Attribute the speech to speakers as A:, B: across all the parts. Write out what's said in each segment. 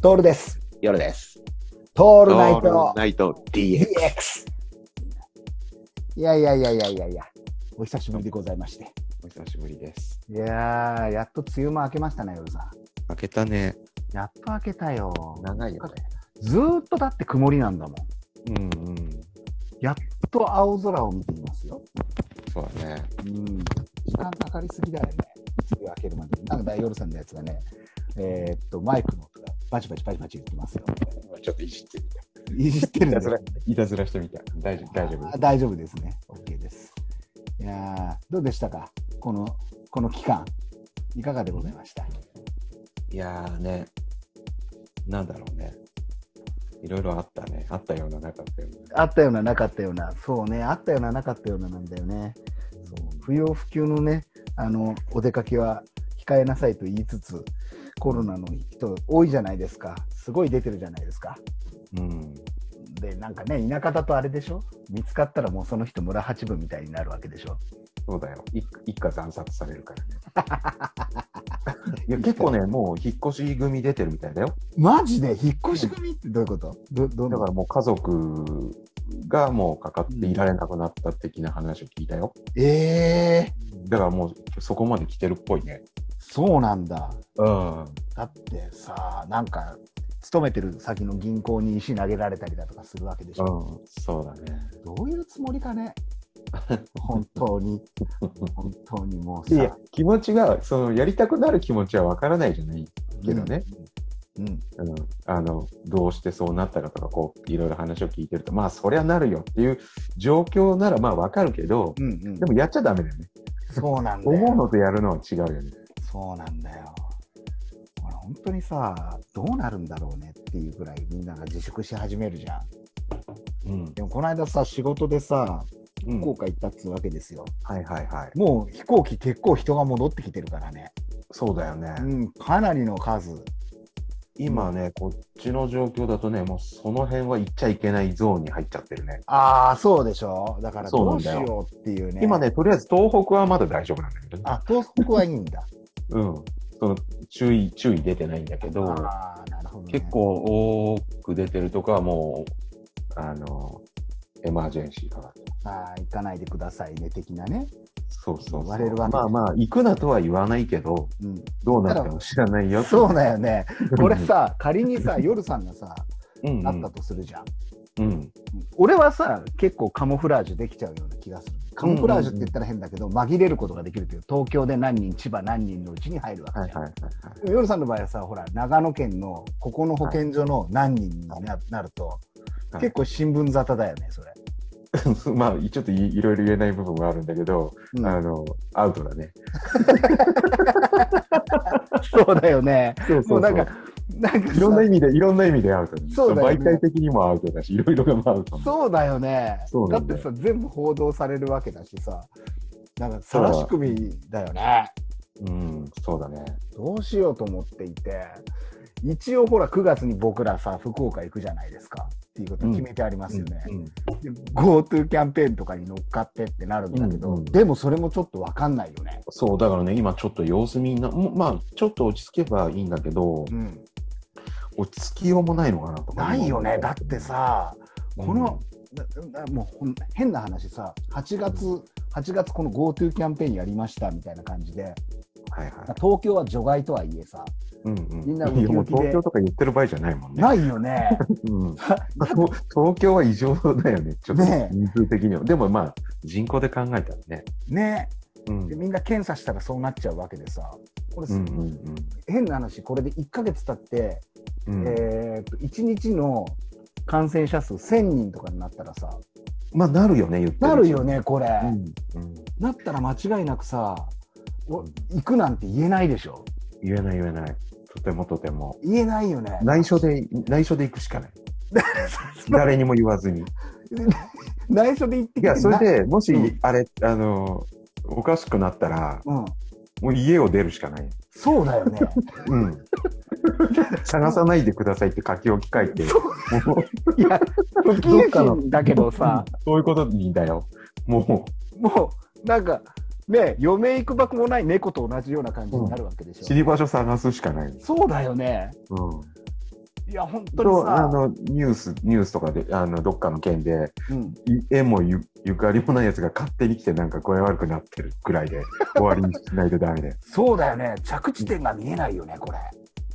A: トールです。
B: 夜です。
A: ト
B: オ
A: ールナイト
B: ナイト
A: DX。
B: DX。
A: いやいやいやいやいやいや、お久しぶりでございまして。
B: お久しぶりです。
A: いやー、やっと梅雨も明けましたね、夜さ
B: 開けたね。
A: ん。やっと明けたよ。
B: 長いよね。
A: ずーっとだって曇りなんだもん。ず
B: うんうん。
A: っと青空を見ていますよ。
B: そうだね。
A: うん。時間かかりすぎだよね。梅雨明けるまでに。なんか夜さんのやつがね、えーっと、マイクの音がバチバチバチバチ言って ますよ。
B: ちょっといじってみた。
A: いじってるんで
B: いたずらいたずらしてみた。大丈夫、大丈
A: あ
B: 夫。
A: 大丈夫ですね。OK です。いやーどうでしたかこの、この期間、いかがでございました
B: いやーね。なんだろうね。いろいろあったね。あったような、なかったよう
A: あったような、なかったような、そうね、あったような、なかったようななんだよね。そう不要不急のね、あの、お出かけは控えなさいと言いつつ、コロナの人多いじゃないですか。すごい出てるじゃないですか。
B: な。うん。
A: で、なんかね、田舎だとあれでしょ見つかったらもうその人村八分みたいになるわけでしょ
B: そうだよ。一一家惨殺されるからね。 いや、結構ね、もう引っ越し組出てるみたいだよ。
A: マジで引っ越し組ってどういうことど、どん
B: だ
A: な
B: からもう家族がもうかかっていられなくなった的な話を聞いたよ。
A: えー、
B: だからもうそこまで来てるっぽいね。
A: そうなんだ。
B: うん。
A: だってさ、なんか、勤めてる先の銀行に石投げられたりだとかするわけでし
B: う
A: ょ。
B: ん、そうだね。
A: どういうつもりか ね。本当に、本当にもう
B: い
A: さ。
B: や、気持ちが、そのやりたくなる気持ちはわからないじゃない。けどね
A: うん。うん。
B: うん、あの、どうしてそうなったかとか、こう、いろいろ話を聞いてると、まあ、そりゃなるよっていう状況なら、まあ、わかるけど、
A: うんうん
B: でもやっちゃダメだよね。
A: そうなんだ
B: 思う
A: よ。
B: のとやるのは違うよね。
A: そうなんだよ。ほら本当にさ、どうなるんだろうねっていうぐらいみんなが自粛し始めるじゃん。
B: うん。
A: でもこの間さ、仕事でさ、
B: うん、
A: 福岡行ったっつうわけですよ。
B: はいはいはい。
A: もう飛行機結構人が戻ってきてるからね。
B: そうだよね。
A: うん、かなりの数。
B: 今ね、こっちの状況だとね、もうその辺は行っちゃいけないゾーンに入っちゃってるね。
A: ああ、そうでしょ。だから
B: そう
A: ど
B: なん
A: うし
B: だよ
A: ようっていうね。
B: 今。ね、とりあえず東北はまだ大丈夫なんだけどね。
A: あ、東北はいいんだ。
B: うん。その、注意、注意出てないんだけど、
A: ああ、なるほど、ね。
B: 結。構多く出てるとかはもう、あの、エマージェンシーかかってる
A: ああ、行かないでくださいね、的なね。
B: そうそうそう
A: 言われるわね
B: まあまあ、行くなとは言わないけど、
A: うん。
B: どうなっても知らないよ。
A: そうだよ ね。これさ、仮にさ、夜さんがさ、
B: うん、うん。
A: あったとするじゃん。
B: うん。
A: 俺はさ、結構カモフラージュできちゃうような気がする。カモフラージュって言ったら変だけど、紛れることができるという、東京で何人、千葉何人のうちに入るわけ
B: はいは
A: じ
B: い
A: ゃん。
B: はいはい。
A: でも夜さんの場合はさ、ほら、長野県のここの保健所の何人にな,、なると、
B: はい
A: 結構新聞沙汰だよね、それ。
B: まあ、ちょっといいろいろ言えない部分があるんだけど、
A: うん
B: あの、アウトだね。
A: そうだよね。
B: そう
A: もうなんか、なんか
B: いろんな意
A: さ
B: 味で、いろんな意味でアウトだね
A: そうだよね
B: 媒体的にもアウトだし、いろいろがもアウト。
A: そうだよね。
B: そう
A: だ
B: な
A: っ
B: んだ
A: て
B: よ
A: さ、全部報道されるわけだしさ、なんか、さらし首だよね。
B: うん、そうだね。
A: どうしようと思っていて、一応ほら、9月に僕らさ、福岡行くじゃないですか。っていうこと決めてありますよね。
B: うんうん
A: で GoTo キャンペーンとかに乗っかってってなるんだけど、
B: うんうん
A: でもそれもちょっとわかんないよね。
B: そう、だからね、今ちょっと様子見な、もうまあ、ちょっと落ち着けばいいんだけど、
A: うん、
B: 落ち着きようもないのかなとか。
A: ないよね。だって、さ、
B: うん
A: この、ななもうほん変な話さ、8月、8月この GoTo キャンペーンやりましたみたいな感じで、
B: はいはい。
A: 東京は除外とはいえさ、
B: うんうん、
A: みんなウキウキで
B: いやもう東京とか言ってる場合じゃないもんね。
A: ないよね。
B: うん、東東京は異常だよね、ちょっと
A: ねえ
B: 人数的には。でもまあ、人口で考えたらね。
A: ね。
B: うん
A: で、みんな検査したらそうなっちゃうわけでさ、これ、
B: うんうん
A: 変な話、これで1ヶ月経って、
B: うんうん
A: えーっと1日の感染者数1000人とかになったらさ、
B: まあ、なるよね、言って
A: なるよ。ね、これ。
B: うんうん、
A: なったら間違いなくさ、お
B: うん
A: 行くなんて言えないでしょ。
B: 言えない言えない。とてもとても。
A: 言えないよね。
B: 内緒で、内緒で行くし かない。誰にも言わずに。
A: 内緒で言って
B: いや、それ
A: な
B: で、もし
A: うん、
B: あれ、あの、おかしくなったら、
A: うん。
B: もう家を出るしかない。
A: そうだよ ね。
B: うん。探さないでくださいって書き置き書い て、もう
A: いや、不謹慎だけどさ、
B: そういうことにだよ。も
A: もう、なんか、ね、嫁行くばくもない猫と同じような感じになるわけで
B: う、
A: し
B: 知
A: ょ。
B: り場所探すしかない。
A: そうだよね。
B: うん。
A: いや、本当に
B: とあ
A: さ、
B: のニュースニュースとかであのどっかの県で
A: うん、
B: い縁もゆゆかりもないやつが勝手に来てなんか具合悪くなってるくらいで終わりにしないと ダメで
A: そうだよね、着地点が見えないよね、これ。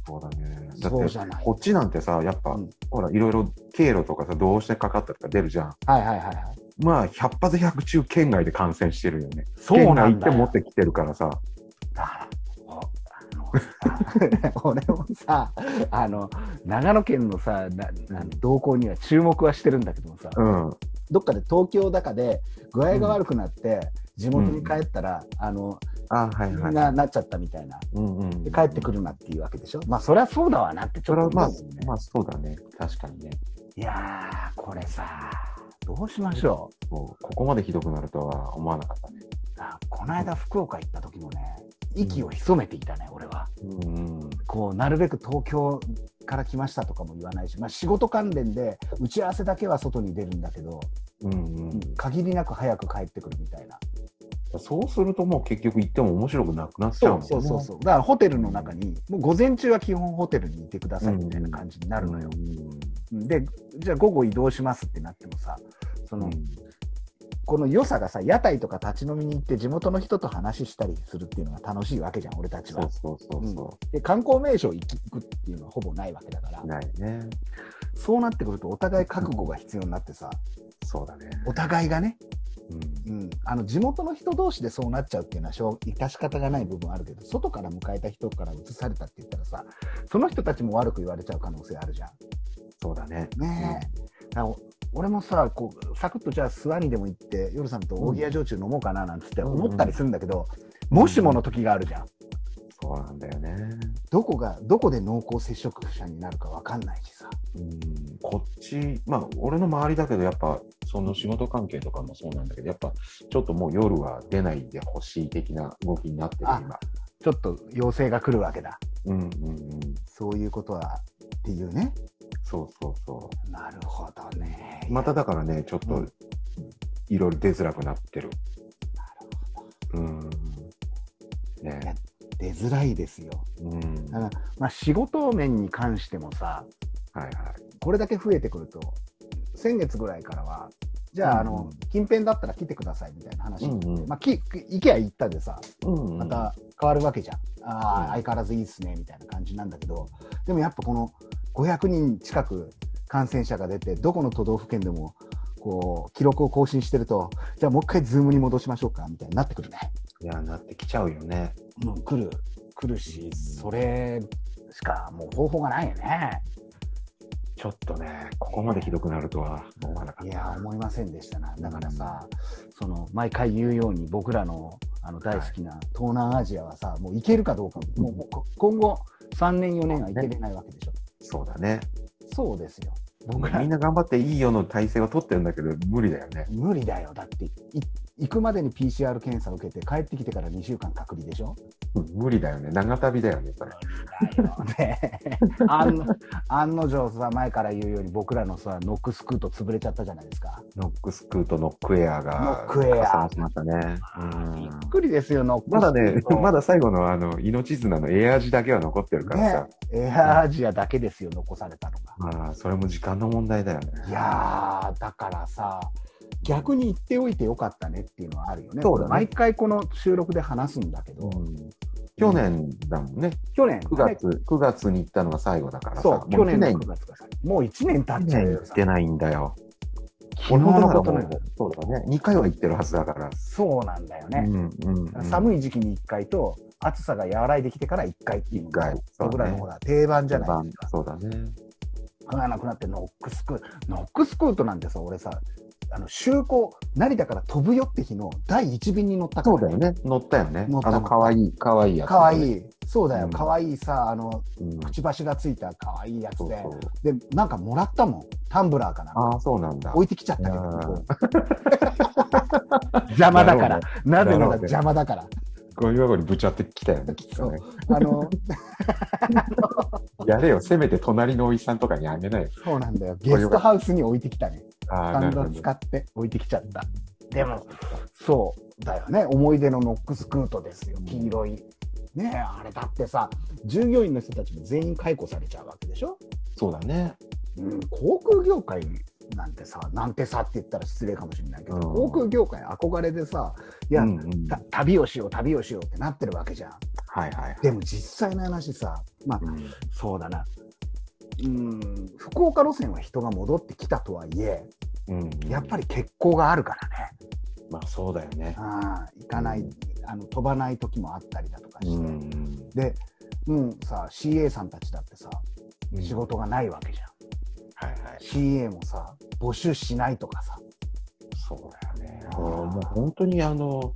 B: そうだねだ
A: そう
B: って
A: じゃない。
B: こっちなんてさやっぱ、
A: うん
B: ほらいろいろ経路とかさどうしてかかったとか出るじゃん
A: はいはいはいはい。
B: まあ100発100中県外で感染してるよね
A: そうな
B: 県
A: んだ
B: 外行って持
A: よ
B: っ。てきてるからさ
A: だからおあのさ 俺もさあの長野県のさなあの動向には注目はしてるんだけどもさ、
B: うんうん
A: どっかで東京だかで具合が悪くなって、地元に帰ったら、あの
B: あはいはい
A: ななっちゃったみたいな
B: うんうん
A: で帰ってくるなっていうわけでしょまあそりゃそうだわなってちょ
B: そ
A: っ
B: れ
A: と
B: は
A: 思
B: ま
A: う
B: あ
A: もんね、
B: まあそうだね確かにね
A: いやーこれさどうしましょう
B: もうここまでひどくなるとは思わなかったね
A: あこの間福岡行った時もね息を潜めていたね俺は。
B: うんうん
A: こうなるべく東京から来ましたとかも言わないし、まあ、仕事関連で打ち合わせだけは外に出るんだけど、
B: うんうん
A: 限りなく早く帰ってくるみたいな
B: そうするともう結局行っても面白くなくなっちゃう
A: そ
B: も
A: う
B: んね
A: そうそうそうだからホテルの中にもう午前中は基本ホテルにいてくださいみたいな感じになるのよ、うんでじゃあ午後移動しますってなってもさその、この良さがさ屋台とか立ち飲みに行って地元の人と話したりするっていうのが楽しいわけじゃん俺たち
B: そ
A: は
B: うそうそうそ
A: で観光名所行き行くっていうのはほぼないわけだから、
B: うないね
A: そうなってくるとお互い覚悟が必要になってさ、
B: そうだね
A: お互いがね、
B: うん
A: うん、あの地元の人同士でそうなっちゃうっていうのはしょう致し方がない部分あるけど外から迎えた人から移されたって言ったらさその人たちも悪く言われちゃう可能性あるじゃん。
B: そうだね
A: ねえだからお俺もさこうサクッとじゃあ諏訪にでも行って夜さんと大木屋焼酎飲もうかななんつって思ったりするんだけど、
B: うん
A: もしもの時があるじゃん
B: そうなんだよね
A: どこがどこで濃厚接触者になるか分かんないしさ
B: うんこっちまあ俺の周りだけどやっぱその仕事関係とかもそうなんだけどやっぱちょっともう夜は出ないでほしい的な動きになってる
A: あ
B: 今
A: ちょっと要請が来るわけだ
B: うんうんうん
A: そういうことはっていうね
B: そうそうそ
A: なるほどね
B: うまただからねちょっ
A: う
B: と
A: ん
B: いろいろ出づらくなってるうん
A: いや
B: ね
A: 出づらいですよ、
B: うん
A: だからまあ、仕事面に関してもさ
B: はいはい
A: これだけ増えてくると先月ぐらいからはじゃあ,、あ
B: うんう
A: の
B: ん
A: 近辺だったら来てくださいみたいな話になって、
B: うんうん
A: まあ、き行けば行ったでさ
B: うん
A: また変わるわけじゃん、ああ
B: うん
A: 相変わらずいいっすねみたいな感じなんだけどでもやっぱこの500人近く感染者が出てどこの都道府県でもこう記録を更新してるとじゃあもう一回ズームに戻しましょうかみたいになってくるね。
B: いやなってきちゃうよね
A: もう来る来るしそれしかもう方法がないよね
B: ちょっとねここまでひどくなるとは思わなか
A: い
B: っ
A: や思いませんでしたなだからさ、その毎回言うように僕らのあの大好きな東南アジアはさ、もう行けるかどうかももうもうこ今後3年4年は行けれないわけでしょ
B: たそうだね
A: そうですよ僕ら
B: みんな頑張っていいよの体制は取ってるんだけど無理だよね
A: 無理だよだってい行くまでに PCR 検査を受けて帰ってきてから2週間隔離でしょ
B: うん無理だよね長旅だよねそれ
A: ね案の案の定さ前から言うように僕らのさノックスクート潰れちゃったじゃないですか
B: ノックスクートノックエアが
A: ノックエア
B: 加算しましたね
A: びっくりですよ、ノッ
B: まだね ま
A: だ
B: だ最後のあの命綱のエアージだけは残ってるからさ、
A: エアアジアだけですよ、残されたのが。
B: まあそれも時間の問題だよね
A: いやー、だからさ、逆に言っておいてよかったねっていうのはあるよね。
B: そうだね
A: 毎回この収録で話すんだけど、
B: うん去年だもんね
A: 去年、
B: 9
A: ね
B: 月9月に行ったのが最後だからさ
A: そう、去年の
B: もう一
A: 9月がさ、もう1年経っちゃう
B: 年
A: よ
B: 行ってないんだよ
A: 昨日
B: 俺も
A: の
B: だか
A: こ
B: ら
A: との
B: もう
A: ように
B: そうだね2回は行ってるはずだから、
A: そうなんだよね。
B: うんうんうん、
A: 寒い時期に1回と、暑さが和らいできてから1回っていうのが
B: 一回、そうだね
A: 僕らのほら、定番じゃないですか。
B: そうだね
A: 歯がなくなってノックスクートノックスクートなんてさ俺さあの就航成田から飛ぶよって日の第1便に乗ったから
B: そうだよね乗ったよね
A: 乗った
B: あの可愛い可愛いやつ
A: かわいいそうだ
B: う
A: よ
B: ん
A: かわいいさあの
B: うん
A: くちばしがついたかわいいやつ
B: そう
A: で
B: そう
A: でなんかもらったもんタンブラーかな
B: ああそうなんだ
A: 置いてきちゃったけど
B: うん
A: ここ 邪魔だからな
B: る
A: ぜ
B: ほ
A: なら
B: どなるほど
A: 邪魔だから
B: ゴミ箱にぶちゃってきたよねきっとね
A: あの
B: やれよせめて隣のおじさんとかにあげ ないよ
A: そうなんだよゲストハウスに置いてきたね
B: ああ
A: ハン
B: なる
A: ド
B: ほ
A: ル
B: ど
A: 使って置いてきちゃった。でも、そうだよね。思い出のノックスクートですよ。黄色いねえあれだってさ従業員の人たちも全員解雇されちゃうわけでしょ、
B: そうだね。
A: うん、航空業界なんてさなんてさって言ったら失礼かもしれないけど、
B: うん
A: 航空業界憧れでさいや、
B: うんうん
A: た旅をしよう旅をしようってなってるわけじゃん
B: はいはい。
A: でも実際の話さまあ
B: うん
A: そうだなうん福岡路線は人が戻ってきたとはいえ
B: うんうん
A: やっぱり欠航があるからね
B: まあそうだよね。
A: あー行かない、あの飛ばない時もあったりだとかして、
B: うん
A: でもうさ CA さんたちだってさ
B: うん
A: 仕事がないわけじゃん、
B: はいはい。
A: CA もさ募集しないとかさ
B: そうだよね。もうもう本当にあの、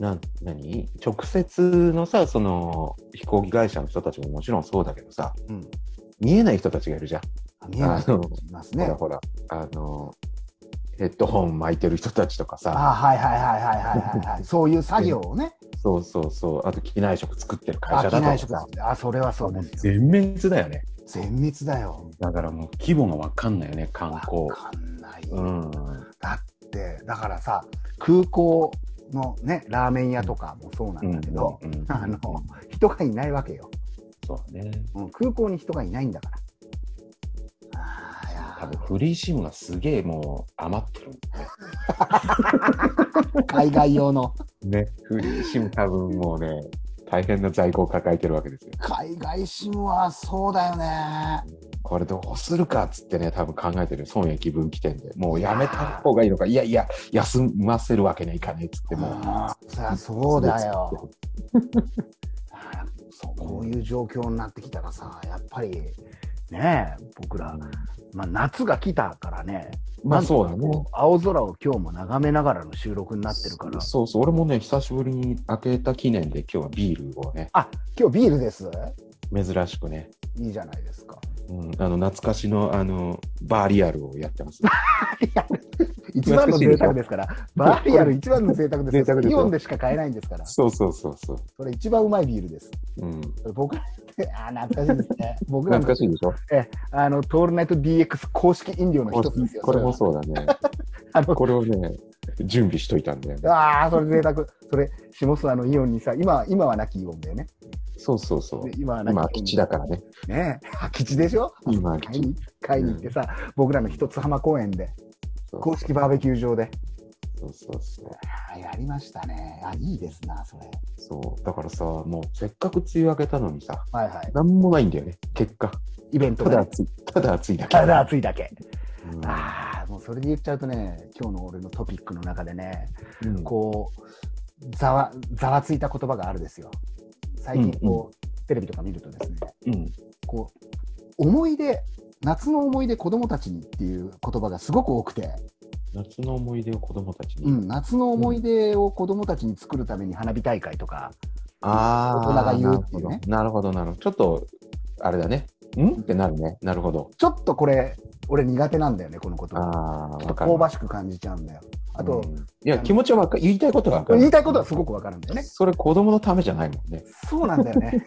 B: なん何直接のさ、その飛行機会社の人たちももちろんそうだけどさ、
A: うん
B: 見えない人たちがいるじゃん。
A: 見えない人もいますね
B: ほらほら、あの、ヘッドホン巻いてる人たちとかさ、
A: あーはいはいはいはいはいはい、 はい、そういう作業をね
B: そうそうそう、あと機内食作ってる会
A: 飽
B: 社
A: き
B: だ
A: ない
B: と
A: 職
B: かさ
A: だあそれはそう
C: も
A: で
C: う
A: すよ
C: 全滅だよね。
A: 全密だよ
C: だからもう規模がわかんないよね、観
A: わ
C: 光。
A: かんない、
B: うん。
A: だってだからさ空港のねラーメン屋とかもそうな
B: うん
A: だけど、
B: んうん
A: あの人がいないわけよ、
B: そうだね。
A: うん、空港に人がいないんだからあーいやー
B: 多分フリーシムがすげえもう余ってるんだね。
A: 海外用の
B: ね、フリーシム多分もうね、大変な在庫を抱えてるわけですよ。
A: 海外シムはそうだよね
B: これどうするかっつってね、多分考えてる損益分岐点で、もうやめた方がいいのか、いやいや、休ませるわけにはいかねえっつって、も
A: あーそりゃ
B: う。
A: そうだよ。あーそうこういう状況になってきたらさやっぱりねえ僕ら、まあ、夏が来たからね
B: まあ
A: なんとか
B: そうだね
A: こ。青空を今日も眺めながらの収録になってるから
B: そうそう、俺もね、久しぶりに開けた記念で、今日はビールをね、
A: あ今日ビールです
B: 珍しくね、
A: いいじゃないですか
B: うん、あの懐かしのあのバーリアルをやっ てます。
A: 一番の贅沢ですからバーリアル一番の贅沢ですよ
B: 贅沢です
A: イ
B: よ
A: オンでしか買えないんですから
B: そうそうそうそう。
A: それ一番うまいビールです
B: うん、
A: それ僕らって あー懐かしいですね僕ら
B: 懐
A: の
B: かしいでしょ
A: えあのトールナイト DX 公式飲料の
B: こ
A: 一つですよ。
B: これも
A: う。
B: そうだね。
A: あの
B: これをね、準備しといたんだよね。
A: ああ、それ贅沢。それ、下諏訪のイオンにさ、今は、今はなきイオンだよね。
B: そうそうそう
A: で。今はなき
B: 今、空き地だからね。
A: ねえ。空き地でしょ
B: 今、空
A: 買い
B: き地。
A: に買いに行ってさ、僕らの一つ浜公園で、
B: そう
A: 公式バーベキュー場で。
B: そうそうそう。
A: あーやりましたね。あ、いいですな、それ。
B: そうだからさ、もうせっかく梅雨明けたのにさ、
A: はいはい。
B: なんもないんだよね、結果。
A: イベント
B: ただ
A: で。
B: 暑い。ただ暑いだけ。
A: ただ暑いだけ。
B: うん
A: ああ、もうそれで言っちゃうとね、今日の俺のトピックの中でね、
B: うん
A: こう、ざわ、ざわついた言葉があるですよ。最近、こう、テレビとか見るとですね、
B: うん
A: こう思い出夏の思い出子供たちにっていう言葉がすごく多くて、
B: 夏の思い出を子供たちに。
A: うん、夏の思い出を子供たちに作るために花火大会とか、
B: ああ、
A: 大人が言うっていうね
B: なるほど、なるほど。なるほどちょっと、あれだね。んってなるね。なるほど。
A: ちょっとこれ俺苦手なんだよねこの言
B: あ
A: 葉
B: あー、わかる
A: 香。ばしく感じちゃうんだよあと
B: う、んいや、気持ちはわかる。言いたいことはわかる。
A: 言いたいことはすごくわかるんだよね
B: それ子供のためじゃないもんね。
A: そうなんだよ ね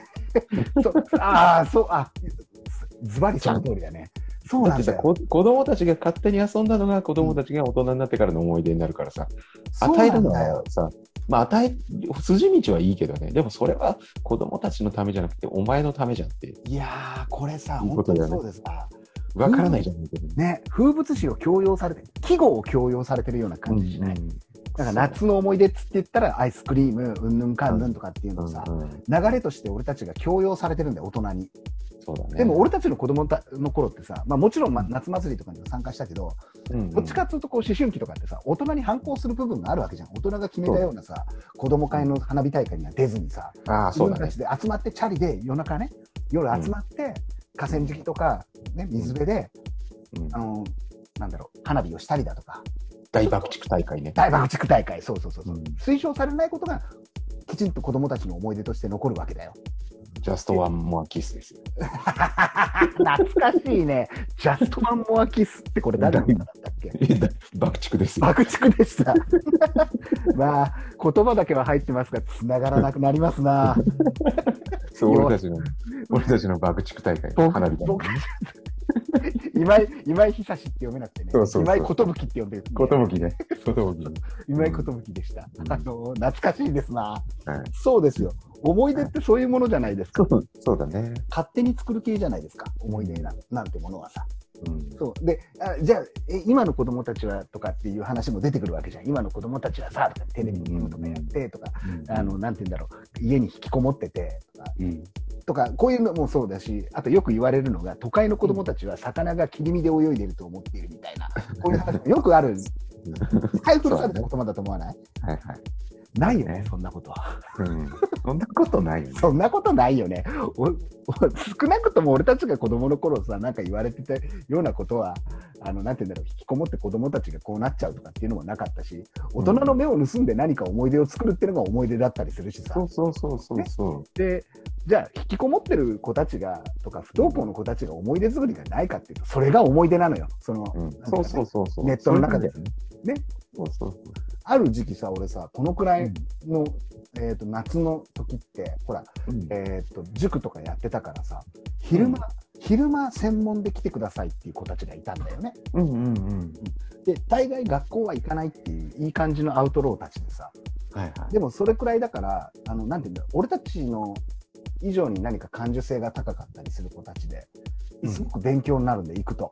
A: そうああそうあズバリその通りだねそう
B: だ
A: な
B: っ
A: ん
B: て
A: だ
B: さ、
A: よ
B: こ子供たちが勝手に遊んだのが子供たちが大人になってからの思い出になるからさ、
A: そう
B: 与え
A: な
B: る
A: ん
B: の
A: だ
B: は
A: よ
B: さ、まあ与え、筋道はいいけどね、でもそれは子供たちのためじゃなくて、お前のためじゃんって、
A: いやーこれさ
B: いい
A: 本
B: こと
A: 当
B: だよ
A: に
B: ね
A: そうですか
B: わからないじゃん、みたい
A: ね風物詩を強要されて季語を強要されてるような感じしない、
B: なうん
A: だから夏の思い出っつって言ったらアイスクリームうんぬんかんぬんとかっていうのをさ、
B: うんうん
A: 流れとして俺たちが強要されてるんだよ大人に
B: そうだね。
A: でも俺たちの子供たの頃ってさ、まあ、もちろんま夏祭りとかにも参加したけど、
B: うんうん
A: どっちかっていうとこう思春期とかってさ大人に反抗する部分があるわけじゃん大人が決めたようなさ子供会の花火大会には出ずにさ
B: ああ、
A: 自
B: そう
A: 分
B: だ
A: た
B: ね
A: ち。で集まってチャリで夜中ね夜集まって河川敷とか、ね、水辺で、
B: うん
A: あのなんだろう花火をしたりだとか
B: 大爆竹大会ね。
A: 大爆竹大会そうそうそうそう、
B: うん
A: 推奨されないことがきちんと子供たちの思い出として残るわけ だよ
B: ジャストワンモアキスですよ。
A: 懐かしいねジャストマンモアキスってこれ誰の歌だったっけ
B: 爆竹ですよ。
A: 爆竹でした まあ言葉だけは入ってますが繋がらなくなりますな
B: そう俺たちの、俺たちの爆竹大会、
A: 僕
B: 花火大
A: 僕
B: 会ね。
A: 今井今井久志って読めなくてね
B: そうそうそう
A: 今井寿って呼んでる、ね、
B: ことぶきね。ことぶきね。
A: 今井寿でした、
B: うん
A: あの懐かしいですな
B: はい
A: そうですよ思い出ってそういうものじゃないですか。
B: そうだね。
A: 勝手に作る系じゃないですか、思い出ななんてものはさ。
B: うん。
A: そうであじゃあえ今の子供たちはとかっていう話も出てくるわけじゃん今の子供たちはさとかテレビゲームとかやってとか、あのなんて言うんだろう家に引きこもっててとか
C: うん、
A: とかこういうのもそうだしあとよく言われるのが都会の子供たちは魚が切り身で泳いでると思っているみたいなこういう話もよくある再古された言葉だと思わない
B: はいはい。
A: ないよね
B: ね
A: そんなことは
B: うん。そんなことないよね。
A: そんなことないよねおお少なくとも俺たちが子供の頃さなんか言われてたようなことはあのなんて言うんだろう引きこもって子供たちがこうなっちゃうとかっていうのもなかったし大人の目を盗んで何か思い出を作るっていうのが思い出だったりするしさ、
B: そうそうそうそうそう。
A: でじゃあ引きこもってる子たちがとか不登校の子たちが思い出作りがないかっていうとそれが思い出なのよその、
B: うん、そうそうそうそう。
A: ネットの中で
B: そう
A: ね
B: そうそうそう。
A: ある時期さ俺さこのくらいの、えー、と夏の時ってほら、
B: うん
A: えー、と塾とかやってたからさ昼間、昼間専門で来てくださいっていう子たちがいたんだよね
B: うんうんうん。
A: で大概学校は行かないっていういい感じのアウトローたちでさ
C: はいはい。
A: でもそれくらいだからあのなんていうんだろう俺たちの以上に何か感受性が高かったりする子たちで
C: うん
A: すごく勉強になるんで行くと、
B: はい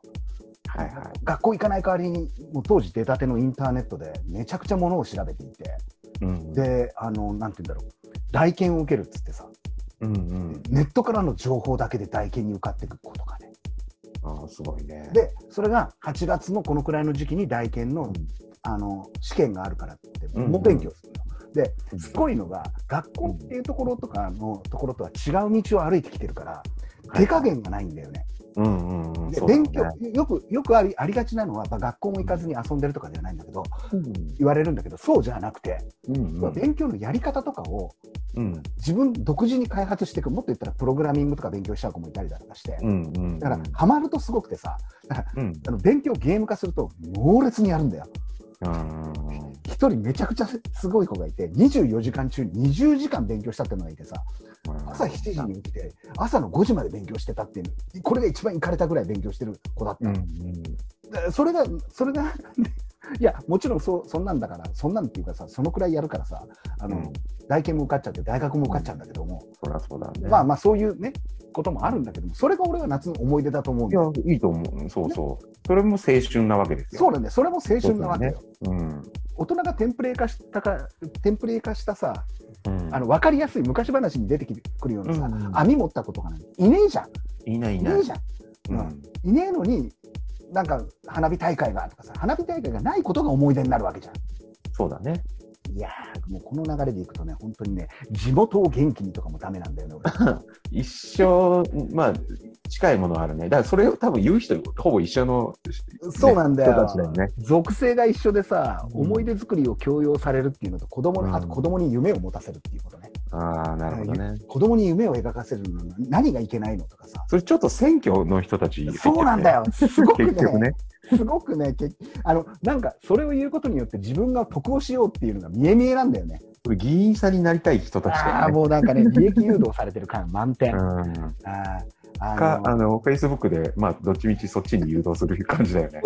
B: は
A: 学校行かない代わりにもう当時出たてのインターネットでめちゃくちゃものを調べていて
B: い。うん
A: であのなんていうんだろう代検を受けるっつってさ、
B: うんうん。
A: ネットからの情報だけで代検に受かっていく子とかね
B: ああ、すごいね。
A: でそれが8月のこのくらいの時期に代検の,、
B: うん
A: あの試験があるからって言って
B: うん
A: 猛勉強するの。
B: うん
A: すごいのが学校っていうところとかのところとは違う道を歩いてきてるから
B: はい
A: 手加減がないんだよね。
B: うんうんうん。
A: で
B: そうだね
A: 勉強よくよくありありがちなのは、まあ、学校も行かずに遊んでるとかではないんだけど
B: うん
A: 言われるんだけどそうじゃなくて、
B: うんうん。
A: 勉強のやり方とかを
B: うん
A: 自分独自に開発していくもっと言ったらプログラミングとか勉強しちゃう子もいたりだとかして、
B: うんうん。
A: だからハマるとすごくてさ
B: うん。
A: あの勉強をゲーム化すると猛烈にやるんだよ。
B: あ
A: 一人めちゃくちゃすごい子がいて24時間中20時間勉強したっていうのがいてさ
B: ー
A: 朝7時に起きて、朝の5時まで勉強してたっていう、これが一番いかれたぐらい勉強してる子だっ
B: うん
A: た、でそれが、それが、いや、もちろんそうそんなんだから、そんなんっていうかさ、そのくらいやるからさ、あ
B: う
A: の
B: ん。うん。
A: 大研も受かっちゃって、大学も受かっちゃうんだけども、
B: そりゃそうだね。
A: まあまあ、そういうね、こともあるんだけども、それが俺は夏の思い出だと思うん
B: い
A: だ
B: や
A: よ。、
B: いいと思う。そうそう。それも青春なわけですよ。
A: そうなんだよ、それも青春なわけよ。
B: う。うん。
A: 大人がテンプレ化したか、テンプレ化したさ、
B: うん
A: あの分かりやすい昔話に出てきてくるようなさ、
B: うん
A: 網持ったことがない、いねえじゃん、
B: いないい
A: い
B: な
A: ね
B: い
A: えじ。ゃん。
B: うん
A: うんいねえのに、なんか花火大会がとかさ、花火大会がないことが思い出になるわけじゃん。
B: そうだね。
A: いやー、もうこの流れでいくとね、本当にね、地元を元気にとかもダメなんだよね、 俺
B: 一緒、まあ、近いものはあるね。だからそれを多分言う人、ほぼ一緒の
A: そうなんだ
B: 人
A: よ
B: たちだよね。
A: 属性が一緒でさ、
B: うん
A: 思い出作りを強要されるっていうのと、子供の、
B: うん
A: あと子供に夢を持たせるっていうことね。
B: ああ、なるほどね。
A: 子供に夢を描かせるのに何がいけないのとかさ。
B: それちょっと選挙の人たち、
A: そうなんだよ。すごくね
B: 結局ね。
A: すごくね、けあの、なんか、それを言うことによって自分が得をしようっていうのが見え見えなんだよね。
B: これ議員さんになりたい人たちだ
A: ああー、
B: よね。
A: もうなんかね、利益誘導されてる感満点。
B: うん
A: あーあの
B: か、あの、フェイスブックで、まあ、どっちみちそっちに誘導する感じだよね。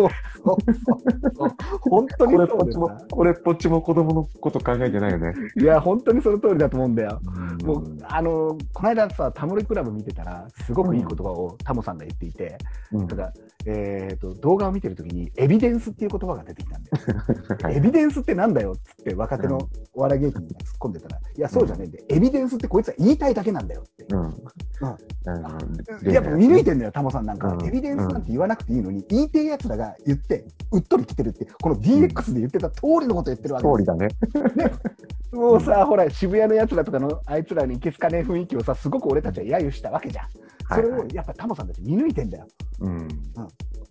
A: 本当にそ
B: こ
A: う
B: れっぽっ
A: で
B: ち
A: す
B: も、これっぽっちも子供のこと考えてないよね。
A: いや、本当にその通りだと思うんだよ。 も
B: う、
A: うんあの、この間さ、タモリクラブ見てたら、すごくいい言葉をタモさんが言っていて、
B: うん
A: ただ、えっ、と、動画を見てるときに、エビデンスっていう言葉が出てきたんだよ。
B: はい
A: エビデンスってなんだよっつって、若手のお笑い芸人が突っ込んでたら、いや、そうじゃねえんで、エビデンスってこいつは言いたいだけなんだよって。
B: うん。うん
A: やっぱ見抜いてんだよ、タモさんなんか、
B: うん
A: エビデンスなんて言わなくていいのに、言いてえやつらが言って、うっとり来てるって、この DX で言ってた通りのこと言ってるわけですよ
B: 通りだね。
A: もうさ、ほら、渋谷のやつらとかのあいつらにいけすかねえ雰囲気をさ、すごく俺たちは揶揄したわけじゃん。それ
B: はいは
A: を
B: い
A: やっぱタモさんたち見抜いてんだよ。
B: うん。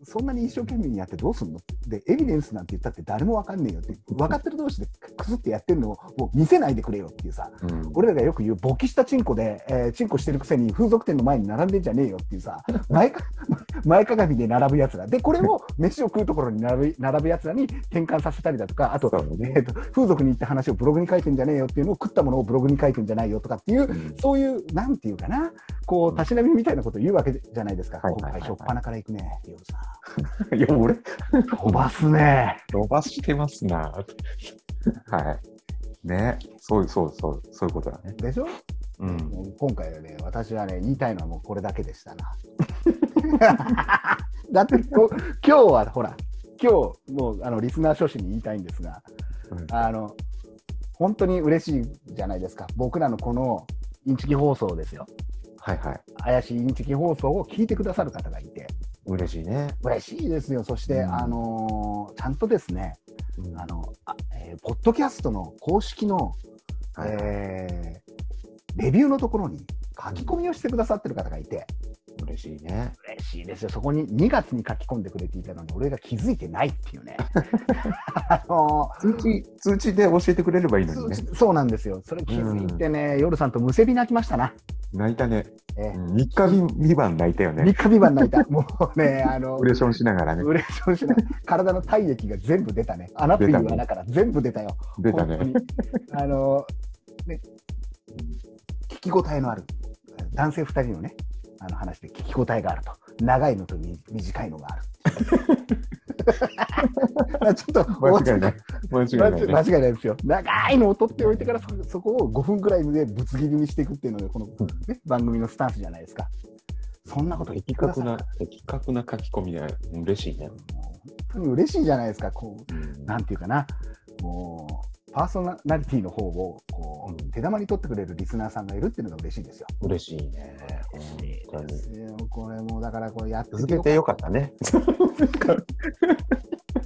A: そんなに一生懸命にやってどうすんので、エビデンスなんて言ったって誰もわかんねえよって、分かってる同士でくすってやってるのをもう見せないでくれよっていうさ、
B: うん
A: 俺らがよく言う、勃起したチンコで、えーチンコしてるくせに風俗店の前に並んでんじゃねえよっていうさ、前か 前かがみで並ぶやつら。で、これを飯を食うところに並ぶ並ぶやつらに転換させたりだとか、あと
B: そ、うだね
A: えっと風俗に行った話をブログに書いてんじゃねえよっていうのを食ったものをブログに書いてんじゃないよとかっていう、
B: うん
A: そういう、なんていうかな、こう、たしなみみたいなことを言うわけじゃないですか。
B: はいはいはいは
A: 今
B: い
A: 回、しょっぱなから行くね、ヨウさん。
B: いや、俺、
A: 飛ばすね。
B: 伸ばしてますな。はい。ね。そうそうそう、そういうことだね。
A: でしょ
B: うん。
A: もう今回はね、私はね、言いたいのはもうこれだけでしたな。 だってこ、今日はほら、今日もうあのリスナー諸氏に言いたいんですが、
B: うん
A: あの本当に嬉しいじゃないですか、僕らのこのインチキ放送ですよ、
B: はいはい。
A: 怪しいインチキ放送を聞いてくださる方がいて、
B: 嬉しいね。
A: 嬉しいですよ、そして、
B: うん
A: あのーちゃんとですね、
B: うん
A: あのあえーポッドキャストの公式の、
B: はい
A: えーレビューのところに書き込みをしてくださってる方がいて、
B: 嬉しいね。
A: 嬉しいですよ、そこに2月に書き込んでくれていたのに、俺が気づいてないって いうね。あの
B: 通知、通知で教えてくれればいいのに
A: ー
B: ね。
A: そそうなんですよ、それ気づいてね、夜さんとむせび泣きましたな、
B: 泣いたね。
A: えー
B: 3日2晩泣いたよね
A: 三。日三晩泣いた、もうね、あ の
B: オレーションしな がらね。
A: うれしそうしない、体の体液が全部出たね、穴っていう穴から全部出たよ、
B: 出た
A: 本
B: ね。
A: 当に。あのね、聞き応えのある、男性2人のね、あの話で聞き応えがあると、長いのとみ短いのが ある。 ちょっと
B: 間違いない。間違
A: 間
B: いない
A: 違い
B: ね。
A: 間違いないですよ。長いのを取っておいてからそ、そこを5分くらいでぶつ切りにしていくっていうのが、この、ね、番組のスタンスじゃないですか。そんなこと言って
B: 的
A: くださ
B: 確
A: い。
B: な
A: も。
B: 的確な書き込みで嬉しいね。
A: う本当に嬉しいじゃないですか、こう
B: うん
A: なんていうかな、もう、パーソナリティの方をこう、
B: うん
A: 手玉に取ってくれるリスナーさんがいるっていうのが嬉しいんですよ。
B: 嬉しいね。本当に
A: これもうだからこれやって
B: 続けてよ かったね。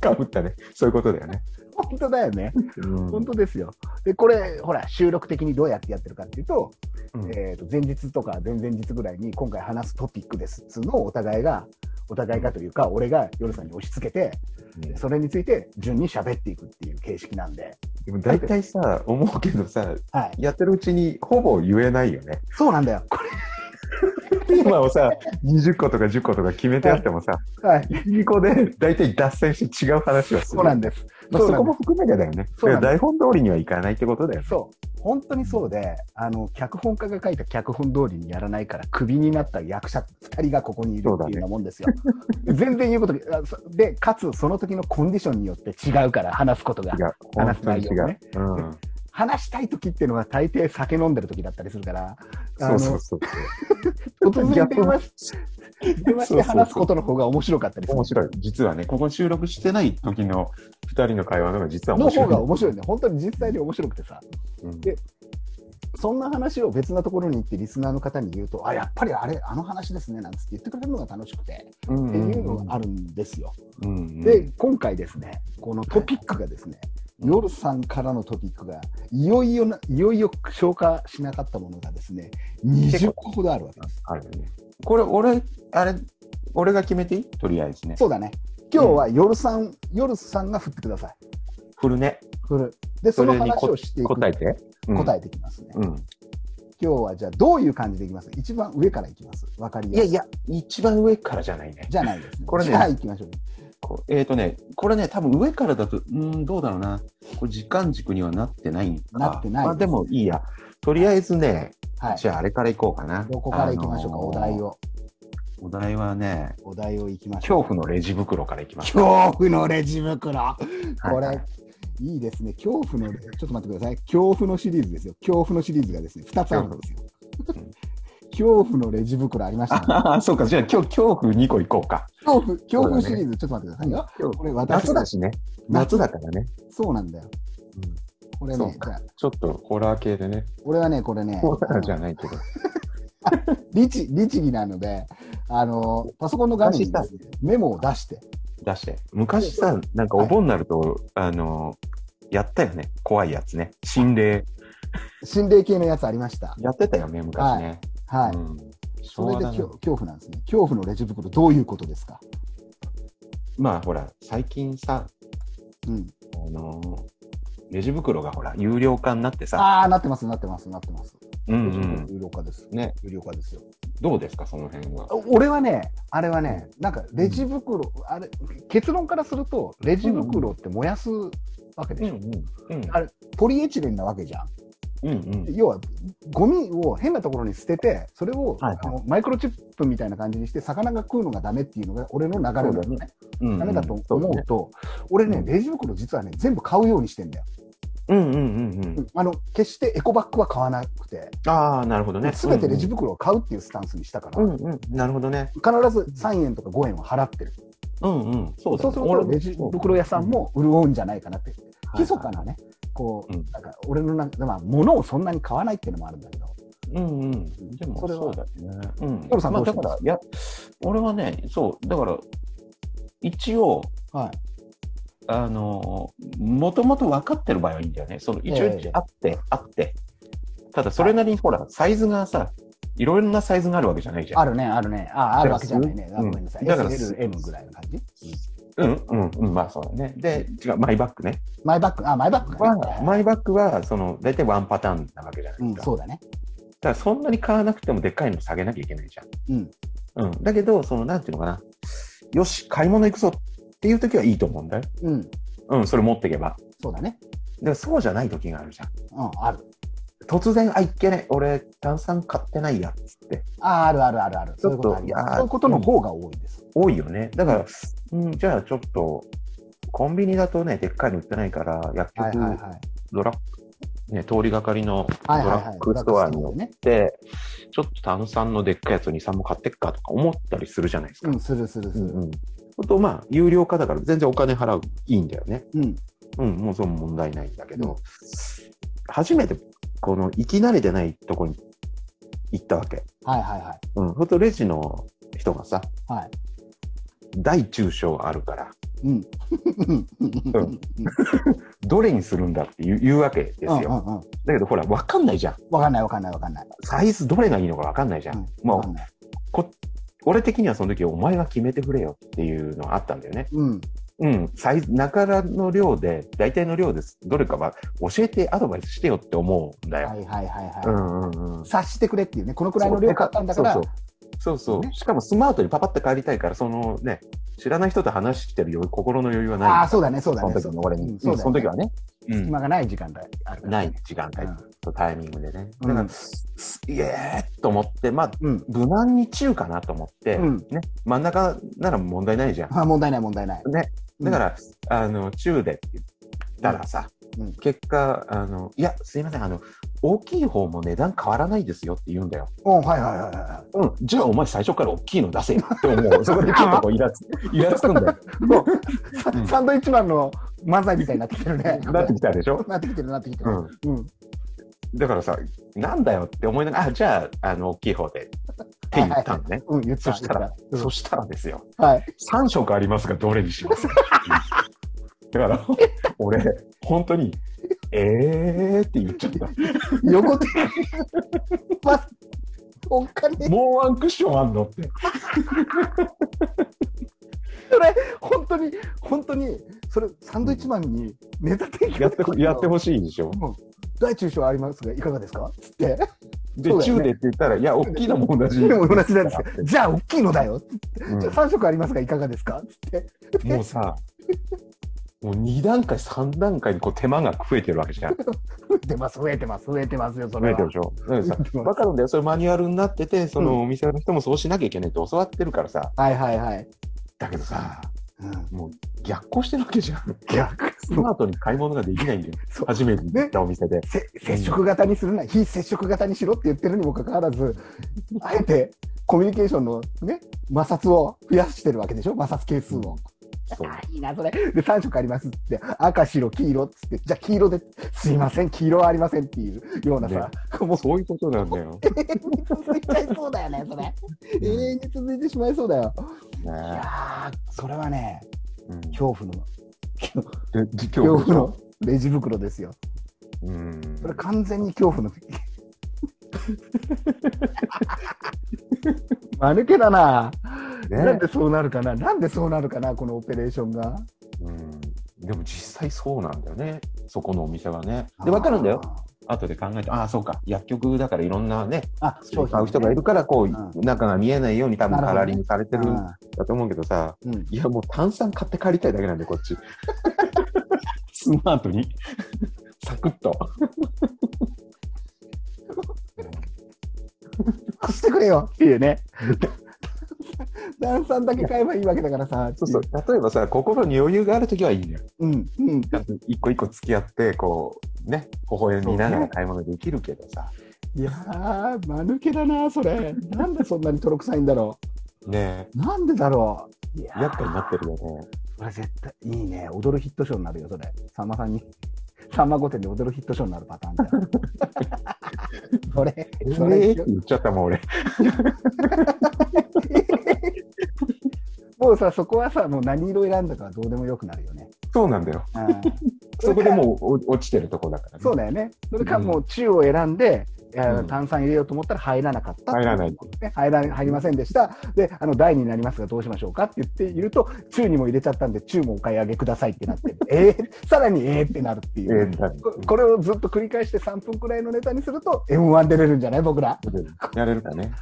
B: かぶったね。そういうことだよね。
A: 本当だよね、
B: うん
A: 本当ですよ。で、これ、ほら、収録的にどうやってやってるかっていうと、
B: うん
A: えーと前日とか前々日ぐらいに、今回話すトピックですっつうのをお互いが、お互いがというか、俺が夜さんに押し付けて、
B: うん
A: それについて順に喋っていくっていう形式なんで、
B: でも大体さ、思うけどさ、
A: はい、
B: やってるうちにほぼ言えないよね。
A: そうなんだよ、こ
B: テーマをさ、20個とか10個とか決めてあってもさ、
A: れ、はい、
B: 2個で大体脱線して違う話をする。
A: そうなんです。
B: まあ
A: そうなん
B: そ
A: です
B: こも含めてだよね。
A: そうなんで
B: 台本通りにはいかないってことだよね。
A: そう本当にそうであの脚本家が書いた脚本通りにやらないからクビになった役者2人がここにいるっていうようなもんですよ。 全然言うことあそでかつその時のコンディションによって違うから話すことが
B: 違う。本
A: 話す
B: 当
A: 内
B: に違
A: 容が
B: う
A: ね。
B: うん
A: 話したい時っていうのは大抵酒飲んでる時だったりするからあ
B: そ
A: の
B: うそうそう。
A: 突然電話し電話して話す
B: そうそうそう
A: ことの方が面白かったりする
B: 面白い。実はね、ここ収録してない時の2人の会話の方が実は
A: の
B: 面白
A: 方
B: い。
A: が面白いね本当に実際に面白くてさ
B: うん
A: でそんな話を別なところに行ってリスナーの方に言うとあやっぱりあれあの話ですねなんつって言ってくれるのが楽しくて。
B: うん
A: っていうのがあるんですよ。
B: うんうん
A: で、今回ですね、このトピックがですね、
B: うん
A: 夜さんからのトピックが、いよいよな、いよいよ消化しなかったものがですね、20個ほどあるわけです。
B: あるよね。これ、俺、あれ、俺が決めていいとりあえずね。
A: そうだね。今日は夜さん、夜さんが振ってください。
B: フルね。
A: 振る。で、そ
B: そ
A: の
B: れに
A: 話をしていく。
B: 答えて。
A: 答
B: え。
A: えていきますね。
B: うん。
A: 今日はじゃあ、どういう感じでいきます一番上からいきます。わかり
B: い
A: や
B: や
A: すい。
B: いや、一番上からじゃないね。
A: じゃないですね。
B: これね
A: じゃあ、いきましょう。
B: こうえっ、とね、これね、多分上からだと、うーん、どうだろうな。これ時間軸にはなってないんか
A: なってない
B: まあでもいいや。とりあえずね、
A: はい
B: じ。ゃああれからいこうかな。
A: どこからいきましょうか、
B: あのー
A: お題。を。
B: お題はね、
A: お題をいきましょう。
B: 恐怖のレジ袋からいきましょう。
A: 恐怖のレジ袋。こ
B: はい
A: れ、いいですね。恐怖の、ちょっと待ってください。恐怖のシリーズですよ。恐怖のシリーズがですね、2つあるんですよ。恐怖のレジ袋ありました、ね。
B: ああ、そうか。じゃあ今日恐怖2個いこうか。
A: 恐怖、恐怖シ
B: そうだね
A: リーズ、ちょっと待ってくださいよ。
B: 今日
A: これ私
B: 夏だしね。夏だからね。
A: そうなんだよ。これ
B: そ
A: ね
B: う、
A: じ
B: か
A: ゃあ、
B: ちょっとホラー系でね。
A: 俺はね、これね、
B: ホラーじゃないけど。
A: 律律儀なので、あの、パソコンの画面にですねメモを出して、
B: 出して。昔さ、なんかお盆になると、あのー、やったよね。怖いやつね。心霊。
A: 心霊系のやつありました。
B: やってたよね、昔ね。
A: はい。
B: うん
A: そ
B: 昭
A: れ
B: 和
A: で
B: だね
A: 恐恐怖なんですね。恐怖のレジ袋、どういうことですか
B: まあほら、最近さ、
A: うん。
B: あのーレジ袋がほら、有料化になってさ、
A: ああ、なってます、なってます、なってます。
B: うんうん、
A: 有料化です。
B: ね、
A: 有料化ですよ。
B: どうですか、その辺は。
A: 俺はね、あれはね、なんかレジ袋、あれ、結論からすると、レジ袋って燃やすわけでしょ。
B: うんうん
A: あれ、ポリエチレンなわけじゃん。
B: うん
A: 要は、ゴミを変なところに捨てて、それを、
B: はいはい
A: あのマイクロチップみたいな感じにして、魚が食うのがダメっていうのが、俺の流れだよね。
B: うん、
A: ダメだと
B: そ
A: 思
B: ね
A: うと、俺ね
B: う、ん
A: レジ袋実はね、全部買うようにしてんだよ。
B: うんうんうんうん。
A: あの決してエコバッグは買わなくて、
B: ああ、なるほどね。
A: すべてレジ袋を買うっていうスタンスにしたから、
B: うんうん。なるほどね。
A: 必ず3円とか5円は払ってる、
B: うんうん。そう
A: そう
B: だ
A: す
B: ね。
A: る
B: 俺
A: と
B: も
A: レジ袋屋さんも潤うんじゃないかなって、
B: はい
A: 密かなね、こう、
C: うん
A: なんか俺の中で、まあ、物をそんなに買わないっていうのもあるんだけど、
B: うんうん。でも
A: それは
B: そうだね。うん。
A: ヨルさん
B: まあ
A: ど
B: だ
A: うし
B: か
A: てま
B: ら
A: す、
B: いや、俺はね、そう、だから、一応、
A: はい、
B: あの、もともと分かってる場合はいいんだよね。その一応
A: ええ
B: あって、あって。ただ、それなりにほら、サイズがさ、いろんなサイズがあるわけじゃないじゃん。
A: あるね、あるね、ああるわけじゃないね、あ
B: だから
A: ごめんなさい、
B: うんだから
A: SL、M ぐらいの感じ、
B: うんうんうん、まあそうだね。で、違う、マイバッグね。
A: マイバッグ、あ、マイバッグか
B: はマイバッグは、その、大体ワンパターンなわけじゃないうで
A: ん、
B: すか。
A: そうだね、
B: だから、そんなに買わなくても、でっかいの下げなきゃいけないじゃん。
A: うん、
B: うん。だけど、その、なんていうのかな。よし、買い物行くぞっていう時はいいと思うんだよ。
A: うん、
B: うん、それ持っていけば。
A: そうだね、
B: でも、そうじゃない時があるじゃん。
A: うん、ある、
B: 突然、あ、いっけね。俺、炭酸買ってないや、つって。
A: ああるあるあるある、そういうことありま
B: ちょっとい
A: す
B: やー
A: そういうことの方が多いです。
B: 多いよね。だから、うん、じゃあちょっと、コンビニだとね、でっかいの売ってないから、薬局、
A: はいはいはい。
B: ドラッグ、ね、通りがかりのド
A: はいはい
B: ラ
A: はい
B: ッグストアに
A: ドラッグストアで
B: 寄
A: ね
B: って、ちょっと炭酸のでっかいやつを2、3も買ってっかとか思ったりするじゃないですか。
A: うん、するするす
B: う
A: る。
B: んうんあと、まあ、有料化だから全然お金払う、いいんだよね。
A: うん、
B: うん、もうそれも問題ないんだけど、
A: うん
B: 初めて、この、行き慣れてないとこに行ったわけ。
A: はいはいはい。
B: うん、ほんとレジの人がさ、
A: はい。
B: 大中小あるから、
A: うん。うん。うん。うん。
B: どれにするんだって言う言うわけですよ。
A: うん。
B: だけどほら、わかんないじゃん。
A: わかんないわかんないわかんない。
B: サイズどれがいいのかわかんないじゃん。
A: うん
B: ま
A: わか
B: あ、
A: んない。
B: 俺的にはその時、お前が決めてくれよっていうのがあったんだよね。
A: うん。
B: うん。サイズ、中らの量で、大体の量です。どれかは教えてアドバイスしてよって思うんだ
A: はいはい
B: よ。
A: はいは
B: う
A: い。
B: んうんうん。
A: 察してくれっていうね、このくらいの量買ったんだから
B: そう、そうそうそう。
A: ね
B: しかもスマートにパパッと帰りたいから、そのね、知らない人と話してる余裕心の余裕はない。
A: ああ、そうだね、そうだ
B: その
A: ね。
B: 時の俺に。
A: う
B: うんん
A: そうだね
B: その時はね。うん
A: 暇がない時間帯あるからね。
B: ない時間帯とタイミングでね。だから
A: うん
B: いえーと思って、まあ、
A: うん。
B: 無難に中かなと思って、
A: うん。うん。
B: ね、真ん中なら問題ないじゃん。
A: あ問題ない問題ない。
B: ね、だから、あの中でって言ったらさ、
A: うん
B: 結果あの、いや、すいませんあの、大きい方も値段変わらないですよって言うんだよ。
A: うん。はいはいはいは
B: うん、じゃあ、お前、最初から大きいの出せよって思う。そこでちょっとこうイラつ イラつくんだよ。も
A: い さ
B: う。ん
A: サンドイッチマンの漫才みたいになってきてるね。
B: うなってきたでしょ。
A: なってきてるなってきて
B: う
A: る。
B: ん、
A: うん。
B: だからさ、なんだよって思いながら、あじゃああの、大きい方でって言ったのね。
A: うん、言って
B: そしたら、そしたらですよ、
A: はい。
B: 3色ありますが、どれにし ますかだから、俺、本当に、えーって言っちゃった。
A: 横手。 まあ、お金
B: もうワンクッションあんのって。
A: それ本当に本当にそれサンドイッチマンにネタ提供
B: やってほやって
A: も
B: ほしいでしょ。
A: 大中小ありますがいかがですかつって
B: で、
A: そうだよね
B: 中でって言ったら、いや、大きいのも同じ。
A: でも 同じなんですけどじゃあ大きいのだよ
B: うん
A: じゃあ3色ありますがいかがですかつって
B: もうさ、もう2段階、3段階にこう手間が増えてるわけじゃん。増
A: 増えてます増えてます増えてますよそれ
B: え
A: は
B: てるでしょ。だ からさ
A: 増えてます
B: わかるんだよ。それマニュアルになってて、そのお店の人もそうしなきゃいけないって教わってるからさ。
A: はいはいはい、
B: だけどさ、
A: うん、
B: 逆行してるわけじゃん。
A: 逆
B: スマートに買い物ができないんだよ。
A: そう
B: 初めて行ったお店で。
A: せ接触型にするな非接触型にしろって言ってるにもかかわらずあえてコミュニケーションのね摩擦を増やしてるわけでしょ摩擦係数を。
B: そう
A: あいいな、それ。で、3色ありますって、赤、白、黄色っつって、じゃあ黄色で、すいません、黄色はありませんっていうようなさ、もう
B: そういうことなんだよ。
A: 永遠に続いちゃいそうだよね、それ。永遠に続いてしまいそうだよ。い
B: ね
A: やー、それはね、
B: うん、
A: 恐怖の、
B: で実況
A: 恐怖のレジ袋ですよ。
B: うん、
A: それ完全に恐怖の。 間抜けだな、
B: ね
A: なんでそうなるかな、なんでそうなるかな、このオペレーションが。
B: うん、でも実際そうなんだよね、そこのお店はね。で、わかるんだよ、。後で考えて、ああ、そうか、薬局だからいろんなね、
A: あ、
B: そう買う人がいるから、こう、
A: う
B: 中が見えないように、多分
A: なるほ
B: カ
A: どね
B: ラーリングされてるん
A: う
B: だと思うけどさ、
A: んうん
B: いや、もう炭酸買って帰りたいだけなんで、こっち、
C: スマートに。
B: サクッと。
A: してくれよっていう ね。炭酸だけ買えばいいわけだからさ。
B: そうそう、例えばさ、心に余裕があるときはいいんだよ。
A: うん。うん。
B: 一個一個付き合って、こう、ね、微笑みながら買い物できるけどさ、
A: いやー、間抜けだな、それ。なんでそんなにとろくさいんだろ
B: ね、
A: う。なんでだろう。いや
B: 厄介になってるよね。
A: これ絶対いいね。踊るヒットショーになるよ、それ。さんまさんに。さんま御殿で踊るヒットショーになるパターンだよ。 それ、そ
B: えー
A: れ
B: っ、て言っちゃったもん、俺。
A: もうさ、そこはさ、もう何色選んだかはどうでもよくなるよね。
B: そうなんだよ。
A: うん
B: そこでもうお落ちてるとこだからね
A: そう。だよね。それか
B: うん
A: もう中を選んで、えー
B: うん
A: 炭酸入れようと思ったら入らなかった。
B: 入らない。
A: ね、入ら入りませんでした。で、あの、台になりますがどうしましょうかって言っていると、中にも入れちゃったんで、中もお買い上げくださいってなって、えー、さらにえーってなるってい
B: え
A: う。
B: ーだって
A: ここれをずっと繰り返して3分くらいのネタにすると M1 出れるんじゃない僕ら
B: やれるかね。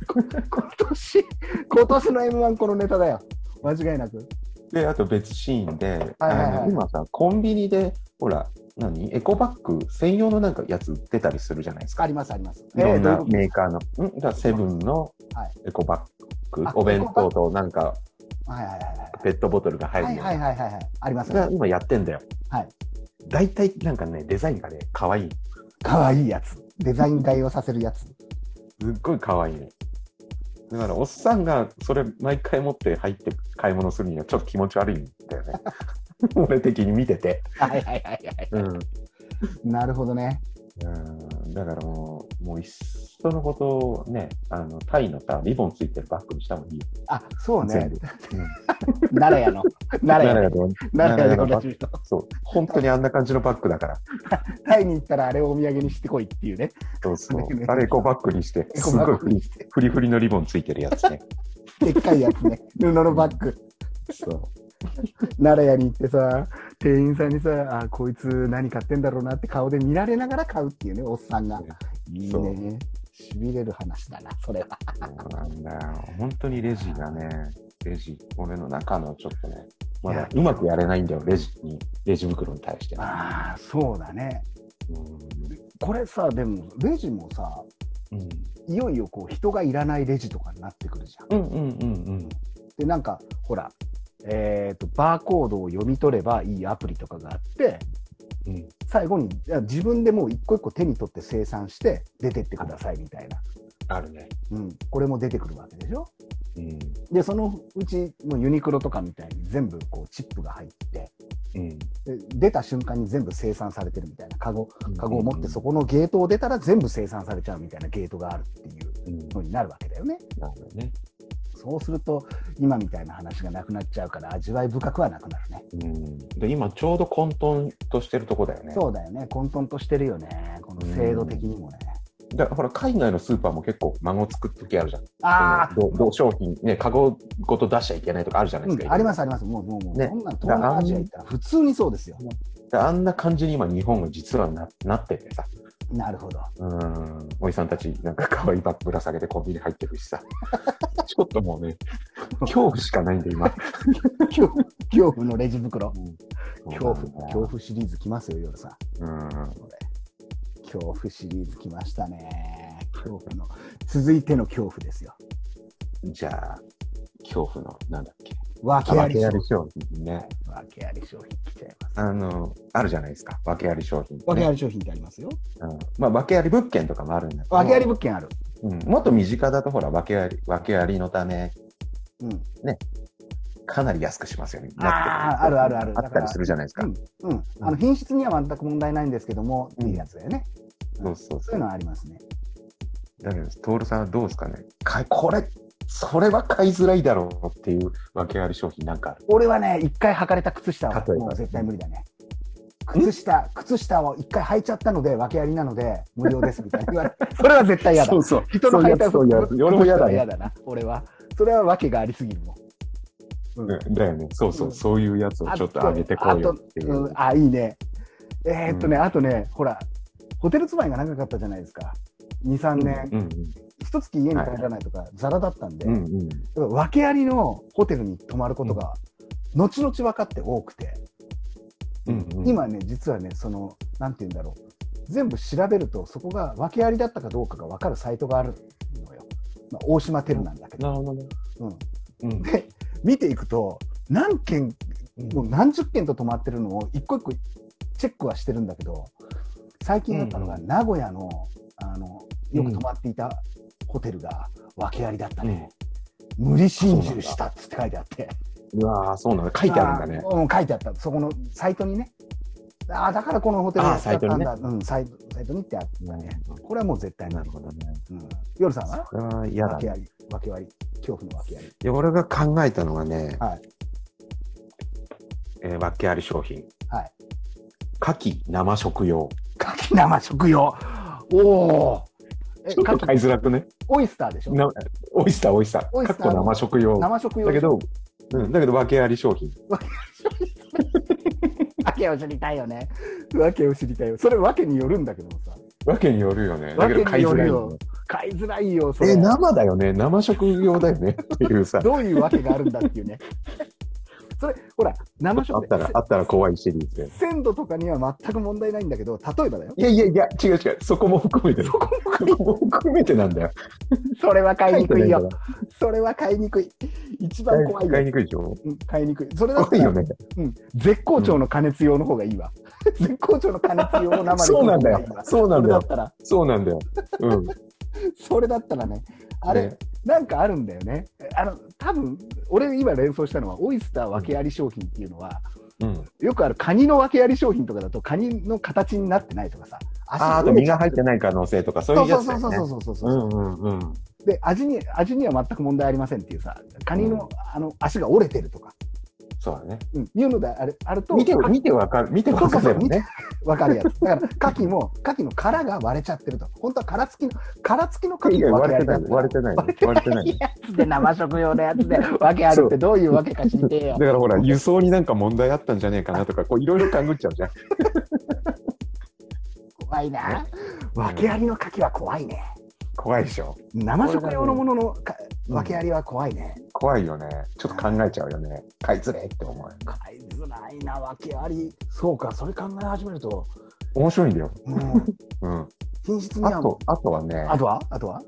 A: 今年 今年の M1 このネタだよ間違いなく
B: で、あと別シーンで、
A: はいはいはい
B: あの今さ、コンビニで、ほら、何エコバッグ専用のなんかやつ売ってたりするじゃないですか。
A: ありますあります
B: いろん
A: えー
B: な
A: どういう
B: メーカーの。んだからセブンの
A: はい
B: エコバッグ、
A: あ
B: お弁当となんか
A: ことはいはいはいはい
B: ペットボトルが入
A: は
B: る
A: い
B: よう
A: はい
B: な。
A: はいはいはいあります
B: が今やってんだよ。
A: はい。
B: 大体なんかね、デザインがね、可愛い。
A: かわいいやつデザイン代をさせるやつ
B: すっごい可愛いの。だから、おっさんがそれ毎回持って入って買い物するにはちょっと気持ち悪いんだよね。 俺的に見てて。
A: はいはいはいはい
B: うん。
A: なるほどね
B: うんだからもう、もういっそのことをね、あのタイのさ、リボンついてるバッグにした方がいいよ。
A: あそう
B: 全
A: ね
B: 部。
A: 奈良屋の奈良
B: 奈
A: 屋
B: 良でも
A: 奈良屋
B: 奈良屋
A: の
B: の
A: 同
B: バッグ
A: じ人
B: そう、本当にあんな感じのバッグだから。
A: タイに行ったらあれをお土産にしてこいっていうね
B: そうそ
A: そうね
B: う。あれエコバッグにして、
A: エコ
B: す
A: バ
B: ご
A: ッグ
B: いフリフリフリのリボンついてるやつね。
A: でっかいやつ ね布のバッグ
B: そう。
A: 奈良屋に行ってさ店員さんにさあこいつ何買ってんだろうなって顔で見られながら買うっていうねおっさんがいい
B: そう
A: ねしびれる話だなそれは
B: そうなんだよ。本当にレジがね、レジ、俺の中のちょっとね、ま
A: い
B: だ
A: や
B: うまくやれないんだよ、レジに、レジ袋に対してね。
A: ああそうだね
B: う
A: これさでもレジもさ
B: んうん
A: いよいよこう人がいらないレジとかになってくるじゃん
B: うんうんうん
A: でなんかほらえー、とバーコードを読み取ればいいアプリとかがあって
B: うんうん。
A: 最後にいや自分でもう一個一個手に取って生産して出てってくださいみたいな、
B: あるね。
A: うん、これも出てくるわけでしょ
B: うん。
A: でそのうちもうユニクロとかみたいに全部こうチップが入って
B: うん。
A: で出た瞬間に全部生産されてるみたいなカゴカゴを持ってそ
B: こ。
A: このゲートを出たら全部生産されちゃうみたいなゲートがあるっていう
B: うん。
A: のになるわけだよね
B: なるほどね。
A: そうすると今みたいな話がなくなっちゃうから味わい深くはなくなるね
B: うん、で今ちょうど混沌としてるとこだよね
A: そうだよね混沌としてるよねこの制度的にもね、
B: だからほら海外のスーパーも結構孫作る時あるじゃん
A: ああ
B: そのどど商品ねカゴごと出しちゃいけないとかあるじゃないですか、
A: うん、ありますすありますもうもうもう、
B: ね
A: そんなん東南アジア行ったら普通にそうですよ
B: あんな感じに今日本が実はななっててさ
A: なるほど
B: うんおじさんたちなんか可愛いバッグぶら下げてコンビニ入って るしさちょっともうね恐怖しかないんで今
A: 恐怖恐怖のレジ袋恐怖恐
B: 恐
A: 怖シリーズ来ますよ夜さん
B: 怖うん
A: 恐怖シリーズ来ましたね。恐怖の続いての恐怖ですよ。
B: じゃあ恐怖のなんだっけ
A: 訳あり商
B: あ
A: 品。
B: 商品ね
A: 訳あり商品来ちゃいます。
B: あのあるじゃないですか訳あり商品、ね、
A: 訳あり商品ってありますよ。
B: うんまあ、訳あり物件とかもあるんだけど、
A: 訳あり物件ある。
B: うん、もっと身近だと、ほら、訳あり、訳ありのため、
A: うん。
B: かなり安くしますよね。
A: あーあるあるある
B: あったりするじゃないですか。
A: うん。あの品質には全く問題ないんですけども、
B: うん
A: いいやつだよね。
B: そうそう
A: そう
B: そ
A: いう
B: う。
A: のはありますね。
B: だけど、徹さんはどうですかね。かいこれ、それは買いづらいだろうっていう訳あり商品なんかある。
A: 俺はね、一回履かれた靴下
B: 例え
A: は
B: ば
A: もう絶対無理だね。靴下、靴下を一回履いちゃったので、訳ありなので、無料ですみたいな言われそれは絶対嫌だ
C: そ。うそう。
A: 人の履いた
B: そういうやつそういうやつ俺も嫌だね
A: 嫌だな。俺は。それは訳がありすぎるもん。うん
B: だよね。そうそうう、
A: ん
B: そういうやつをちょっと上げてこうよってい
A: うん
B: う。
A: あ、いいね。えーっとね、あとね、ほら、ホテル住まいが長かったじゃないですか。2、3年。
B: うん
A: 一月家に帰らないとか、ザラだったんで、
B: うんうんうん
A: 訳ありのホテルに泊まることが、後々分かって多くて、
B: うんうん、
A: 今ね、実はね、その、なんて言うんだろう。全部調べると、そこが訳ありだったかどうかが分かるサイトがあるのよ。まあ、大島テルなんだけど。
B: なるほどね。
A: うん
B: うん
A: で、見ていくと、何件もう何十件と泊まってるのを一個一個チェックはしてるんだけど、最近だったのが、
B: うん
A: 名古屋のあのよく泊まっていたホテルが訳ありだったね、無理心中したっつって書いてあって
B: うわーそうなんだ。書いてあるんだね。
A: あーうん、書いてあった。そこのサイトにね。ああ、だからこのホテル
B: あー
A: が使ったんだ。うん、サイサイトにってあったね。これはもう絶対
B: な
A: な
B: る
A: る。
B: ほどね。
A: うん。夜さんは
B: それは嫌だ
A: わけあり、わけあり、恐怖のわけあり。
B: で俺が考えたのがね、
A: はい
B: えー訳あり商品、
A: はい。
B: 牡蠣生食用。
A: カキ生食用。おお。え、カキ
B: 買いづらくね。
A: オイスターでしょ
B: なオイスター、オイスター。
A: オイスター
B: かっこ生食用。だ
A: 生食用。
B: けど、、うん、だけど訳あり商品。
A: わけを知りたいよね。わけを知りたいよ。それわけによるんだけどもさ。
B: 訳によるよね。だけど
A: 訳
B: 買い
A: によ
B: づら
A: る
B: い
A: よ
B: よね。
A: 買いづらいよ、それ。
B: え、生だよね。生食用だよ ね。っていうさ、
A: どういうわけがあるんだっていう ね。それ、ほら、生
B: あ
A: 食
B: ったら、あったら怖いシリーズで。
A: 鮮度とかには全く問題ないんだけど、例えばだよ。
B: いやいやいや、違う違う。そこも含めてそこも含めてなんだよ。
A: それは買いにくい
B: 書
A: よ
B: て。
A: それは買いにくい。一
B: な
A: 番
B: いから
A: 怖
B: 買い
A: い
B: 買い
A: よ。
B: にくいでしょ
A: うん買いにくい。それだっ
B: 怖
A: た
B: い
A: ら、
B: よね。
A: うん、絶好調の加熱用の方がいいわ。 絶好調の加熱用の生で
B: そうなんだよ
A: 食べた方がいいわ。
B: そうな
A: それ
B: んだ
A: だ
B: よ
A: っ。たら、
B: そうなんだよ。うん。
A: それだったらね、 あれ、
B: ね
A: なんかあるんだよね。あの、多分俺今連想したのは、オイスター訳あり商品っていうのは、
B: うん。
A: よくあるカニの訳あり商品とかだと、カニの形になってないとかさ、足
B: あーあと身が入ってない可能性とか、そう
A: そ
B: いううや
A: そう
B: つだ
A: そう
B: よね
A: そ。うそうそうそうう。
B: んうんうん。
A: で味に味には全く問題ありませんっていうさカニの,、あの足が折れてるとか、
B: そうだね。
A: うん、いうのであれあると
B: 見て、見てわかる、見てわかるよね。
A: 分かるやつだからカキもカキの殻が割れちゃってると本当は殻付きの殻付きのカ
B: い
A: キが
B: や割れて
A: けあ
B: ない。
A: り
B: 割れてない。割れて ない。
A: やつで生食用のやつで訳あるってどういうわけか知りてえ
B: だ
A: よ
B: からほら、輸送になんか問題あったんじゃねえかなとか、こういろいろ勘ぐっちゃうじゃん。
A: 怖いな訳ありのカキは怖いね
B: 怖いでしょ。
A: 生食用のもののか
B: うん
A: 訳ありは怖いね、
B: 怖いよね。ちょっと考えちゃうよね。買いづれえって思う。
A: 買いづらいな訳ありそうかそれ考え始めると
B: 面白いんだよ。
A: もう
B: うん。
A: 品質に
B: あ
A: は
B: と、あとはね
A: あ、とはあとは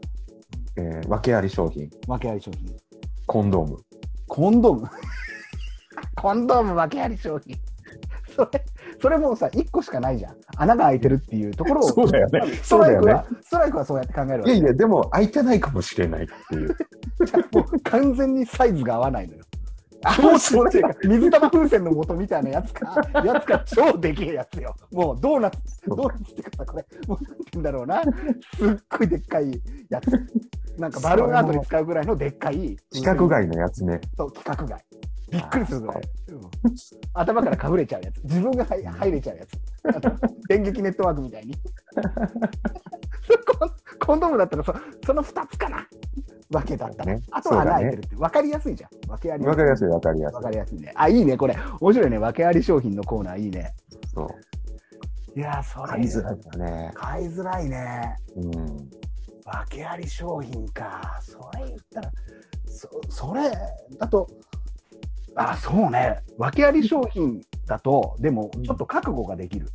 B: えー、訳あり商品。
A: 訳あり商品
B: コンドーム。
A: コンドーム コンドーム訳あり商品それそれもうさ1個しかないじゃん穴が開いてるっていうところを
B: そうだよね。
A: ス
B: そ
A: ト
B: う
A: ラ
B: だ
A: イ
B: よ
A: ク
B: ね
A: は。ストライクはそうやって考えるわ
B: いや
A: け
B: いや、でも開いてないかもしれないっていう。
A: もう完全にサイズが合わないのよ
B: そうそう
A: っていうか水玉風船の元みたいなやつかやつか超でけえやつよもうドーナツドーナツっていうかさこれもうなんて言うんだろうなすっごいでっかいやつなんかバルーンアートに使うぐらいのでっかい
B: 規格外のやつね。
A: そう規格外びっくりするぐらい、うん頭からかぶれちゃうやつ自分が入入れちゃうやつあと電撃ネットワークみたいにコンコンドームだったらそその2つかなわけだったら、
B: ね
A: あとは
B: そうだ
A: 穴
B: ね
A: 開いてるって分かりやすいじゃん分けあり
B: わかりや
A: す
B: すい、わかりやすい
A: 分。かりやすいねあいいねこれ面白いね分けあり商品のコーナーいいね
B: そう。
A: いやーそれ
B: 買いづらいよね。
A: 買いづらいね
B: うん。
A: わけあり商品かそれ言ったらそそれだとあそうねわけあり商品だとでもちょっと覚悟ができ る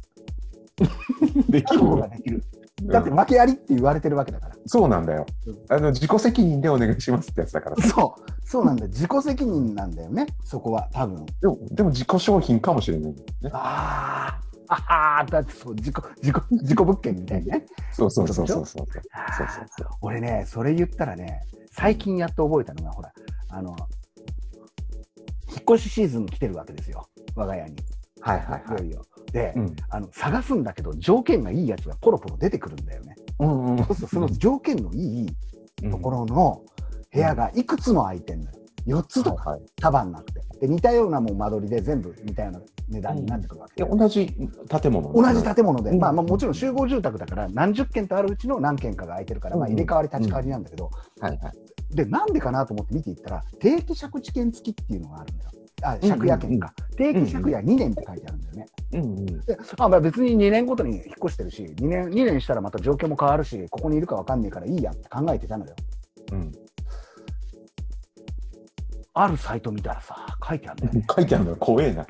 B: で
A: 覚悟ができるだってわけありって言われてるわけだから、
B: そうなんだよ
A: うん。
B: あの、自己責任でお願いしますってやつだから。
A: そうそうなんだ自己責任なんだよねそこは多分
B: でも、でも自己商品かもしれない、ね。
A: あーあーだってそう自己自己自己物件みたいにね
B: そうそうそうそうそう。そう
A: あー
B: そうそう。
A: 俺ねそれ言ったらね最近やっと覚えたのがほらあの引っ越しシーズン来てるわけですよ我が家に。
B: はいはい
A: い
B: は
A: よ
B: い。
A: いよ。で、
B: うん。
A: あの探すんだけど条件がいいやつがポロポロ出てくるんだよね。
B: うんうん
A: そうするとその条件のいいところの部屋がいくつも空いてんのよ。4つとか
B: はいはい
A: 束になって。で似たようなもん間取りで全部似たような値段になってくるわけ
B: いや
A: で。
B: 同じ建物
A: 同じ建物で、
B: うん
A: まあ、まあもちろん集合住宅だから何十軒とあるうちの何軒かが空いてるから、まあ、
B: うんう
A: 入
B: ん
A: れ替わり立ち替わりなんだけど、
B: はいはい。
A: でなんでかなと思って見ていったら定期借地券付きっていうのがあるんだよ。あ借家券か、定期借家2年って書いてあるんだよね。
B: うんうん。
A: であまあ、別に2年ごとに引っ越してるし2年 ,2 年したらまた状況も変わるしここにいるかわかんねえからいいやって考えてたのよ
B: うん。
A: あるサイト見たらさ書いてあるんだ よね
B: 書いてあるのが怖えな。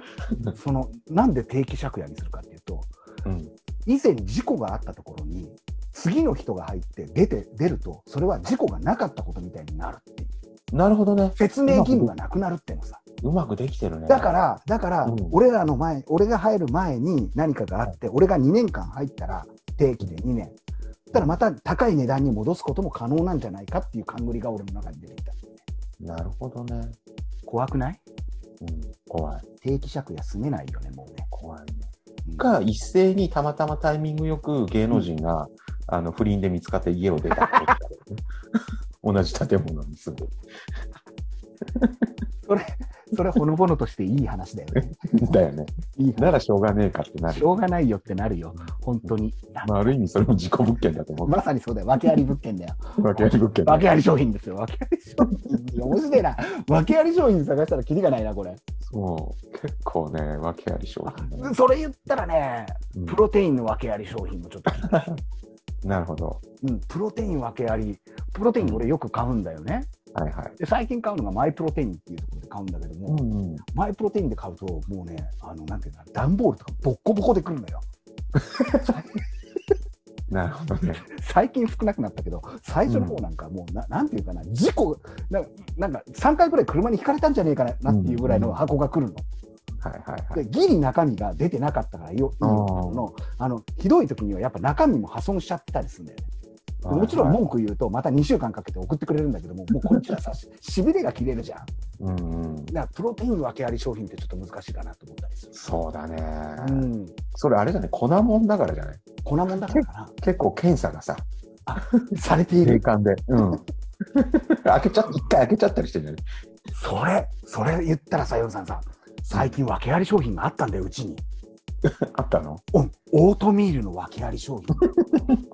A: そのなんで定期借家にするかっていうと
B: うん。
A: 以前事故があったところに次の人が入って出て出るとそれは事故がなかったことみたいになるっていう
B: なるほどね。
A: 説明義務がなくなるっていうのさ
B: うまくできてるね。
A: だからだから
B: うん
A: 俺らの前俺が入る前に何かがあって俺が2年間入ったら定期で2年。たらまた高い値段に戻すことも可能なんじゃないかっていう勘繰りが俺の中に出てきた。
B: なるほどね。
A: 怖くない
B: うん、怖い。
A: 定期借家住めないよね、もうね。
B: 怖いね。
A: うん
B: が、一斉にたまたまタイミングよく芸能人が、あの不倫で見つかって家 を出たってことね同じ建物に住んでる
A: それはほのぼのとしていい話だよね。
B: だよね。
A: いい話
B: ならしょうがねえかってな
A: し
B: る。
A: ょうがないよってなるよ、本当に。
B: まあ、ある意味それも自己物件だと思
A: まさにそうだよ、訳あり物件 だよ。
B: う。訳あり物件だ。
A: 訳あり商品ですよ、訳あり商品。いや面白いな。訳あり商品探したらキリがないな、これ。
B: そう。結構ね、訳あり商品だね、
A: それ言ったらね、
B: うん
A: プロテインの訳あり商品もちょっと、
B: なるほど。
A: うん、プロテイン訳あり、プロテイン俺よく買うんだよね。
B: はいはい。
A: で最近買うのがマイプロテインっていうところで買うんだけども、
B: ん、うん。
A: マイプロテインで買うと、もうね、あのなんていうんだ、段ボールとかボッコボコでくるのよ。
B: なるほどね。
A: 最近少なくなったけど、最初の方なんかもうな、なんていうかな、事故、ななんか3回ぐらい車にひかれたんじゃねえかなっていうぐらいの箱が来るの。
B: はいはいは
A: で
B: い。
A: ギリ中身が出てなかったからよ、いいよ
B: あー
A: のあの、ひどい時にはやっぱ中身も破損しちゃってたりするんだよね。でもちろん
B: はいはい、
A: 文句言うと、また2週間かけて送ってくれるんだけ ども、もうこっちはさ、ししびれが切れるじゃん。
B: うんうん、
A: だからプロテイン訳あり商品ってちょっと難しいかなと思ったりする。
B: そうだね、
A: うん、
B: それあれじゃない、粉もんだからじゃない。
A: 粉もんだからかな。
B: 結構検査がさ、
A: されてい
B: 霊
A: る。
B: 感で。うん。 開けちゃっ一回開けちゃったりしてんじゃない
A: それ、それ言ったらさ、ヨルさんさ、最近訳あり商品があったんだよ、うちに。
B: あったの
A: うんオートミールの訳あり商品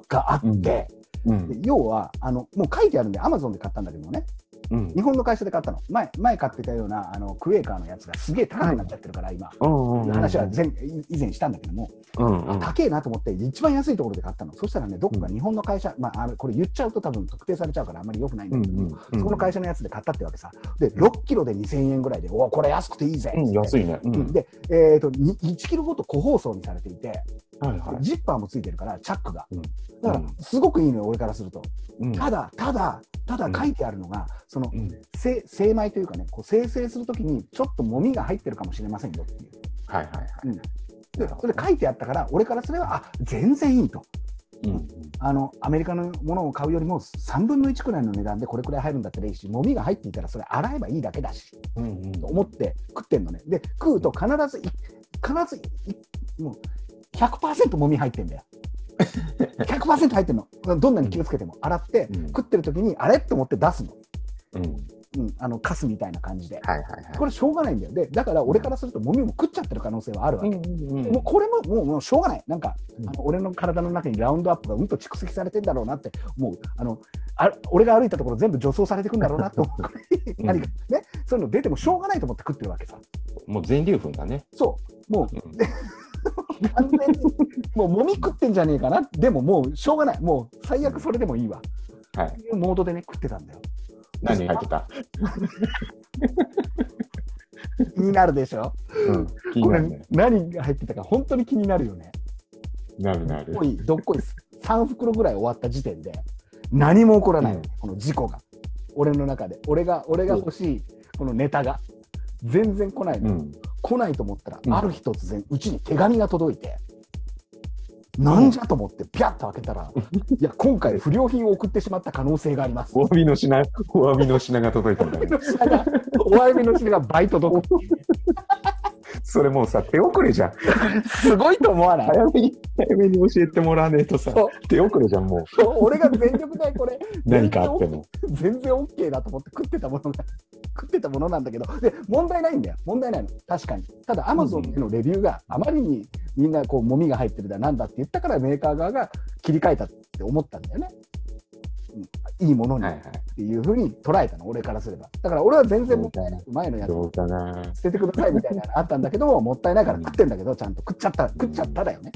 A: があって、
B: うん
A: で
B: うん。
A: 要はあの、もう書いてあるんで、アマゾンで買ったんだけどね、
B: うん。
A: 日本の会社で買ったの、前前買ってたようなあのクエーカーのやつがすげえ高くなっちゃってるから、今。
B: うんうんうん
A: 話は前以前したんだけども、
B: うんうん
A: 高えなと思って、一番安いところで買ったの、そしたらね、どこか日本の会社、まあ、あのこれ言っちゃうと、多分特定されちゃうから、あんまり良くないん
B: う
A: だ
B: ん
A: けども、
B: うん。
A: そこの会社のやつで買ったってわけさ、で6キロで2000円ぐらいで、おお、これ安くていいぜっつって
B: うん、安いね。う
A: うんん。で、えー、とに1キロごと個包装にされていて、
B: はいは
A: ジッパーもついてるから、チャックが。
B: うん
A: だから
B: うん、
A: すごくいいのよ、俺からすると。
B: い。うん
A: ただ、ただ、ただ書いてあるのが、その、
B: うん
A: 精精米というかね、こう精製するときに、ちょっともみが入ってるかもしれませんよっていう。
B: はいはいはい。
A: うん
B: な
A: で
B: るほ
A: そ
B: ど
A: れ書いてあったから、俺からすれば、あ全然いいと。
B: うん
A: あの、アメリカのものを買うよりも、3分の1くらいの値段でこれくらい入るんだったらいいし、もみが入っていたら、それ洗えばいいだけだし。
B: うんうん
A: と思って食ってんのね。で、食うと必ずい、必ずい、もう、100%もみ入ってんだよ。100%入ってんの。どんなに気をつけても。洗って、
B: うん
A: 食ってる時に、あれと思って出すの。
B: うん
A: うん、あの、カスみたいな感じで。
B: はいはいはい。
A: これしょうがないんだよ。で、だから俺からすると、もみも食っちゃってる可能性はあるわけ。
B: うんうんうん
A: もうこれももうもうしょうがない、なんか、
B: うん
A: あの俺の体の中にラウンドアップがうんと蓄積されてんだろうなって、もうあのあ俺が歩いたところ、全部除草されてくんだろうなと思う
B: うん
A: 何か、ね、そういうの出てもしょうがないと思って食ってるわけさ、
B: もう全粒粉だね。
A: そう、もう
B: うん
A: 完全に、もうもみ食ってんじゃねえかな、でももうしょうがない、もう最悪それでもいいわ、
B: はい
A: っていうモードでね、食ってたんだよ。
B: 何入ってた
A: 気になるでしょ、
B: うん。気に
A: こ
B: な
A: れ
B: るね。、
A: 何が入ってたか、本当に気になるよね。
B: なるな
A: ど
B: る
A: っこ。い、どっこいです、3袋ぐらい終わった時点で、何も起こらない、
B: うん
A: この事故が、俺の中で、俺が俺が欲しい、このネタが、全然来ないの、
B: うん。
A: 来ないと思ったら、
B: うん
A: ある日突然、うちに手紙が届いて、なんじゃと思って、ぴゃっと開けたら、いや、今回、不良品を送ってしまった可能性があります。
B: お詫びの品、お詫びの品が届いたんだね。
A: お詫びの品が倍届くってい
B: それもうさ、手遅れじゃん。
A: う、すごいと思わない
B: 早めに、早めに教えてもらわねえとさ
A: そう、
B: 手遅れじゃん、もう。
A: 俺が全力でこれ、
B: 何かあっても。
A: 全然 OK だと思って食ってたものが 食ってたものなんだけどで問題ないんだよ問題ないの確かにただ Amazon でのレビューがあまりにみんなこうもみが入ってるだなんだって言ったからメーカー側が切り替えたって思ったんだよね、うん、いいものに
B: はい
A: っ
B: は
A: ていうふうに捉えたの俺からすればだから俺は全然問題なく前のや
B: い。
A: つ
B: どうかな。
A: 捨ててくださいみたいなのあったんだけ どももったいないから食ってんだけどちゃんと食っちゃった食っちゃっただよね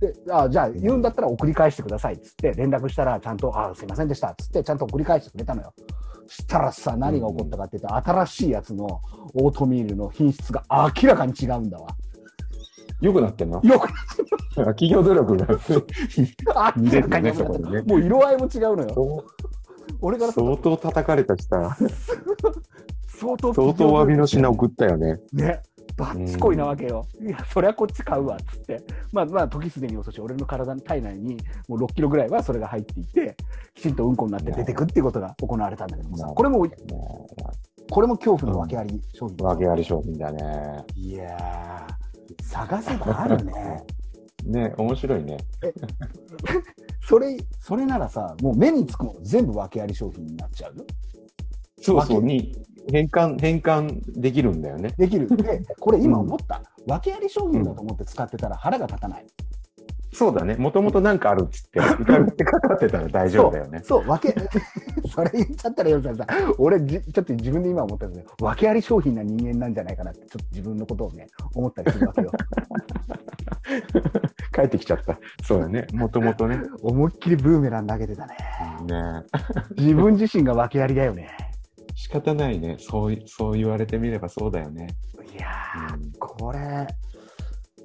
A: であじゃあ言うんだったら送り返してくださいっつって連絡したらちゃんと「あすいませんでした」っつってちゃんと送り返してくれたのよしたらさ何が起こったかっていうと新しいやつのオートミールの品質が明らかに違うんだわ
B: よくなってんの
A: よく
B: 企業努力が。
A: 明らかに良くなってるもう色合いも違うのよ俺からする
B: 相当 叩かれたしさ、
A: と相当
B: 相当お詫びの品送ったよね。
A: ねバッチコイなわけよ。いや、そりゃこっち買うわ、っつって。まあまあ、時すでに遅し、俺の体の体内にもう6キロぐらいはそれが入っていて、きちんとうんこになって出てくっていうことが行われたんだけどもさ、これも、
B: も
A: これも恐怖の訳あり商品。
B: う、訳あり商品だね。
A: いやー、探せばある ね。
B: ね、面白いね。
A: それ、それならさ、もう目につくもの全部訳あり商品になっちゃう
B: そうそう、
A: 訳
B: に変換、変換できるんだよね。
A: できる。で、これ今思った。訳あり商品だと思って使ってたら腹が立たない。
B: そうだね。もともとなんかあるっつって、疑ってかかってたら大丈夫だよね。
A: そう、訳、 それ言っちゃったらよさんさ、俺じ、ちょっと自分で今思ったんですけど、訳あり商品な人間なんじゃないかなって、ちょっと自分のことをね、思ったりするわけよ。
B: 帰ってきちゃった。そうだね。もともとね。
A: 思いっきりブーメラン投げてたね。
B: ね
A: 自分自身が訳ありだよね。
B: 仕方ないね。そうい、そう言われてみればそうだよね。
A: いやー、これ、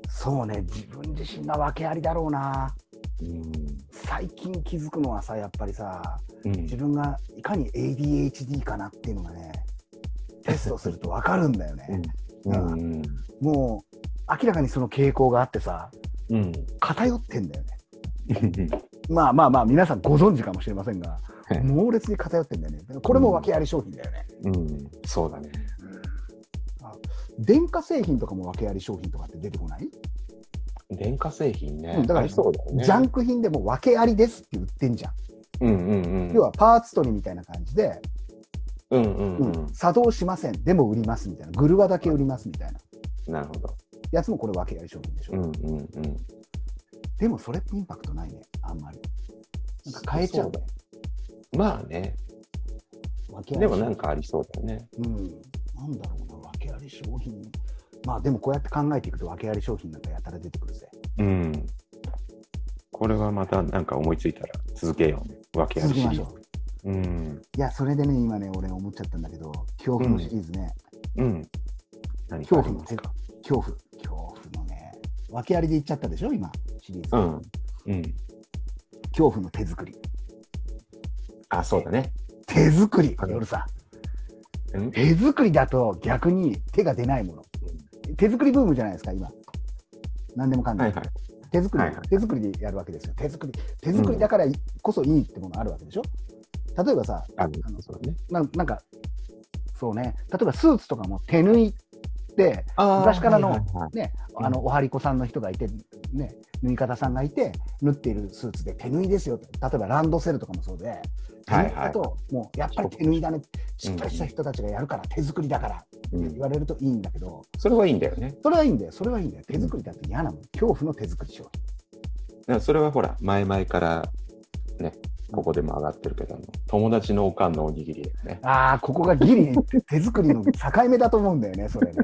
A: そうね、自分自身が訳ありだろうな。
B: うん。
A: 最近気づくのはさ、やっぱりさ、
B: うん
A: 自分がいかに ADHD かなっていうのがね、テストするとわかるんだよね。
B: うん。うん。
A: もう、明らかにその傾向があってさ、
B: うん。
A: 偏ってんだよね。まあまあまあ、皆さんご存知かもしれませんが
B: はい、
A: 猛烈に偏ってんだよね。これも訳あり商品だよね。
B: うん。そうだね。
A: あ電化製品とかも訳あり商品とかって出てこない、
B: 電化製品ね。
A: うんだから
B: ありそうだよね。
A: ジャンク品でも訳ありですって売ってんじゃん。
B: うんうんうん。
A: 要はパーツ取りみたいな感じで、
B: うんうん
A: う
B: うんん。
A: 作動しません。でも売りますみたいな。グルワだけ売りますみたいな。
B: なるほど。
A: やつもこれ訳あり商品でしょ。
B: うんうんうん。
A: でもそれってインパクトないね。あんまり。なんか変えちゃうね。
B: まあね。
A: 訳あり商品
B: でもなんかありそうだよね。
A: うん、なんだろうな、訳あり商品。まあでもこうやって考えていくと、訳あり商品なんかやたら出てくるぜ。
B: うん。これはまたなんか思いついたら続けようね。訳あ
A: 続き
B: りシ
A: ま
B: リ
A: しょ
B: ーズ。
A: う。
B: うん。
A: いや、それでね、今ね、俺思っちゃったんだけど、恐怖のシリーズね、
B: うん。何か
A: 恐
B: あ
A: 怖
B: り
A: の
B: ます
A: 恐
B: か
A: 怖、恐怖のね、訳ありで言っちゃったでしょ、今、シリーズ。
B: うん。うん。
A: 恐怖の手作り。
B: あ、そうだね。
A: 手作り、
B: はい
A: 夜さ
B: うん
A: ん。手作りだと逆に手が出ないもの。手作りブームじゃないですか、今。何でもかんで
B: はい
A: も。
B: はい。
A: 手作り、
B: はいはい
A: 手作りでやるわけですよ。手作り、手作りだからこそいいってものあるわけでしょ。例えばさ、
B: あ
A: あの
B: の、そうだね。
A: ななんか、そうね、例えばスーツとかも手縫いって、
B: あー
A: 昔からの
B: はいはいはい
A: ね、
B: うん
A: あのおはりこさんの人がいて、ね、縫い方さんがいて、縫っているスーツで手縫いですよと、例えばランドセルとかもそうで、手
B: はい
A: 縫
B: はい
A: いだと、もうやっぱり手縫いだね、しっかりした人たちがやるから、手作りだからって
B: う
A: 言
B: ん
A: われるといいんだけど、
B: それはいいんだよね。
A: それはいいんだよ、それはいいんだよ、手作りだって嫌なの、恐怖の手作り商品。
B: だからそれはほら、前々からね、ここでも上がってるけど、あの友達のおかんのおにぎりだよね。
A: ああ、ここがギリ 手作りの境目だと思うんだよね、それね。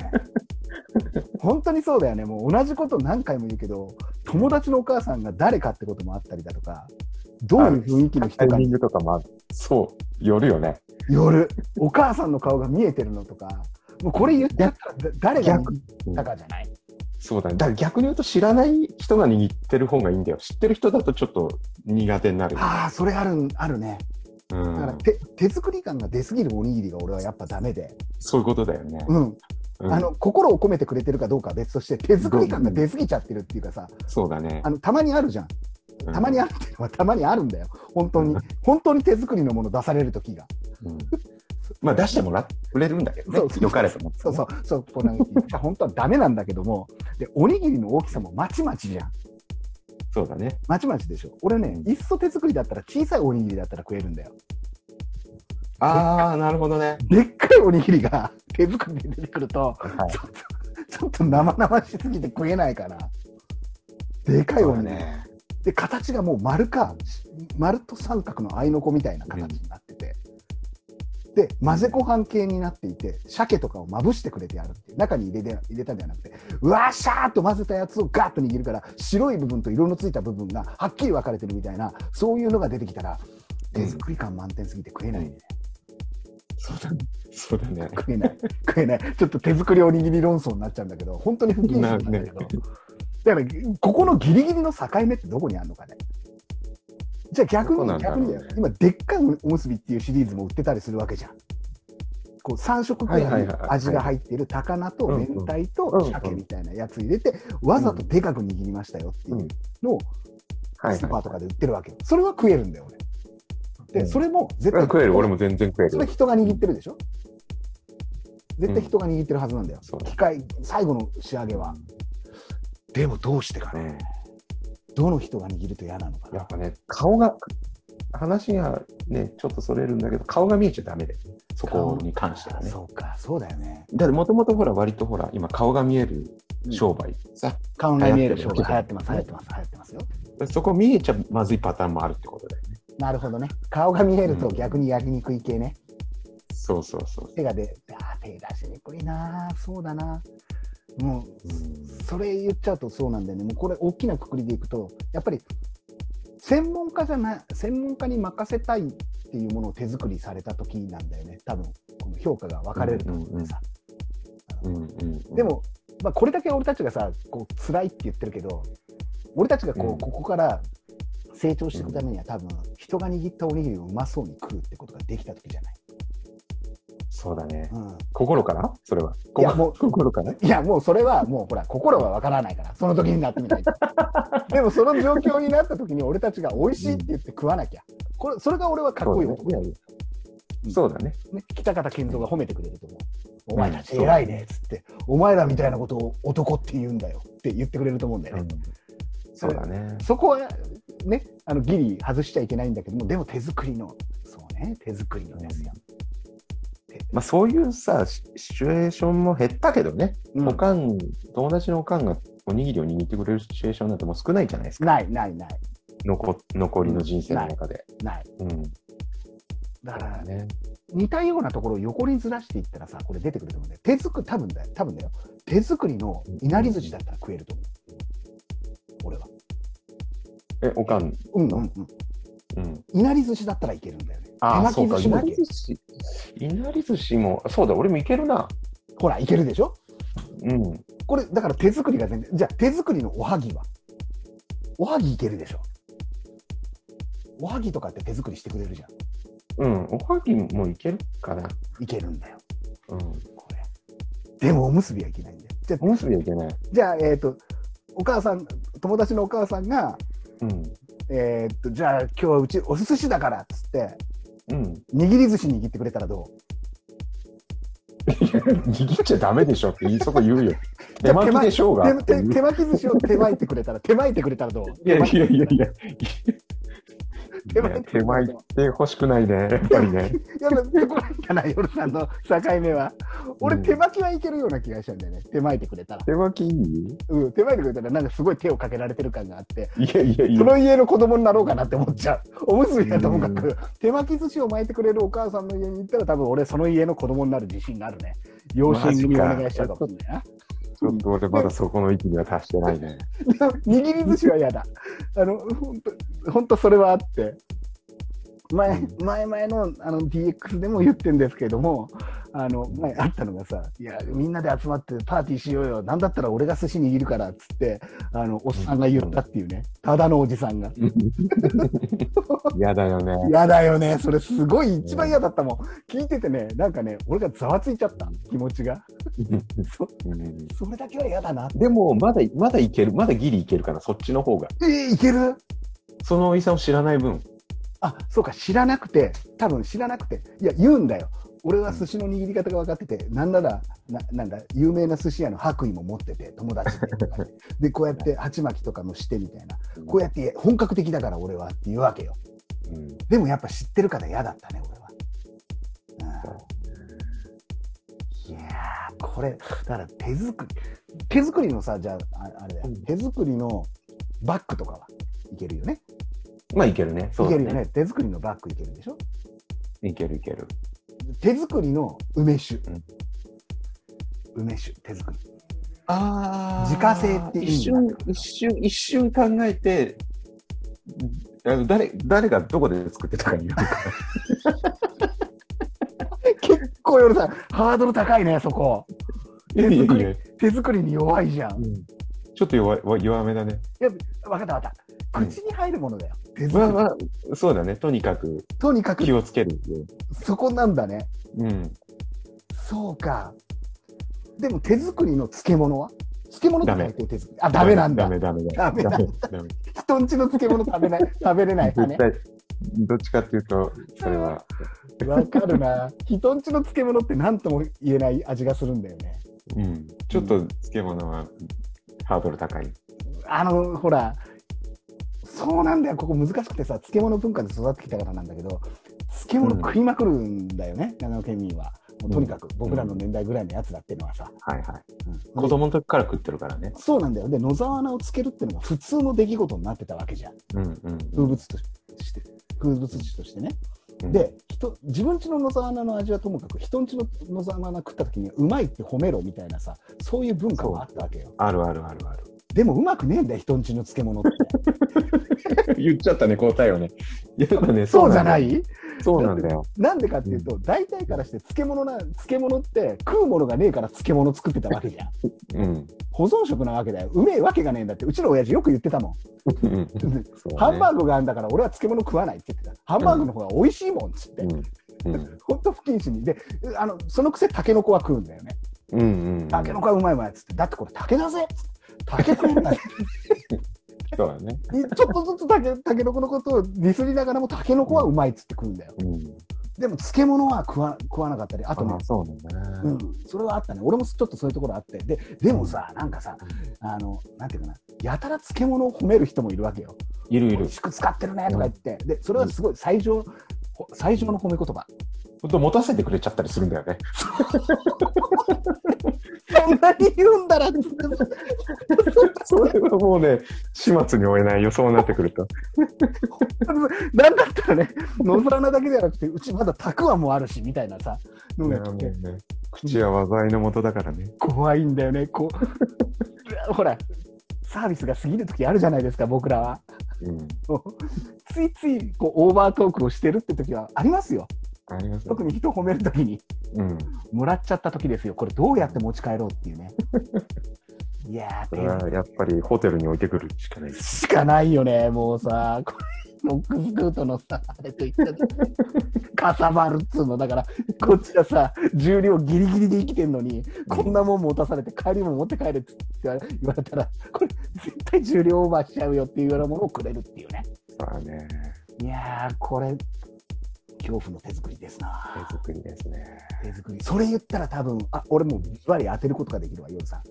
A: 本当にそうだよね、もう同じこと何回も言うけど、友達のお母さんが誰かってこともあったりだとか、どういう雰囲気の人かに
B: グとかもあるそう、よるよね。
A: よる、お母さんの顔が見えてるのとか、もうこれ言っちゃったらだ誰が
B: 逆
A: 握ったかじゃない。
B: そうだね。だから逆に言うと知らない人が握ってる方がいいんだよ。知ってる人だとちょっと苦手になる。
A: ああ、それあるあるね。
B: う
A: だから
B: ん、
A: 手手作り感が出すぎるおにぎりが俺はやっぱダメで、
B: そういうことだよね。
A: うん、
B: うん
A: あの心を込めてくれてるかどうかは別として、手作り感が出すぎちゃってるっていうかさ、
B: そうだね
A: あ。のたまにあるじゃん。たまにあるっていうのはたまにあるんだよ。本当に
B: うん。
A: 本当に手作りのもの出される時が。
B: うん、まあ出してもられるんだけどね。よかれと思って、
A: そうそう。そう、こうなんか言っちゃ本当はダメなんだけども、で、おにぎりの大きさもまちまちじゃん。
B: そうだね。
A: まちまちでしょ。俺ね、いっそ手作りだったら小さいおにぎりだったら食えるんだよ。
B: ああ、なるほどね。
A: でっかいおにぎりが 手作りで出てくると、
B: はい
A: ちょっと、ちょっと生々しすぎて食えないから。でかいおにぎり。
B: ね。
A: で、形がもう丸か、丸と三角の合いの子みたいな形になってて、で、混ぜご飯系になっていて、鮭とかをまぶしてくれてやるっていう、中に入れて入れたんじゃなくて、うわーしゃーっと混ぜたやつをガーッと握るから、白い部分と色のついた部分がはっきり分かれてるみたいな、そういうのが出てきたら、手作り感満点すぎて食えない、ね
B: そうだね。そうだね。
A: 食えない、食えない、ちょっと手作りおにぎり論争になっちゃうんだけど、本当に不謹慎なんだけど、
B: な
A: だから、ここのギリギリの境目ってどこにあるのかね。じゃあ逆
B: どこな
A: に、
B: んだろ
A: 逆
B: うね
A: にだよ。今、でっかいおむすびっていうシリーズも売ってたりするわけじゃん。こう3色く
B: は
A: ら
B: い
A: い
B: はいはい
A: 味が入ってる高菜と
B: うんう
A: 明
B: ん
A: 太
B: うんう
A: と
B: ん
A: 鮭みたいなやつ入れてわざとでかく握りましたよっていうのを
B: はい
A: スーパーと
B: は
A: かで売ってるわけよそれは食えるんだよ
B: い。
A: 俺でそれも絶
B: うん
A: 対
B: 食える、俺も全然食え
A: それ
B: る。
A: 人が握ってるでしょ絶対人が握ってるはずなんだよ
B: そう
A: 機械最後の仕上げはでもどうしてかね
B: ね。
A: どの人が握ると嫌なのか
B: やっ
A: な
B: ぱね、顔が、話がね、ちょっとそれるんだけど、顔が見えちゃダメで、そこに関してはね。
A: そうかそうだよね
B: だってもともとほら、割とほら、今、顔が見える商売さ、
A: 顔が見える商
B: 流
A: 品流
B: 行
A: 行
B: っ
A: ってて
B: ま
A: ますす流行ってます流行ってますよ
B: そこ見えちゃまずいパターンもあるってことだよね。
A: なるほどね顔が見えると
B: うん
A: 逆に焼きにくい系ね
B: そうそうそう。
A: 手が出あー手出しにくいなそうだなもう
B: うん
A: それ言っちゃうとそうなんだよねもうこれ大きな括りでいくとやっぱり専門家じゃない専門家に任せたいっていうものを手作りされた時なんだよね多分この評価が分かれると思うんでさ、
B: うんうん
A: で、も、まあ、これだけ俺たちがさこう辛いって言ってるけど俺たちがこう、
B: うん
A: ここから成長していくためには多分人が握ったおにぎりをうまそうに食うってことができた時じゃない、
B: そうだね。
A: うん
B: 心からそれは。
A: いやもう
B: 心から
A: いやもうそれはもうほら心はわからないからその時になってみ ないとでもその状況になった時に俺たちが美味しいって言って食わなきゃこれそれが俺はかっこいい
B: そう
A: 男
B: だねいやいやそうだね。
A: ね北方健三が褒めてくれると思う、
B: ん
A: お前たち偉いねっつって、お前らみたいなことを男って言うんだよって言ってくれると思うんだよね、
B: そうだね。
A: そこはねあのギリ外しちゃいけないんだけどもでも手作りのそうね手作りのですよ、
B: まあそういうさ、シシチュエーションも減ったけどね、
A: うん
B: おかん、友達のおかんがおにぎりを握ってくれるシチュエーションなんてもう少ないじゃないですか。
A: ないないない
B: 残残りの人生の中で。
A: ない
B: うん。
A: だから
B: ね。
A: 似たようなところを横にずらしていったらさこれ出てくると思うんだよ手作り多分だよ多分だよ手作りのいなり寿司だったら食えると思う俺は
B: え、おかん。
A: うんうんうん
B: うん。
A: いなり寿司だったらいけるんだよね手
B: あ、
A: 巻
B: そう
A: き
B: か。
A: 寿
B: い
A: 司も
B: ないり
A: け
B: 寿
A: る
B: 司。いなり寿司も、そうだ、俺もいけるな。
A: ほらいけるでしょ
B: うん。
A: これだから手作りが全然じゃあ手作りのおはぎはおはぎいけるでしょおはぎとかって手作りしてくれるじゃん
B: うん。おはぎもいけるかな。
A: いけるんだよ
B: うん。
A: これでもおむすびはいけないんだよじゃ
B: おむすびはいけない。
A: じゃあえっ、とお母さん友達のお母さんが
B: うん。
A: えーっとじゃあ今日はうちお寿司だからっつって
B: うん。
A: 握り寿司握ってくれたらどう
B: 握っちゃダメでしょって言いそこ言うよ。 手巻きでしょうが。
A: 手手手巻き寿司を手巻いてくれたら手巻いてくれたらど
C: い
A: う
C: やいやいやいや。
A: 手巻いて
B: 手巻いてほしくないね、やっぱりね。
A: やっぱ手巻いじゃない夜さんの境目は俺
B: うん
A: 手巻きはいけるような気がしたんだよね手巻いてくれたら、
B: 手巻きいい
A: うん、手巻いてくれたらなんかすごい手をかけられてる感があって
B: いやいやい
A: そ
B: や。
A: の家の子供になろうかなって思っちゃうおむすびはともかく手巻き寿司を巻いてくれるお母さんの家に行ったら多分俺その家の子供になる自信があるね養子にお願いしちゃうかもしれないな
B: ちょっと俺まだそこの域には達してない ね。
A: 握り寿司は嫌だ。あの、ほんと、ほんと それはあって。前、
B: う
A: 前々のあの DX でも言ってんですけども、あの、前あったのがさ、いや、みんなで集まってパーティーしようよ。なんだったら俺が寿司握るから、っつって、あの、おっさんが言ったっていうね。ただのおじさんが。
B: 嫌だよね。
A: 嫌だよね。それすごい一番嫌だったもん。聞いててね、なんかね、俺がざわついちゃった。気持ちが。そ
B: うん
A: それだけは嫌だな。
B: でも、まだ、まだいける。まだギリいけるかな、そっちの方が。
A: えーいける
B: そのおじさんを知らない分。
A: あそうか知らなくて多分知らなくていや言うんだよ俺は寿司の握り方が分かってて、なんならななんだ有名な寿司屋の白衣も持ってて友達ででこうやって鉢巻きとかもしてみたいなこうやって本格的だから俺はって言うわけよ
B: うん
A: でもやっぱ知ってるから嫌だったね俺は、うん、いやーこれだから手作り手作りのさじゃあああれだよ、
B: うん
A: 手作りのバッグとかはいけるよね
B: まあいけるね。そ
A: いうけ
B: だ
A: るよね。手作りのバッグいけるでしょ
B: いけるいける。
A: 手作りの梅酒、
B: ん
A: 梅酒手作り
B: あ
A: ー自家製ってい
B: 一
A: いん
B: 瞬
A: だ、
B: 一瞬、一瞬考えて、あの誰、誰がどこで作ってたかによるから
A: 結構夜さんハードル高いねそこ手作り
B: いやいやいや
A: 手作りに弱いじゃん
B: ちょっと弱いわ弱めだね。
A: 分かった分かった
B: うん
A: 口に入るものだよ、手作
B: まあ
A: り
B: まあ、そうだね。とにかく
A: とにかく
B: 気をつける。
A: そこなんだね
B: うん。
A: そうか。でも手作りの漬物は漬物って
C: ダメ
A: 大体手作り。あ、ダメなんだ
C: ダ。メダメ
A: ダメ
C: ダ
A: だ
C: メダメ。
A: 人んちの漬物食べない、 食べれない。
B: 絶対、どっちかっていうと、それは、
A: わかるな。人んちの漬物って何とも言えない味がするんだよね。
C: うん。
B: ちょっと漬物はハードル高い。
A: あの、ほら、そうなんだよ、ここ難しくてさ、漬物文化で育ってきたからなんだけど、漬物食いまくるんだよね、長野県民は。もうとにかく僕らの年代ぐらいのやつだっていうのはさ、
B: はいはい。
A: うん
C: 子供の時から食ってるからね。
A: そうなんだよ。で、野沢菜をつけるっていうのが普通の出来事になってたわけじゃん。
B: うんうん
A: 風物として、風物詩としてね。
B: うん。
A: で、人自分ちの野沢菜の味はともかく、人んちの野沢菜食った時にうまいって褒めろみたいなさ、そういう文化もあったわけよ。
B: あるあるあるある。
A: でもうまくねえんだよ、人んちの漬物って。
B: 言っちゃったね、答えをね。やっぱね、
A: そうじゃな
B: な
A: ん
B: だよ
A: い
B: そうなんだよ。
A: なんでかっていうと、大体からして漬物な漬物って食うものがねえから漬物作ってたわけじゃん。
B: うん。
A: 保存食なわけだよ。うめえわけがねえんだって、うちの親父よく言ってた も
B: うん
A: ん。
B: そうね
A: ハンバーグがあるんだから俺は漬物食わないって言ってた。ハンバーグの方が美味しいもんっつって。
B: うんうん
A: ほんと不謹慎に。で、あのそのくせタケノコは食うんだよね。
B: うんうん。
A: タケノコはうまいうまいっつって。だってこれ竹だぜっつって。竹食 うんだよ
B: そうだね。
A: ちょっとずつタケタケノコのことをディスりながらもタケノコはうまいっつって食うんだよ。
B: うん。
A: でも漬物は食わ食わなかったり、あとね
B: あ、そうなんだ
A: う
B: ね。
A: ん、それはあったね、俺もちょっとそういうところあって、ででもさ、なんかさ、あのなんていうかな、やたら漬物を褒める人もいるわけよ、
B: いるい
A: 美
B: る
A: 味。しく使ってるねとか言って、でそれはすごい最上、ほ最上の褒め言葉、
B: ほんと持たせてくれちゃったりするんだよね。
A: そんなに言うんだら、
B: それはもうね、始末に負えないよ、そうなってくると。
A: なんだったらね、野沢菜だけじゃなくて、うちまだたくあんもあるしみたいなさ、のが来て
B: ね、口は災いのもとだからね。
A: 怖いんだよね、こう ほら、サービスが過ぎる時あるじゃないですか、僕らは。
B: うん。
A: ついついこうオーバートークをしてるって時はありますよ。
B: ありますよ
A: 特に人褒めるときに、
B: うん。
A: もらっちゃったときですよ、これ、どうやって持ち帰ろうっていうね。いや
B: それ
A: ー、
B: はやっぱりホテルに置いてくるしかない
A: 手しかないよね、もうさ、これ、ノックスクートのさ、あれと言ったら、かさばるっつうの、だから、こっちがさ、重量ギリギリで生きてんのに、こんなもん持たされて、帰りも持って帰れって言われ言われたら、これ、絶対重量オーバーしちゃうよっていうようなものをくれるっていうね。
B: そうだね。
A: いやー、これ、恐怖の手作りですな。
B: 手作りですね。
A: 手作りそれ言ったら多分あ俺もうズバリ当てることができるわヨルさん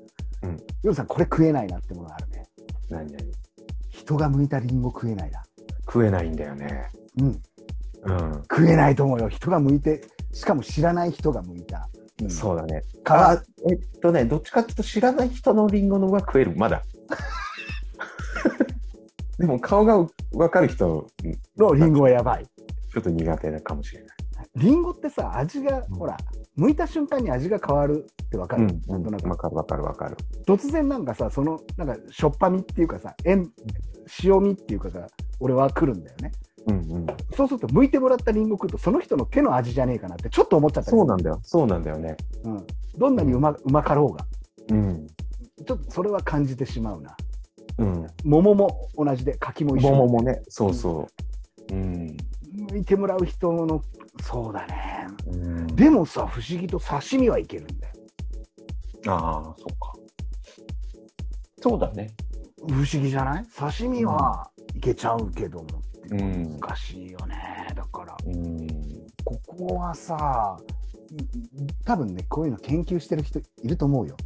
B: うん
A: ヨルさんこれ食えないなってものがあるね
B: 何々
A: 人が剥いたリンゴ食えないだ
B: 食えないんだよね。
A: うん
B: うん。
A: 食えないと思うよ人が剥いてしかも知らない人が剥いた、うん
B: そうだね。
A: 皮
B: あ、えっとね、どっちかっていうと知らない人のリンゴの方が食える、まだ。でも顔が分かる人、
A: のリンゴはやばい
B: ちょっと苦手なかもしれない。
A: リンゴってさ味が、
B: うん
A: ほら剥いた瞬間に味が変わるってわかる、なんとなく
B: 分かる分かる分かる。
A: 突然なんかさそのなんかしょっぱみっていうかさ塩塩味っていうかが俺は来るんだよね
B: うんうん。
A: そうすると剥いてもらったリンゴ食うとその人の手の味じゃねえかなってちょっと思っちゃったりする
B: そうなんだよ。そうなんだよね。
A: うん、どんなにうまうまかろうが
B: うん。
A: ちょっとそれは感じてしまうな
B: うん。
A: 桃も同じで柿も一緒
B: 桃もね、そうそう。うん。
A: 向いてもらう人のそうだね
B: うん、
A: でもさ不思議と刺身はいけるんだよ
B: ああ、そっか。そうだね。
A: 不思議じゃない刺身はいけちゃうけども、
B: うん。
A: 難しいよねだから
B: うん。
A: ここはさいい多分ねこういうの研究してる人いると思うよ、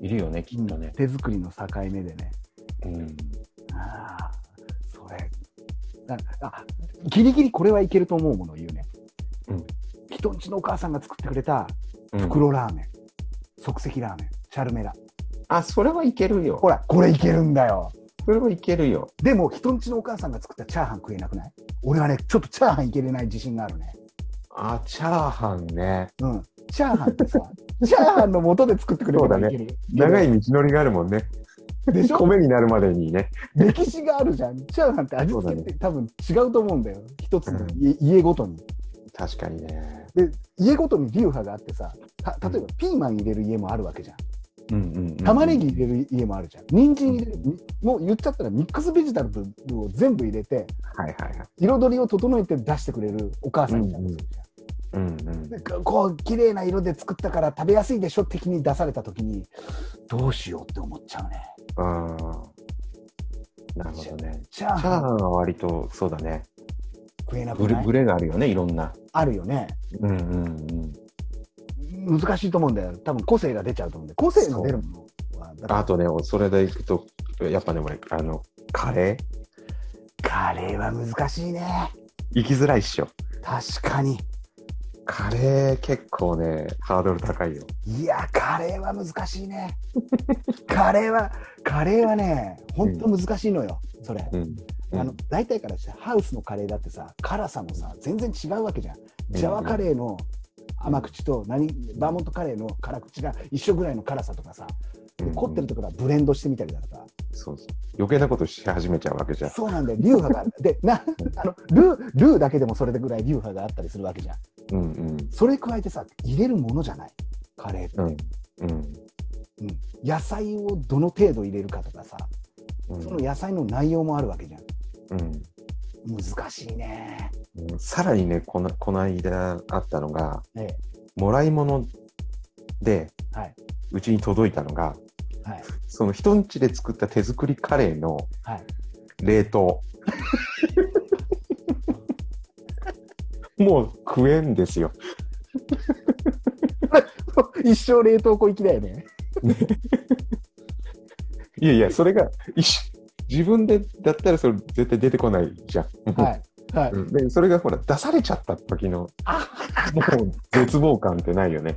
B: いるよね、きっとね。
A: 手作りの境目でね
B: うん。
A: ああそれだあギリギリこれはいけると思うものを言うね、
B: うん
A: 人んちのお母さんが作ってくれた
B: うん、
A: 袋ラーメン、即席ラーメンチャルメラ
B: あ、それはいけるよ。
A: ほらこれいけるんだよ
B: それはいけるよ。
A: でも人んちのお母さんが作ったチャーハン食えなくない俺はねちょっとチャーハンいけれない自信があるね
B: あ、チャーハンね。
A: うんチャーハンってさ チャーハンの元で作ってくれる
B: そうだね
A: いける
B: 長い道のりがあるもんね。
A: でしょ
B: 米になるまでにね。
A: 歴史があるじゃんチャーハンって味付けって多分違うと思うんだよ一つの家,、家ごとに
B: 確かにね。
A: で家ごとに流派があってさた例えばピーマン入れる家もあるわけじゃん
B: うんうん、うん。
A: 玉ねぎ入れる家もあるじゃん人参入れるみもう言っちゃったらミックスベジタブルを全部入れて
B: はいはいはい。
A: 彩りを整えて出してくれるお母さんみたいな人いるじゃん、
B: うんうん
A: でここう綺麗な色で作ったから食べやすいでしょ的に出された時にどうしようって思っちゃうね
B: あーなるほどね。
A: チャー
B: チャー
A: ハ
B: ハ
A: ン
B: ンは割とそうだね。
A: 食えなく
B: ブレ
A: ない
B: ブレがあるよね、いろんな。
A: あるよね
B: うんうんうん。
A: 難しいと思うんだよ多分個性が出ちゃうと思うんで個性が出るものはだから
B: あとね、それでいくと、やっぱね、俺、あの、カレ
A: カレーは難しいね
B: ー行きづらいっしょ。
A: 確かに
B: カレー結構ね、ハードル高いよ。
A: いやカレーは難しいねカレーはカレーはねほんと難しいのよ、それ、
B: うん。
A: あの大体からしてハウスのカレーだってさ辛さもさ全然違うわけじゃんジャワカレーの甘口と何バーモントカレーの辛口が一緒ぐらいの辛さとかさ
B: うん
A: で凝ってるところはブレンドしてみたりだとか
B: そうそう。余計なことし始めちゃうわけじゃん。
A: そうなんだよ流派があるでなあのルールーだけでもそれぐらい流派があったりするわけじゃん
B: うんうん。
A: それ加えてさ入れるものじゃないカレーって、
B: うん
A: う
B: うん。
A: ん野菜をどの程度入れるかとかさ
B: うん
A: その野菜の内容もあるわけじゃん
B: うん
A: 難しいね
B: うんさらにねこの、この間あったのが、
A: ええ
B: もらい物で、
A: はいう
B: ちに届いたのが、
A: はい
B: その人ん家で作った手作りカレーの
A: はい
B: 冷凍。もう食えんですよ。
A: 一生冷凍庫行きだよね
B: いやいや、それが、一緒自分でだったらそれ絶対出てこないじゃん。
A: はいはい、
B: うんで、それがほら、出されちゃった時の、もう絶望感ってないよね。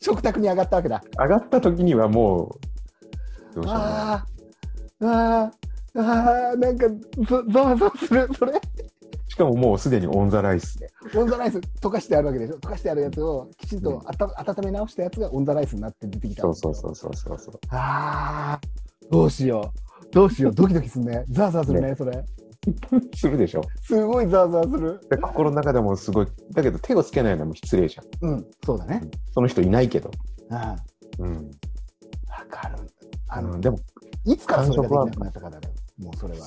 A: 食卓に上がったわけだ
B: 上がった時にはもう、どうしようもない。
A: あーあーあーなんかざざわざわするそれ
B: しかももうすでにオンザライスで。
A: オンザライス溶かしてあるわけでしょ溶かしてあるやつをきちん
B: う
A: と
B: ん
A: あた、温め直したやつがオンザライスになって出てきた
B: そうそう
A: う
B: そうそうそうそう。
A: あーどうしようどうしようドキドキするねざわざわするねそれ
B: するでしょ
A: すごいざわざわする
B: で心の中でもすごい。だけど手をつけないのも失礼じゃん。
A: うんそうだね
B: その人いないけど。
A: うんわ
B: うん。
A: かるあ
B: あ
A: の、
B: の、でも、
A: いつからそれができなくなったかだよもうそれは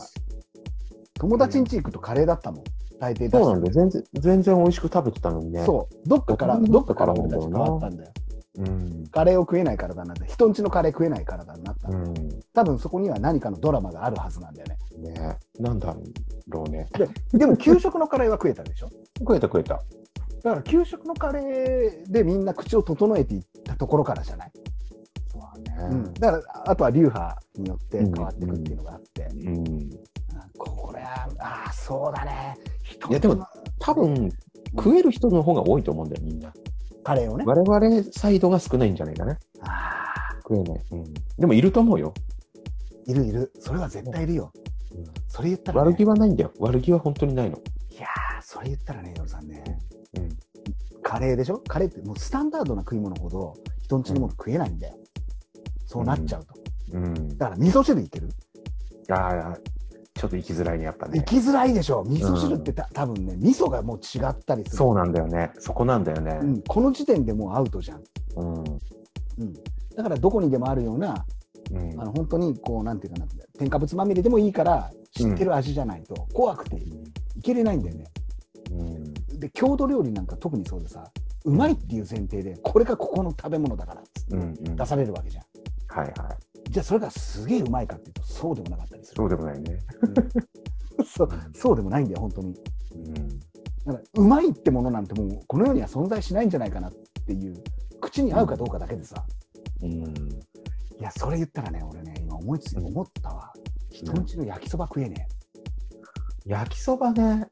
A: 友達ん家行くとカレーだったもん大抵出して
B: そうなんだよ。全然、全然美味しく食べてたのにね。
A: そうどっかからどっかから俺たち変わったんだよ
B: う。うん。
A: カレーを食えない体になった人んちのカレー食えない体になった、
B: うん。
A: 多分そこには何かのドラマがあるはずなんだよね
B: ねなんだろうね。
A: ででも給食のカレーは食えたでしょ
B: 食えた食えた。
A: だから給食のカレーでみんな口を整えていったところからじゃない、
B: そう
A: う
B: だ
A: ん、。だからあとは流派によって変わっていくっていうのがあって、
B: うん。
A: あこれはああそうだね人
B: いやでも多分、食える人の方が多いと思うんだよ、みんな。
A: カレーをね
B: 我々サイドが少ないんじゃないかな。
A: ああ
B: 食えない。うん。でもいると思うよ。
A: いるいるそれは絶対いるよ、
B: うん
A: それ言ったら、ね、
B: 悪気はないんだよ。悪気は本当にないの。
A: いやーそれ言ったらね、夜さんね、
B: うん
A: カレーでしょカレーってもうスタンダードな食い物ほど人んちのもの食えないんだよ。そうなっちゃうと。
B: うん。
A: だから味噌汁いける
B: ああ、ちょっと行きづらいね、やっぱね
A: 行。きづらいでしょ味噌汁ってた、多分ね、味噌がもう違ったりする。
B: そうなんだよね。そこなんだよね
A: う。ん、この時点でもうアウトじゃん。
B: うん。
A: うん、だからどこにでもあるような、
B: うん
A: あの本当にこう、なんていうかな、添加物まみれでもいいから、知ってる味じゃないと、怖くていけれないんだよね。
B: うん。
A: で、郷土料理なんか特にそうでさ、うまいっていう前提で、これがここの食べ物だからっつって
B: うん。うん。
A: 出
B: はい
A: されるわけじゃん。
B: はい。
A: じゃあそれがすげえうまいかっていうとそうでもなかったりする
B: そうでもないね。
A: そうそうでもないんだよ本当に
B: うん。
A: だからうまいってものなんてもうこの世には存在しないんじゃないかなっていう口に合うかどうかだけでさ、
B: うん。
A: いやそれ言ったらね俺ね今思いつい
B: うん
A: 思ったわ、人んちの焼きそば食えね
B: 焼きそばね。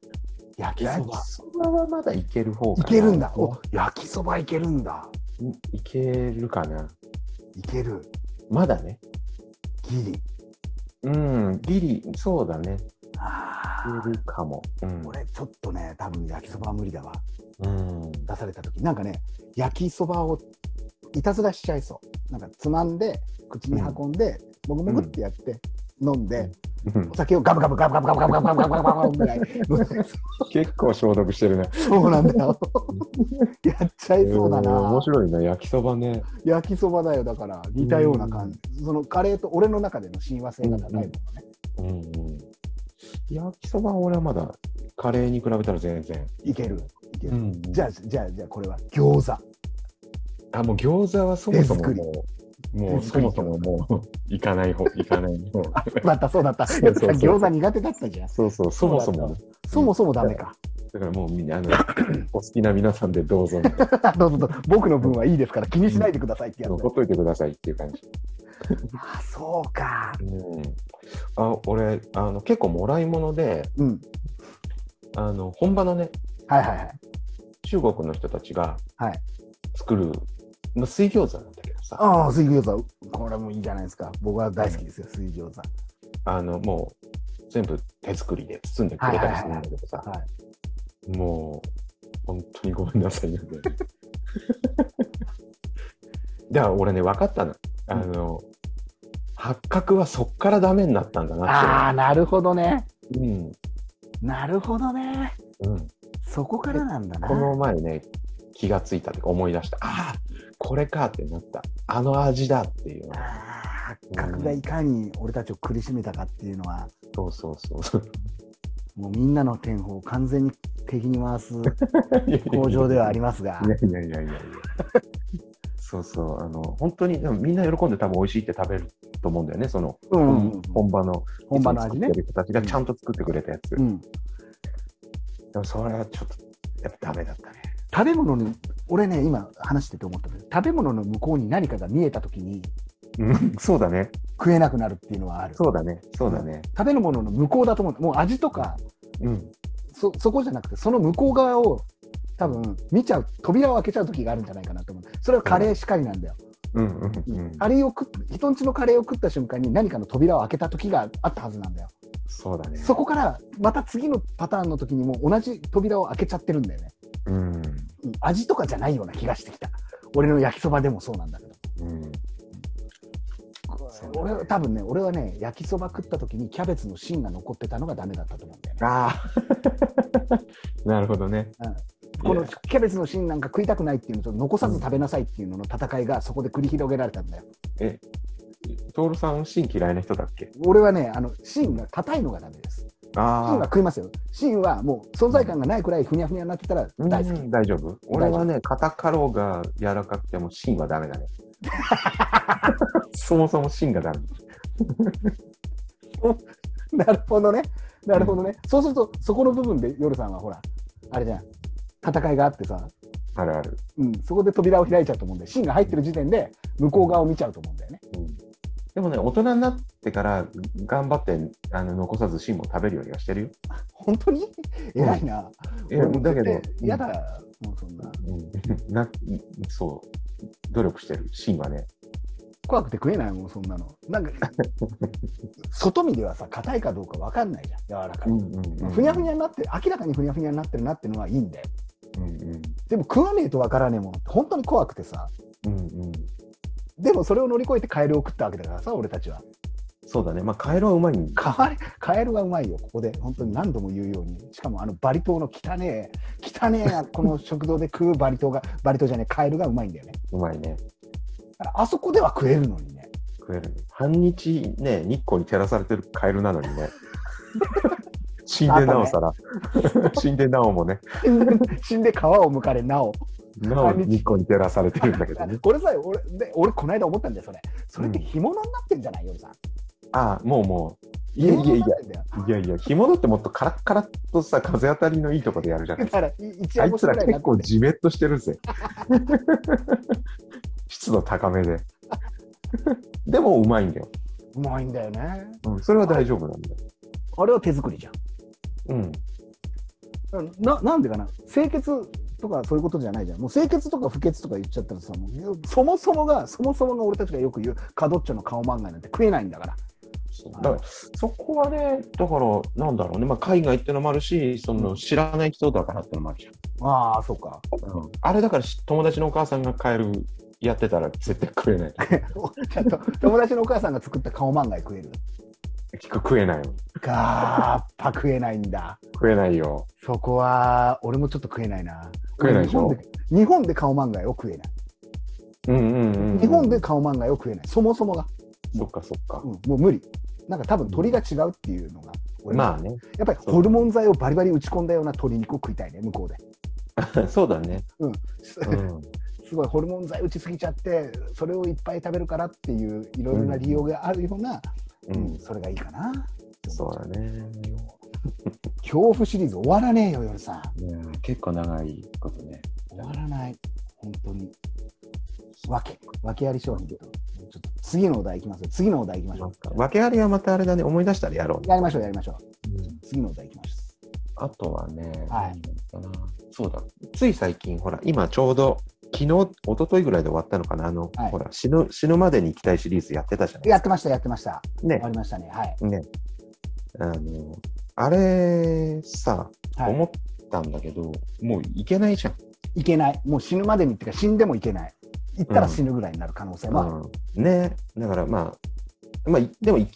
A: え焼きそ
B: 焼
A: ば
B: きそばはまだいける方か
A: い
B: な
A: けるんだお焼きそばいけるんだ
B: うんいけるかな。
A: いける
B: まだね。
A: ギリ
B: うん。ギリ、そうだね。い
A: あー
B: けるかも。うん。
A: 俺ちょっとね多分焼きそばは無理だわ
B: うん。
A: 出された時なんかね焼きそばをいたずらしちゃいそうなんかつまんで口に運んで、もぐもぐってやって、飲んで、
B: うん
A: お酒をガブガブガブガブガブガブガブガブガブガブガブぐらい
B: 結構消毒してるね。
A: そうなんだよやっちゃいそうだ
B: えー
A: な、
B: 面白いな、焼きそばね。
A: 焼きそばだよだから似たような感じ、そのカレーと俺の中での親和性が高いものね、
B: うんうん。焼きそばは俺はまだ、カレーに比べたら全然。
A: いけるいけ
B: う
A: る。
B: ん、
A: じゃあ、じゃあ、じゃあ、これは餃子。
C: あ、もう餃子はそもそ
A: 手
C: も
A: 作り
C: もう、もう
A: 手
C: そ
A: 作り
C: もそも もう、行かない方、行かない方。
A: だった、そうだった。
C: そうそうそう
A: やっぱ餃子苦手だったじゃん。
C: そうそう、そもそも。
A: そもそもダメか。
B: だからもうみんな、あ の、お好きな皆さんでどうぞ、
A: どうぞどうぞ、僕の分はいいですから気にしないでくださいってやつだ。
B: ほっといてくださいっていう感じ。
A: あ、そうか。
B: うん、あ俺あの、結構もらい物で、
A: うん。
B: あの本場のね、
A: はいはいはい。
B: 中国の人たちが
A: はい
B: 作る、まあ、水餃子なんだけどさ、
A: ああ、水餃子。これもいいじゃないですか。僕は大好きですよ、水餃子。
B: あのもう全部手作りで包んでくれたりするんだけどさ、
A: はいはいは
B: もう本当にごめんなさ いね。だから俺ね、分かったの。あの、八角はそっからダメになったんだ
A: あ
B: な
A: あ、なるほどね。
B: っていう。うん
A: なるほどね。
B: うん
A: そこからなんだな。
B: この前ね、気がついたというか思い出した。ああ、これかってなった。あの味だっていう。
A: あー八角がいかに俺たちを苦しめたかっていうのは、
B: そうそうそう。
A: もうみんなの天を完全に敵に 回す 工場ではありますが
B: い。やいやいやいやいや。そうそう。あの、本当に、でもみんな喜んで多分美味しいって食べると思うんだよね。その、
A: うんうんうん
B: 本場の、
A: 本場の味ね
B: いつも作ってる人たちがちゃんと作ってくれたやつ。
A: うん。
B: でもそれはちょっと、やっぱダメだったね。
A: 食べ物の、俺ね、今話してて思ったけど、食べ物の向こうに何かが見えたときに
B: うん、そうだね。
A: 食えなくなるっていうのはある。
B: そうだね。そうだね。
A: 食べるものの向こうだと思う。もう味とか、
B: うん。
A: そ、そこじゃなくて、その向こう側を多分見ちゃう、扉を開けちゃう時があるんじゃないかなと思う。それはカレーしかりなんだよ。
B: うんうんうん。
A: カレーを食っ、人んちのカレーを食った瞬間に何かの扉を開けた時があったはずなんだよ。
B: そうだね。
A: そこからまた次のパターンの時にも同じ扉を開けちゃってるんだよね。
B: うん。
A: うん味とかじゃないような気がしてきた。俺の焼きそばでもそうなんだけど。
B: うん。
A: 俺は多分ね、俺はね、焼きそば食った時にキャベツの芯が残ってたのがダメだったと思うんだよね。
B: ああ、 なるほどね。
A: このキャベツの芯なんか食いたくないっていうのと残さず食べなさいっていうのの戦いがそこで繰り広げられたんだよ。
B: え、トールさん、芯嫌いな人だっけ
A: 俺はね、あの芯が硬いのがダメです。芯は
B: あ
A: 食いますよ。芯はもう存在感がないくらいふにゃふにゃになってたら
B: あ、
A: 大好き。
B: うん大丈夫。俺はね、硬かろうが柔らかくても芯はダメ だね。そもそも芯がダメ。
A: なるほどね。なるほどね。そうすると、そこの部分で夜さんはほら、あれじゃん。戦いがあってさ、
B: あるある。
A: うん、そこで扉を開いちゃうと思うんで、芯が入ってる時点で向こう側を見ちゃうと思うんだよね。
B: うんでもね、大人になってから頑張ってあの残さず芯も食べるようにはしてるよ。
A: 本当に偉いな。
B: いや、だけど、
A: 嫌だ、もうそんな。
B: うん、なそう、努力してる。芯はね。
A: 怖くて食えないもんそんなのなんか外見ではさ硬いかどうか分かんないじゃん柔らかい、ふにゃふに
B: ゃ。
A: ゃになってる明らかにふにゃふにゃになってるなってのはいいんだよ
B: うんうん
A: でも食わねえと分からねえものって本当に怖くてさ
B: うんうん
A: でもそれを乗り越えてカエルを食ったわけだからさ俺たちは
B: そうだね。まあ、カエルはうまいんだ
A: カエルカエルはうまいよここで本当に何度も言うようにしかもあのバリ島の汚ねえ汚ねえなこの食堂で食う バリ島がバリ島じゃねえカエルがうまいんだよね
B: うまいね。
A: だからあそこでは食えるのにね
B: 食えるね半日ね、日光に照らされてるカエルなのに ね。死んでなおさら。 死んでなおもね、
A: 死んで皮を剥かれなお
B: なお日光に照らされてるんだけどね。
A: これさ俺で俺この間思ったんだよそれそれって干物になってんじゃないよさん
B: ああ、もうもう。
A: 干
B: いやい
A: 物
B: やい
A: に
B: や
A: な。ってんだよ
B: いやいや、干物ってもっとカラッカラッとさ、風当たりのいいとこでやるじゃない
A: だからい一
B: あ
A: 夜干
B: い
A: し
B: つ
A: ぐ
B: ら
A: らいにな
B: 結
A: って
B: 構
A: んだよ
B: じめっとしてるぜ。 湿度高め で。でもうまいんだよ。
A: うまいんだよね
B: うん、それは大丈夫なんだよ。
A: あれは手作りじゃ
B: うん。
A: んななんでかな清潔とかそういうことじゃないじゃんもう清潔とか不潔とか言っちゃったらさもうそもそもがそもそもが俺たちがよく言うカドッチョの顔漫画なんて食えないんだから
B: そうだからそこはね、だから、なんだろうね、まあ、海外ってのもあるし、その知らない人だからってのもあるじゃん。
A: ああそうか
B: あれだからし、友達のお母さんがカエルやってたら絶対食えない。
A: ちゃんと友達のお母さんが作った顔漫画食える
B: 聞く食えないよ。
A: かーっぱ食えないんだ
B: 食えないよ。
A: そこは俺もちょっと食えないな
B: 食えないでしょ
A: 俺日本で日本で顔漫画を食えない
B: うんうんうん。
A: 日本で顔漫画を食えないそもそもが、
B: そっかそっか
A: うん。もう無理なんか多分鳥が違うっていうのが、俺は
B: まあね。
A: やっぱりホルモン剤をバリバリ打ち込んだような鶏肉を食いたいね向こうで
B: そうだね。 ん。
A: すごいホルモン剤打ちすぎちゃってそれをいっぱい食べるからっていういろいろな理由があるような、
B: う
A: うん
B: ん。
A: それがいいかな
B: そうだね。
A: 恐怖シリーズ終わらねえよ夜さん
C: うん結構長いことね。
A: 終わらない本当に訳訳あり商品とちょっと次のお題いきますよ次のお題いきましょう
B: 訳ありはまたあれだね、思い出したらやろうね。
A: やりましょうやりましょう次のお題いきます
B: あとはね、
A: はい
B: 何だったかなそうだ、つい最近、ほら、今ちょうど、昨日、一昨日ぐらいで終わったのかな、あの、
A: はい
B: ほら死ぬ、死ぬまでに行きたいシリーズやってたじゃない
A: やってましたやってました
B: ね
A: 終わりましたねはい
B: ね。あの、あれさ、
A: は
B: 思ったんだけど、もういけないじゃん。
A: いいけないもう死ぬまでにっていうか死んでもいけない行ったら死ぬぐらいになる可能性もある、
B: うん、ね。だからまあ、まあ、いでもい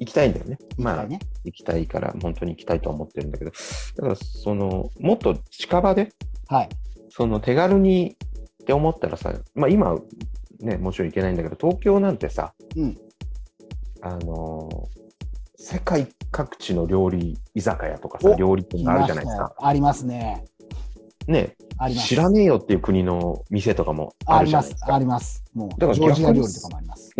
B: 行きたいんだよね。
A: 一
B: まあ
A: 回、ね
B: 行きたいから、本当に行きたいとは思ってるんだけど、だからその、もっと近場で、
A: はい
B: その手軽にって思ったらさ、まあ今、ね、もちろん行けないんだけど、東京なんてさ、
A: うん
B: あのー世界各地の料理居酒屋とかさ
A: お、
B: 料理店があるじゃな
A: 来ま
B: いです
A: したよ
B: か。
A: ありますね
B: ね、
A: あります
B: 知らねえよっていう国の店とかも
A: あ
B: ある
A: り
B: じゃ
A: ま
B: ない
A: す
B: です、
A: あ
B: か。
A: ります。もう、
B: だから
A: ジョージア
B: 逆に
A: 料理とかもあります。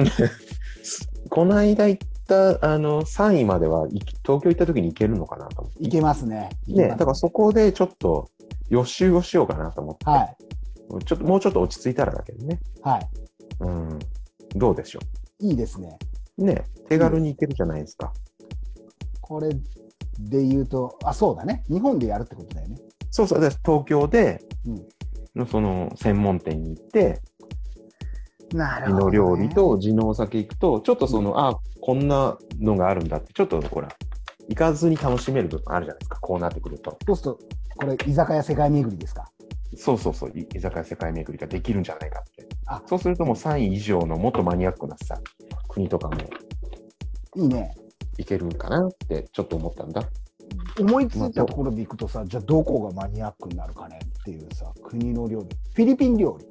B: この間行った、あの、3位までは行き、東京行った時に行けるのかなと思って。
A: いけますね。
B: ね、
A: い
B: だ
A: け
B: か
A: ま
B: らそこでちょっと予習をしようかなと思って、
A: すはい、
B: ちょっともうちょっと落ち着いたらだけどね、
A: は
B: うん、どうでしょ
A: い。いいですね。
B: う。ね、手軽に行けるじゃないですか。
A: これで言うと、あ、そうだね。日本でやるってことだよね。
B: そうそう、で東京で
A: うん、
B: のその専門店に行って、
A: な
B: 地の料理。と地のお酒行くと、ちょっとその、あこんなのがあるんだって、ちょっとほら、行かずに楽しめる部分あるじゃないですか、こうなってくると。
A: そうすると、これ、居酒屋世界巡りですか。
B: そうそうそう、い居酒屋世界巡りができるんじゃないかって
A: あ。
B: そうするともう3位以上のもっとマニアックなさ、国とかも
A: いいね。
B: いけるかなってちょっと思ったんだ。
A: 思いついたところでいくとさ、じゃあどこがマニアックになるかねっていうさ、国の料理。フィリピン料理。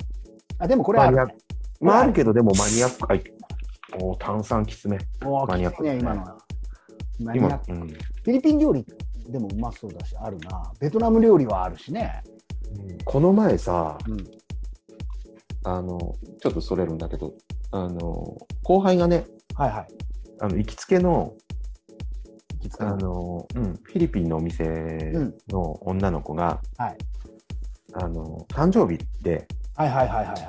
A: あ、でもこれはある、
B: マニ
A: ね。
B: まあ、
A: はい
B: あるけど、でもマニアック。はい。おー炭酸きつめ。
A: おー
B: マニアッ
A: き
B: ク
A: ついね、今のは。マニアッ
B: 今
A: ク、
B: うん。
A: フィリピン料理でもうまそうだし、あるな。ベトナム料理はあるしね。
B: この前さ、
A: うん。
B: あの、ちょっとそれるんだけど、あの、後輩がね、
A: はいはい。
B: あの、行きつけの、
A: きつく
B: あ
A: なる
B: の、うん、フィリピンのお店
A: うん
B: の女の子が、
A: はい
B: あの、誕生日で、
A: はいはいはいはいはい。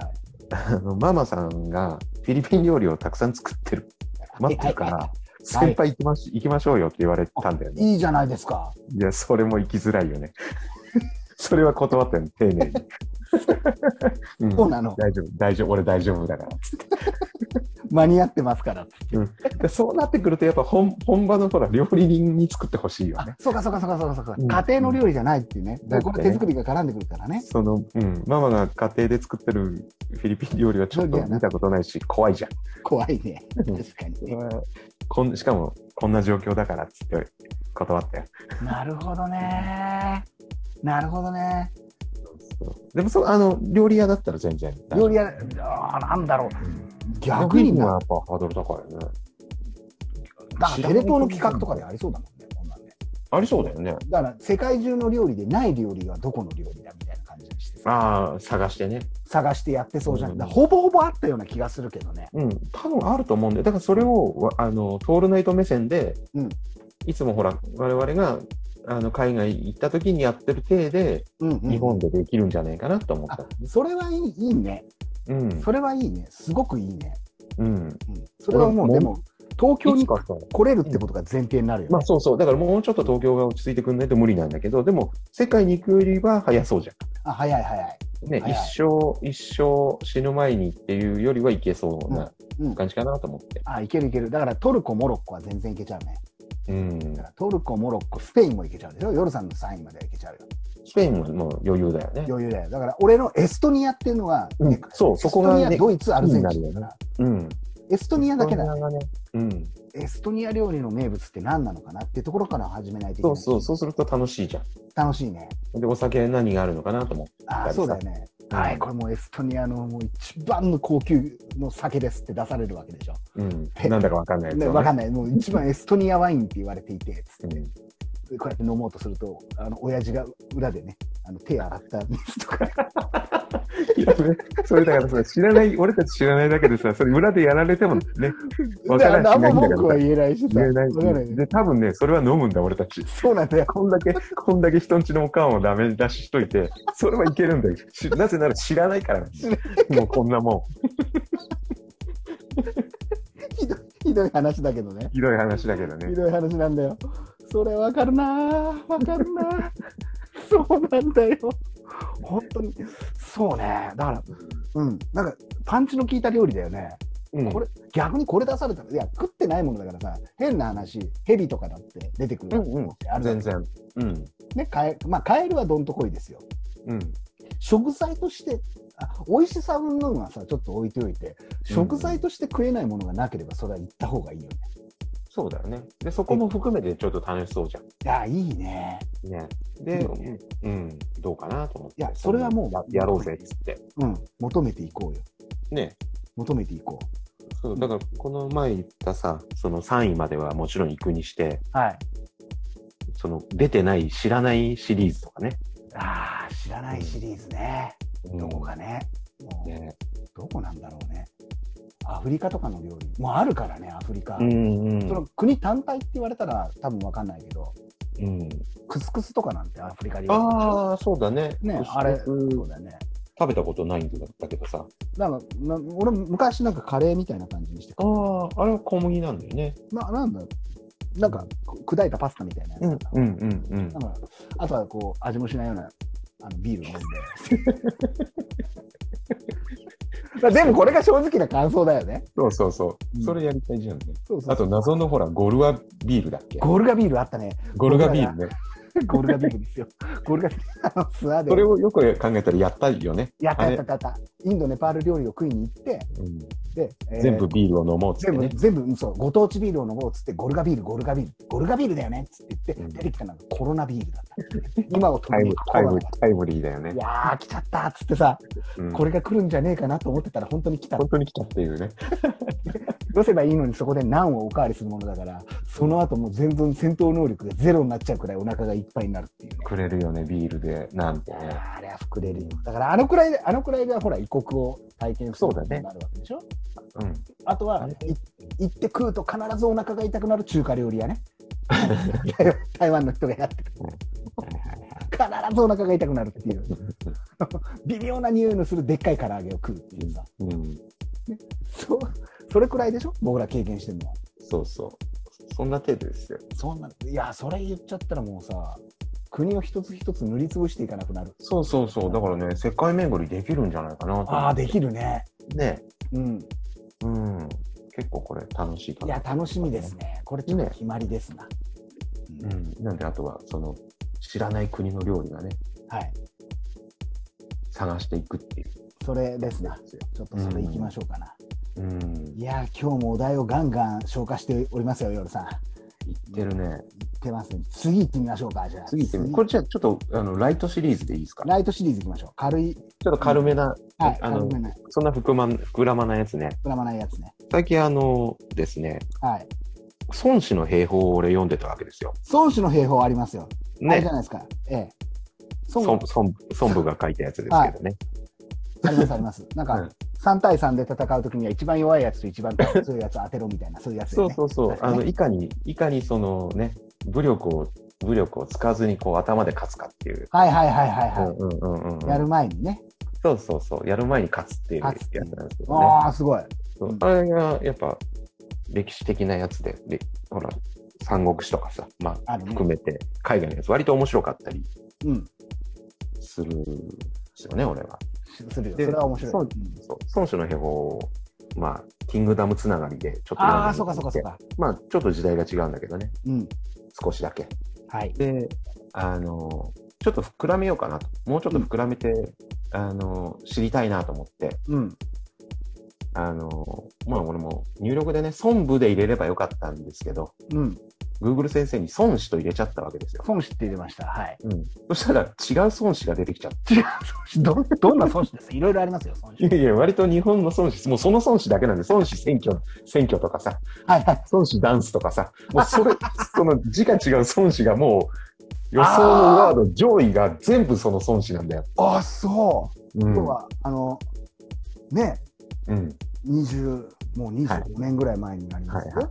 B: あの、ママさんがフィリピン料理をたくさん作ってる、待ってるから、
A: はい
B: 先輩行きまし、行きましょうよって言われたんだよね。
A: いいじゃないですか。
B: いや、それも行きづらいよね。 それは断ったよね、丁寧に。うん
A: そうなの。
C: 大丈夫、大丈夫、俺大丈夫だから。
A: 間に合ってますから。
B: でそうなってくると、やっぱ本本場のほら料理人に作ってほしいよ
A: あ
B: ね。
A: そうかそうかそうかそうかそうか。
B: うん
A: 家庭の料理じゃないっていうね。
B: だってね
A: これ手作りが絡んでくるからね。
B: その、うん、ママが家庭で作ってるフィリピン料理はちょっと見たことないし、怖いじゃん。
A: 怖いね。
B: うん
A: 確かにね。
B: こんしかも、こんな状況だからっつって断ったよ。
A: なるほどね。なるほどね。
B: そうでもそう、あの、料理屋だったら全然。
A: 料理屋、あーなんだろう。逆
B: 逆
A: に
B: には
A: な
B: やっぱハードル高いよね。
A: だからテレ東の企画とかでありそうだもんね。こんなんね
B: ありそうだよね。
A: だから世界中の料理でない料理はどこの料理だみたいな感じにしてさ
B: ああ、探してね。
A: 探してやってそうじゃん。
B: うん
A: だからほぼほぼあったような気がするけどね。
B: うん、多分あると思うんで、だからそれを、わあの、トールナイト目線で、
A: うん
B: いつもほら、我々が、あの、海外行った時にやってる体で、
A: うんうん
B: 日本でできるんじゃないかなと思っ
A: あ
B: た。
A: それはいいいいね。
B: うん。
A: それはいいね。すごくいいね。
B: うん。
A: うん、それはもう、
B: 俺
A: で
B: も
A: も、東京
B: い
A: に
B: つかさ
A: 来れるってことが前提になるよ、ね
B: まあそうそう。だからもうちょっと東京が落ち着いてくんないと無理なんだけど、でも、世界に行くよりは早そうじゃ
A: あ、早い早い。
B: ん。ね、
A: 早い
B: 一生、一生死ぬ前にっていうよりはいけそうな
A: うん。
B: 感じかなと思って。
A: あ、いけるいける。だからトルコ、モロッコは全然いけちゃうね。
B: うん
A: だか。らトルコ、モロッコ、スペインもいけちゃうでしょ夜さんの3位まではいけちゃうよ。
B: スペインももう余裕だよね。
A: 余裕だよ。だから俺のエストニアっていうのは、
B: うん
A: ね
B: そうそこがね
A: エストニア、ドイツ、アルゼンチ
B: 気
A: ン
B: に
A: だ
B: な
A: か
B: るよ
A: ら。
B: うん。
A: エストニアだけだ、
B: なかなかね。うん。
A: エストニア料理の名物って何なのかなっていうところから始めないといけ
B: そ
A: な
B: う
A: い。
B: そう、そうすると楽しいじゃ
A: 楽しいね。
B: ん。で、お酒何があるのかなと思って。
A: あーそうだよね。
B: うん
A: はい、これもうエストニアのもう一番の高級の酒ですって出されるわけでしょ。
B: うん。なんだかわかんないやつをね
A: ね、わかんない、もう一番エストニアワインって言われていて、つって
B: うん
A: こうやって飲もうとすると、あの親父が裏でね、あの手洗った水とか、
C: それだからさ、知らない、俺たち知らないだけでさ、それ裏でやられてもね、 わからんし
A: あんま
C: ないんだから
A: 文句は言えないしさ、
C: 言えない
A: わからない
C: し。で、多分ね、それは飲むんだ、俺たち。
A: そうなんだよ。
C: こんだけ、こんだけ人んちのおかんをダメ出ししといて、それはいけるんだよ。しなぜなら知らないから、もうこんなも
A: ひどいひどい話だけどね
C: ん、。ひどい話だけど
A: ひ
C: ね。
A: どい話なんだよ。それわかるなぁわかるなぁ そうなんだよ。本当に。そうね。だから、うん。なんか、パンチの効いた料理だよね。
C: うん
A: これ、逆にこれ出されたら、いや、食ってないものだからさ、変な話、ヘビとかだって出てくるわけ
C: うんうん
A: あるじゃ
C: 全
A: ない
C: 然。うん。
A: ね、カエまあ、カエルはどんとこいですよ。
C: うん。
A: 食材として、あ美味しさ云々はさ、ちょっと置いておいて、食材として食えないものがなければ、それは行った方がいいよね。
B: そうだよね。で、そこも含めてちょっと楽しそうじゃん。
A: いや、いいね。
B: ね。で、
A: う
B: うん、どうかなと思って。
A: いやそれはもう
B: ややろうぜっつって。
A: うん、求めていこうよ。
B: ね。
A: 求めていこ
B: そうだから、この前言ったさ、その3位まではもちろん行くにして、
A: う。はい。
B: その出てない、知らないシリーズとかね。
A: ああ、知らないシリーズね。どこかね。もう
B: ね。
A: どこなんだろうね。アフリカとかの料理。もうあるからね、アフリカ。
B: んう
A: その国単体って言われたら多分わかんないけど、
B: うん、
A: クスクスとかなんてアフリカ料理。
B: ああ、そうだね。
A: ね
B: クスクス
A: あれ、そう
B: 食
A: だね。
B: べたことないんだったけどさ。
A: なんか、な俺昔なんかカレーみたいな感じにして
B: ああ、あれは小麦なんだよね。
A: な、なんだなんか、く砕いたパスタみたいなやつ。
B: うんうん
A: だから、あとはこう、味もしないようなあのビール を飲んで。まあでもこれが正直な感想だよね。
C: そうそうそうう。
A: ん
C: それやりたいじゃんね。
A: そうそう
C: あと、謎のほら、ゴルガビールだっけ
A: ゴルガビールあったね。
C: ゴルガビールね。
A: ゴルガビールですよ。 ゴルガビール、あの、ツアーで。
C: それをよく考えたらやったよね。
A: やった
C: あれ
A: やったやったやった。インド、ネパール料理を食いに行って、
C: うん
A: で、えー
C: 全部ビールを飲もうっつって
A: 全部、
C: ね。
A: 全部、そう、ご当地ビールを飲もうっつって、ゴルガビール、ゴルガビール、ゴルガビールだよねっつって言って、
C: うん
A: 出てきたのがコロナビールだった。今を
C: タ
A: 取
C: イ
A: り
C: ム
A: にコ
C: タイ
A: ロナ
C: ム
A: だ
C: タイムリーだよね
A: い。やー、来ちゃったっつってさ、
C: うん
A: これが来るんじゃねえかなと思ってたら、本当に来た。
C: 本当に来たっていうね。
A: どうすればいいのに、そこでナンをおかわりするものだから、その後もう全然戦闘能力がゼロになっちゃうくらいお腹がいっぱいになるっていうね。
C: くれるよね、ビールで。なんてね。
A: あれは膨れるよ。だからあのくらいで、あのくらいがほら異国を体験することになるわけでしょ。
C: うん。
A: あとは
C: あれ
A: い行って食うと必ずお腹が痛くなる中華料理屋ね。 台湾台湾の人がやってる。必ずお腹が痛くなるっていう。 微妙な匂いのするでっかい唐揚げを食うっていうさ。
C: うん。
A: そうそれくらいでしょ僕ら経験してるのは。
B: そうそう。そんな程度ですよ。
A: そんな、いや、それ言っちゃったらもうさ、国を一つ一つ塗りつぶしていかなくなる。
B: そうそうそう。だからね、世界巡りできるんじゃないかなと思って。
A: ああ、できるね。
B: ね。
A: うん。
B: うん。結構これ楽しいか
A: い
B: な。
A: や、楽しみですね。これちょっと決まりですな。う
B: うんん。なんで、あとは、その、知らない国の料理がね、
A: はい。
B: 探していくっていう。
A: それですな。ちょっとそれいきましょうかな。
B: うん。
A: いやー、今日もお題をガンガン消化しておりますよ、夜さん。
B: 言ってるね。
A: 出ますね。次行ってみましょうか、じゃあ。
B: 次行ってみるこれじゃあ、ちょっと、あの、ライトシリーズでいいですか
A: ライトシリーズ行きましょう。軽い、
B: ちょっと軽めな、
A: はい、
B: あの
A: 軽めな、膨
B: そんな膨,、ま、膨らまないやつね。
A: らまないやつね。
B: 最近、あの、ですね、
A: はい。
B: 孫子の兵法を俺読んでたわけですよ。
A: 孫子の兵法ありますよ。あれじ
B: ね
A: ゃ。ないですか。ええ。孫
B: 孫
A: 子、
B: 孫孫武が書いたやつですけどね。
A: ありますあります。なん
B: う
A: か
B: ん、
A: 3対3で戦うときには一番弱いやつと 一番強いやつ当てろみたいな、そういうやつだ
B: そ
A: よ
B: う
A: ね。
B: そうそう。あの、いかに、いかにそのね、武力を、武力を使わずにこう頭で勝つかっていう。
A: はいはいはいはい
B: うん
A: は
B: うんうん
A: い。
B: う
A: や
B: ん。
A: る前にね。
B: そうそうそう。やる前に勝つっていうや
A: 勝つっ
B: つ
A: てい
B: な
A: うん
B: ですけどね。
A: ああ、すごい。
B: そうあれがやっぱ歴史的なやつで、でほら、三国志とかさ、ま
A: あ
B: あ、
A: るね
B: 含めて海外のやつ、割と面白かったり
A: うん。
B: するんですよね、俺は。
A: しするよ。そ
B: で
A: れは面白い。
B: そう
A: うん
B: そう孫子の兵法を、まあ、キングダムつながりでちょっと
A: ああ、そ
B: 読
A: うんか
B: で
A: そうか
B: み
A: そ
B: て
A: うか。
B: まあ、ちょっと時代が違うんだけどね、
A: うん。
B: 少しだけ。
A: はい。
B: で、あの、ちょっと膨らめようかなと、もうちょっと膨らめて、あの、知りたいなと思って、
A: うん。
B: あの、まあ、俺も入力でね、孫部で入れればよかったんですけど、
A: うん。
B: Google 先生に孫子と入れちゃったわけですよ。
A: 孫子って入れました。はい。
B: うん、そしたら違う孫子が出てきちゃっ
A: 違う孫子。どん、どんな孫子ですいろいろありますよ、孫
B: た。
A: 子。
B: いやいや、割と日本の孫子、もうその孫子だけなんで、孫子選挙、選挙とかさ、
A: はいはい。
B: 孫子ダンスとかさ、もうそれ、その字が違う孫子がもう、予想のワード上位が全部その孫子なんだよ。
A: ああ、そう。
B: う
A: 今
B: ん
A: 日。は、あの、ね、
B: うん。
A: 20もう25年ぐらい前になります、
B: はいは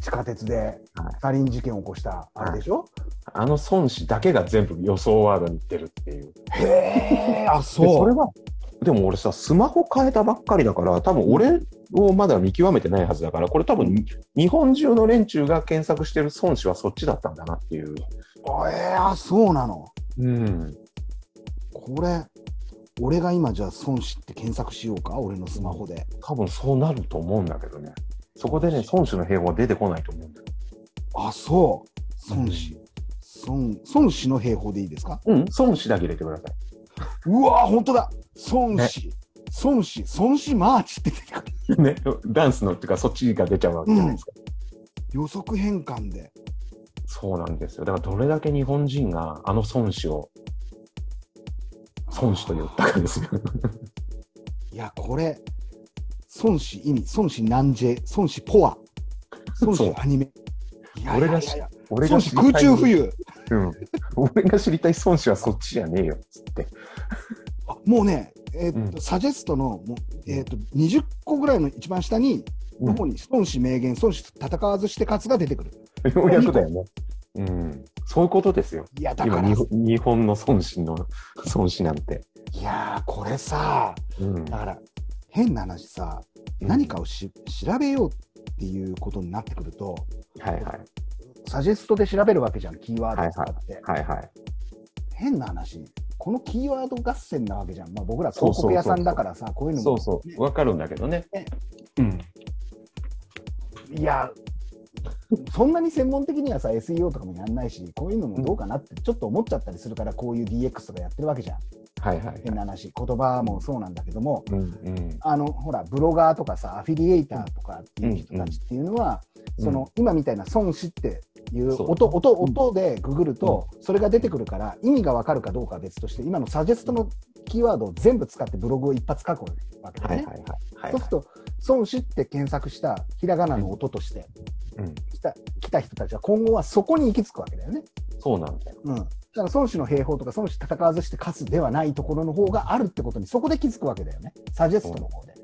A: 地下鉄で
B: はい
A: サリン事件を起こしたあれでしょ、
B: あの孫子だけが全部予想ワードにいってるっていう。
A: へえあ
B: でそ
A: そう
B: れはでも俺さスマホ変えたばっかりだから多分俺をまだ見極めてないはずだからこれ多分に日本中の連中が検索してる孫子はそっちだったんだなっていう、
A: あえーあそうなの
B: うん、
A: これ俺が今じゃあ孫子って検索しようか俺のスマホで、
B: 多分そうなると思うんだけどねそこでね孫子の併合は出てこないと思うんだよ
A: あそう孫子、孫孫子の兵法でいいですか
B: うん孫子だけ入れてくださ
A: うわー本当だ孫子、孫子孫子マーチって出てくる
B: いねダンスのっていうかそっちが出ちゃうわけじゃないですか、
A: 予測変換で
B: そうなんですよだからどれだけ日本人があの孫子を孫子と言ったかですよ
A: いや、これ、孫子意味、孫子南ジェ、孫子ポア、孫
B: そ
A: 子
B: う
A: アニメ。いやいやいやいや
B: 俺
A: 孫子空中浮遊。
B: うん、俺が知りたい孫子はそっちじゃねえよっつって。
A: あもうね、えーっと、
B: う
A: サジェストの、もうえーっと、20個ぐらいの一番下に、
B: うん
A: どこに孫子名言、孫子戦わずして勝つが出てくる。
B: ようやくだよね。うん、そういうことですよ。
A: いや、だから、
B: 今日
A: い
B: 本、日本の孫子の孫子なんて。
A: やー、これさ、
B: うん
A: だから、変な話さ、何かをし調べようっていうことになってくると、
B: はいはい。
A: サジェストで調べるわけじゃん、キーワード使って。
B: はいはい。
A: 変な話このキーワード合戦なわけじゃん、まあ、僕ら
B: そう
A: 広
B: そうそう
A: 告屋さんだからさこういうの
B: そ
A: も
B: うそう。わかるんだけどね。うん。
A: いやそんなに専門的にはさ SEO とかもやんないしこういうのもどうかなってちょっと思っちゃったりするからこういう DX とかやってるわけじゃん
B: はいはい。
A: 変な話言葉もそうなんだけども
B: うんうん。
A: あのほらブロガーとかさアフィリエイターとかっていう人たちっていうのは、
B: うん
A: その今みたいな孫子っていう
B: そう
A: 音音音でググるとそれが出てくるから意味がわかるかどうかは別として今のサジェストのキーワードを全部使ってブログを一発書くわけだ
B: は
A: よ
B: い
A: ね
B: はい。はい。はい
A: そうすると孫子って検索したひらがなの音として
B: うん
A: 来た,、来た人たちは今後はそこに行き着くわけだよね。
B: そうなんだよ。
A: うん、だから孫子の兵法とか孫子戦わずして勝つではないところの方があるってことにそこで気づくわけだよねサジェストの方で。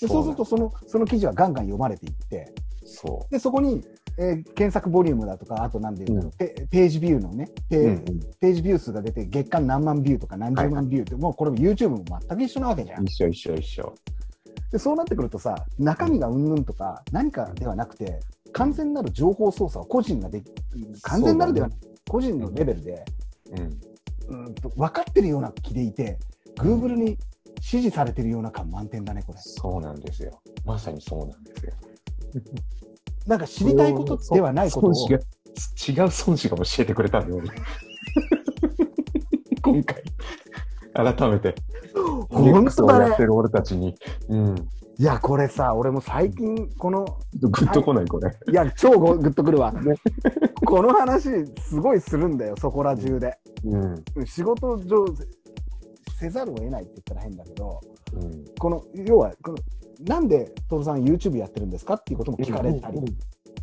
A: でそうするとそのその記事はガンガン読まれていって
B: そ
A: でそこに、えー検索ボリュームだとかあと何で言うんだろう、ペページビューのねペ,、
B: う。うんうん。
A: ページビュー数が出て月間何万ビューとか何十万ビューって、もうこれも YouTube も全く一緒なわけじゃん。
B: 一緒一緒一緒。
A: でそうなってくるとさ中身がうんぬんとか何かではなくて完全なる情報操作を個人ができ完全なるではない、個人のレベルで、
B: うん。
A: うんと分かってるような気でいて Google に支持されてるような感満点だねこれ
B: そうなんですよ。まさにそうなんですよ。
A: なんか知りたいことではないことを
B: 孫子が違う孫子が教えてくれたんだよ、俺 今回、改めて。
A: 本当だね
B: DX をやってる俺たちに。うん。
A: いやこれさ俺も最近この
B: グッとこない、これ。
A: いや超ごグッとくるわ、この話すごいするんだよそこら中で
B: うん。
A: 仕事上せざるを得ないって言ったら変だけど、
B: うん。
A: この要はこのなんで徹さん YouTube やってるんですかっていうことも聞かれたり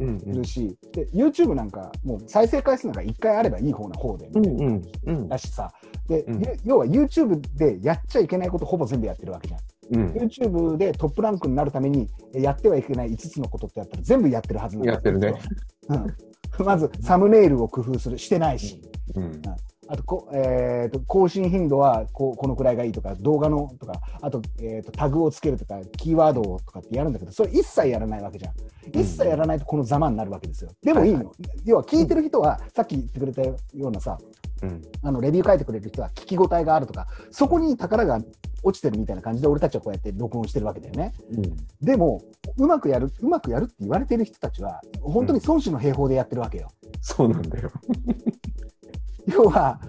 B: うん。
A: するし、で YouTube なんかもう再生回数なんか1回あればいい方な方で、
B: うん。うん。うん。
A: だしさで、
B: うん
A: ゆ要は YouTube でやっちゃいけないことほぼ全部やってるわけじゃん、
B: うん。
A: YouTube でトップランクになるためにえやってはいけない5つのことってやったら全部やってるはずなんだ
B: やってるね、
A: うん、まずサムネイルを工夫するしてないし、
B: うん。
A: あとこ、えー、と更新頻度はこうこのくらいがいいとか、動画のとか、あと,、えー、とタグをつけるとか、キーワードをとかってやるんだけど、それ一切やらないわけじゃん。一切やらないとこのざまになるわけですよ。でもいいの。
B: はい
A: 要は聞いてる人は、さっき言ってくれたようなさ、
B: うん。
A: あのレビュー書いてくれる人は聞き応えがあるとか、そこに宝が落ちてるみたいな感じで、俺たちはこうやって録音してるわけだよね。
B: うん。
A: でも、うまくやる、うまくやるって言われてる人たちは、本当に孫子の兵法でやってるわけよ。
B: そうなんだよ。
A: 要は、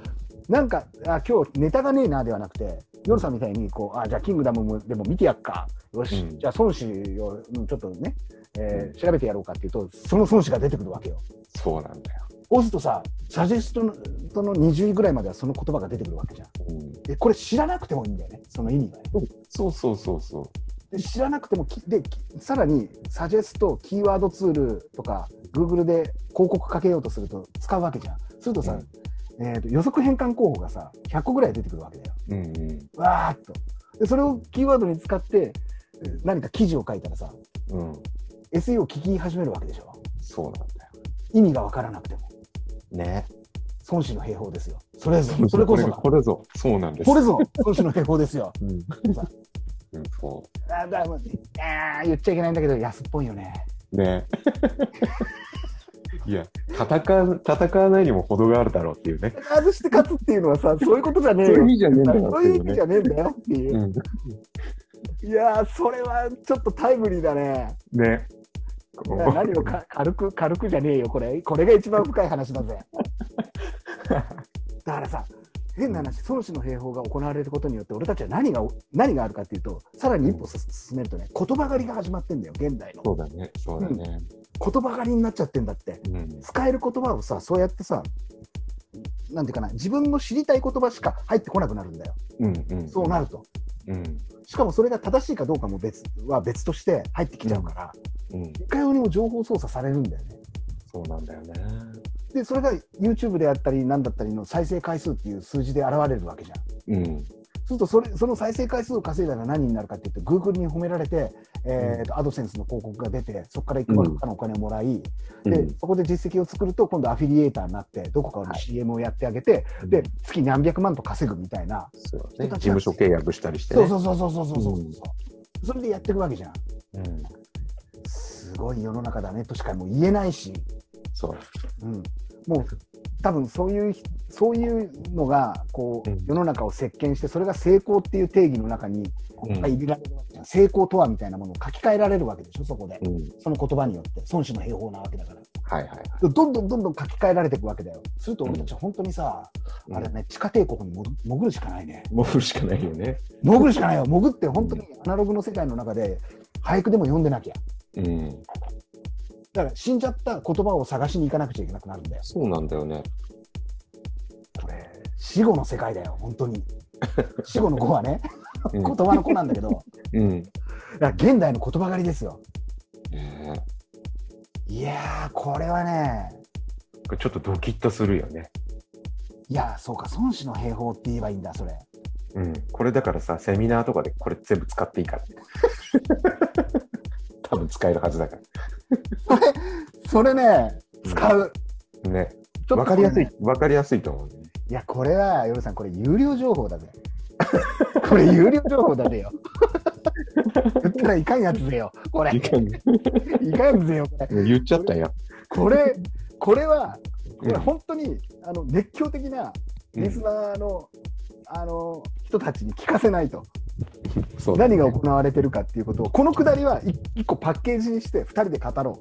A: なんか、あ今日ネタがねえなではなくて、夜さんみたいにこう、あじゃあ、キングダムもでも見てやっか、よし、
B: うん
A: じゃあ、孫子をうんちょっとね、えー調べてやろうかっていうと、その孫子が出てくるわけよ。
B: そうなんだよ。
A: 押すとさ、サジェストのとの20位ぐらいまではその言葉が出てくるわけじゃん。
B: うん。
A: で、これ知らなくてもいいんだよね、その意味がね。
B: そうそうそうそ
A: で知らなくてもきできさらにサジェストキーワードツールとか Google で広告かけようとすると使うわけじゃんするとさ、
B: うん
A: えーと予測変換候補がさ100個ぐらい出てくるわけだよ
B: うんうん
A: わーっとでそれをキーワードに使ってえー何か記事を書いたらさ
B: うん、
A: SEO 聞き始めるわけでしょ
B: そうなんだよ
A: 意味が分からなくても
B: ね。
A: 孫子の兵法ですよそれぞ それこそだ
B: これぞ。そうなんです。
A: これぞ孫子の兵法ですよ
B: うん
A: さ
B: うん、そ
A: あだもうあー言っちゃいけないんだけど安っぽいよね
B: う。ね。 いや、戦う、戦わないにも程があるだろうっていうね。
A: 外して勝つっていうのはさ そういうことじゃねえ
B: そういう
A: よ
B: 意味じゃねえんだよ
A: そう
B: って
A: いう意味
B: いうね
A: じ。ゃねえんだよっていう
B: うん、
A: いやーそれはちょっとタイムリーだね。
B: ね。
A: い
B: こ
A: や 何をか軽く軽くじゃねえよこれこれが一番深い話だ ぜ。だからさ変な話孫子の兵法が行われることによって俺たちは何が何があるかっていうとさらに一歩す進めるとね言葉狩りが始まってんだよ現代の
B: そうだね。そうだね。
A: 言葉狩りになっちゃってんだって
B: うん。
A: 使える言葉をさそうやってさなんていうかな自分の知りたい言葉しか入ってこなくなるんだよ
B: うん。うん。
A: そうなると
B: うん。
A: しかもそれが正しいかどうかも別は別として入ってきちゃうから、
B: うん。
A: いかようにも情報操作されるんだよね。
B: そうなんだよね。
A: で、それが YouTube であったり、なんだったりの再生回数っていう数字で現れるわけじゃん。
B: うん。
A: するとそれ、その再生回数を稼いだら何になるかって言って、Google に褒められて、えーと、アドセンスの広告が出て、そこからいくばくかのお金をもらい、
B: うん
A: で、そこで実績を作ると、今度アフィリエイターになって、どこかの CM をやってあげて、で、月何百万と稼ぐみたいな。
B: そうだね。事務所契約したりして
A: そ
B: ね。
A: うそうそうそうそうそうそう。
B: うん
A: それでやっていくわけじゃん。
B: うん。
A: すごい世の中だねとしかもう言えないし。
B: そう。
A: うん、もう多分そういうひそういうのがこう、
B: うん
A: 世の中を席巻してそれが成功っていう定義の中に
B: うん
A: 入れられるわけじゃん成功とはみたいなものを書き換えられるわけでしょそこで
B: うん。
A: その言葉によって孫子の兵法なわけだから
B: はいはいはい。
A: どんどんどんどん書き換えられていくわけだよすると俺たちは本当にさ、あれだね地下帝国にもぐ潜るしかないね
B: 潜るしかないよね。
A: 潜るしかないよ潜って本当にアナログの世界の中で俳句でも読んでなきゃ
B: うん。
A: だから死んじゃった言葉を探しに行かなくちゃいけなくなるんだよ
B: そうなんだよね。
A: これ死後の世界だよ本当に死後の子は ね
B: う
A: 言
B: ん
A: 葉の子なんだけ ど
B: うん。
A: いや現代の言葉狩りですよ
B: ね
A: いやーこれはね
B: えちょっとドキッとするよね。
A: いやーそうか孫子の兵法って言えばいいんだそれ
B: うん。これだからさ、セミナーとかでこれ全部使っていいから ね。多分使えるはずだか
A: それね
B: うん
A: 使う、
B: ら。ね。
A: ちょっと
B: わかりやす
A: こ
B: い
A: れね、
B: わかりやすいと 思うね。
A: いやこれは夜さんこれ有料情報だぜ これ有料情報だぜよ言ったらいかんやつぜよこ れいかんやつぜよこれ
B: 言っちゃったよ。
A: これこれはこれ
B: うん
A: 本当にあの熱狂的なリスナーの,、あの人たちに聞かせないと、
B: そうだね
A: 何が行われてるかっていうことをこのくだりは1個パッケージにして2人で語ろ
B: も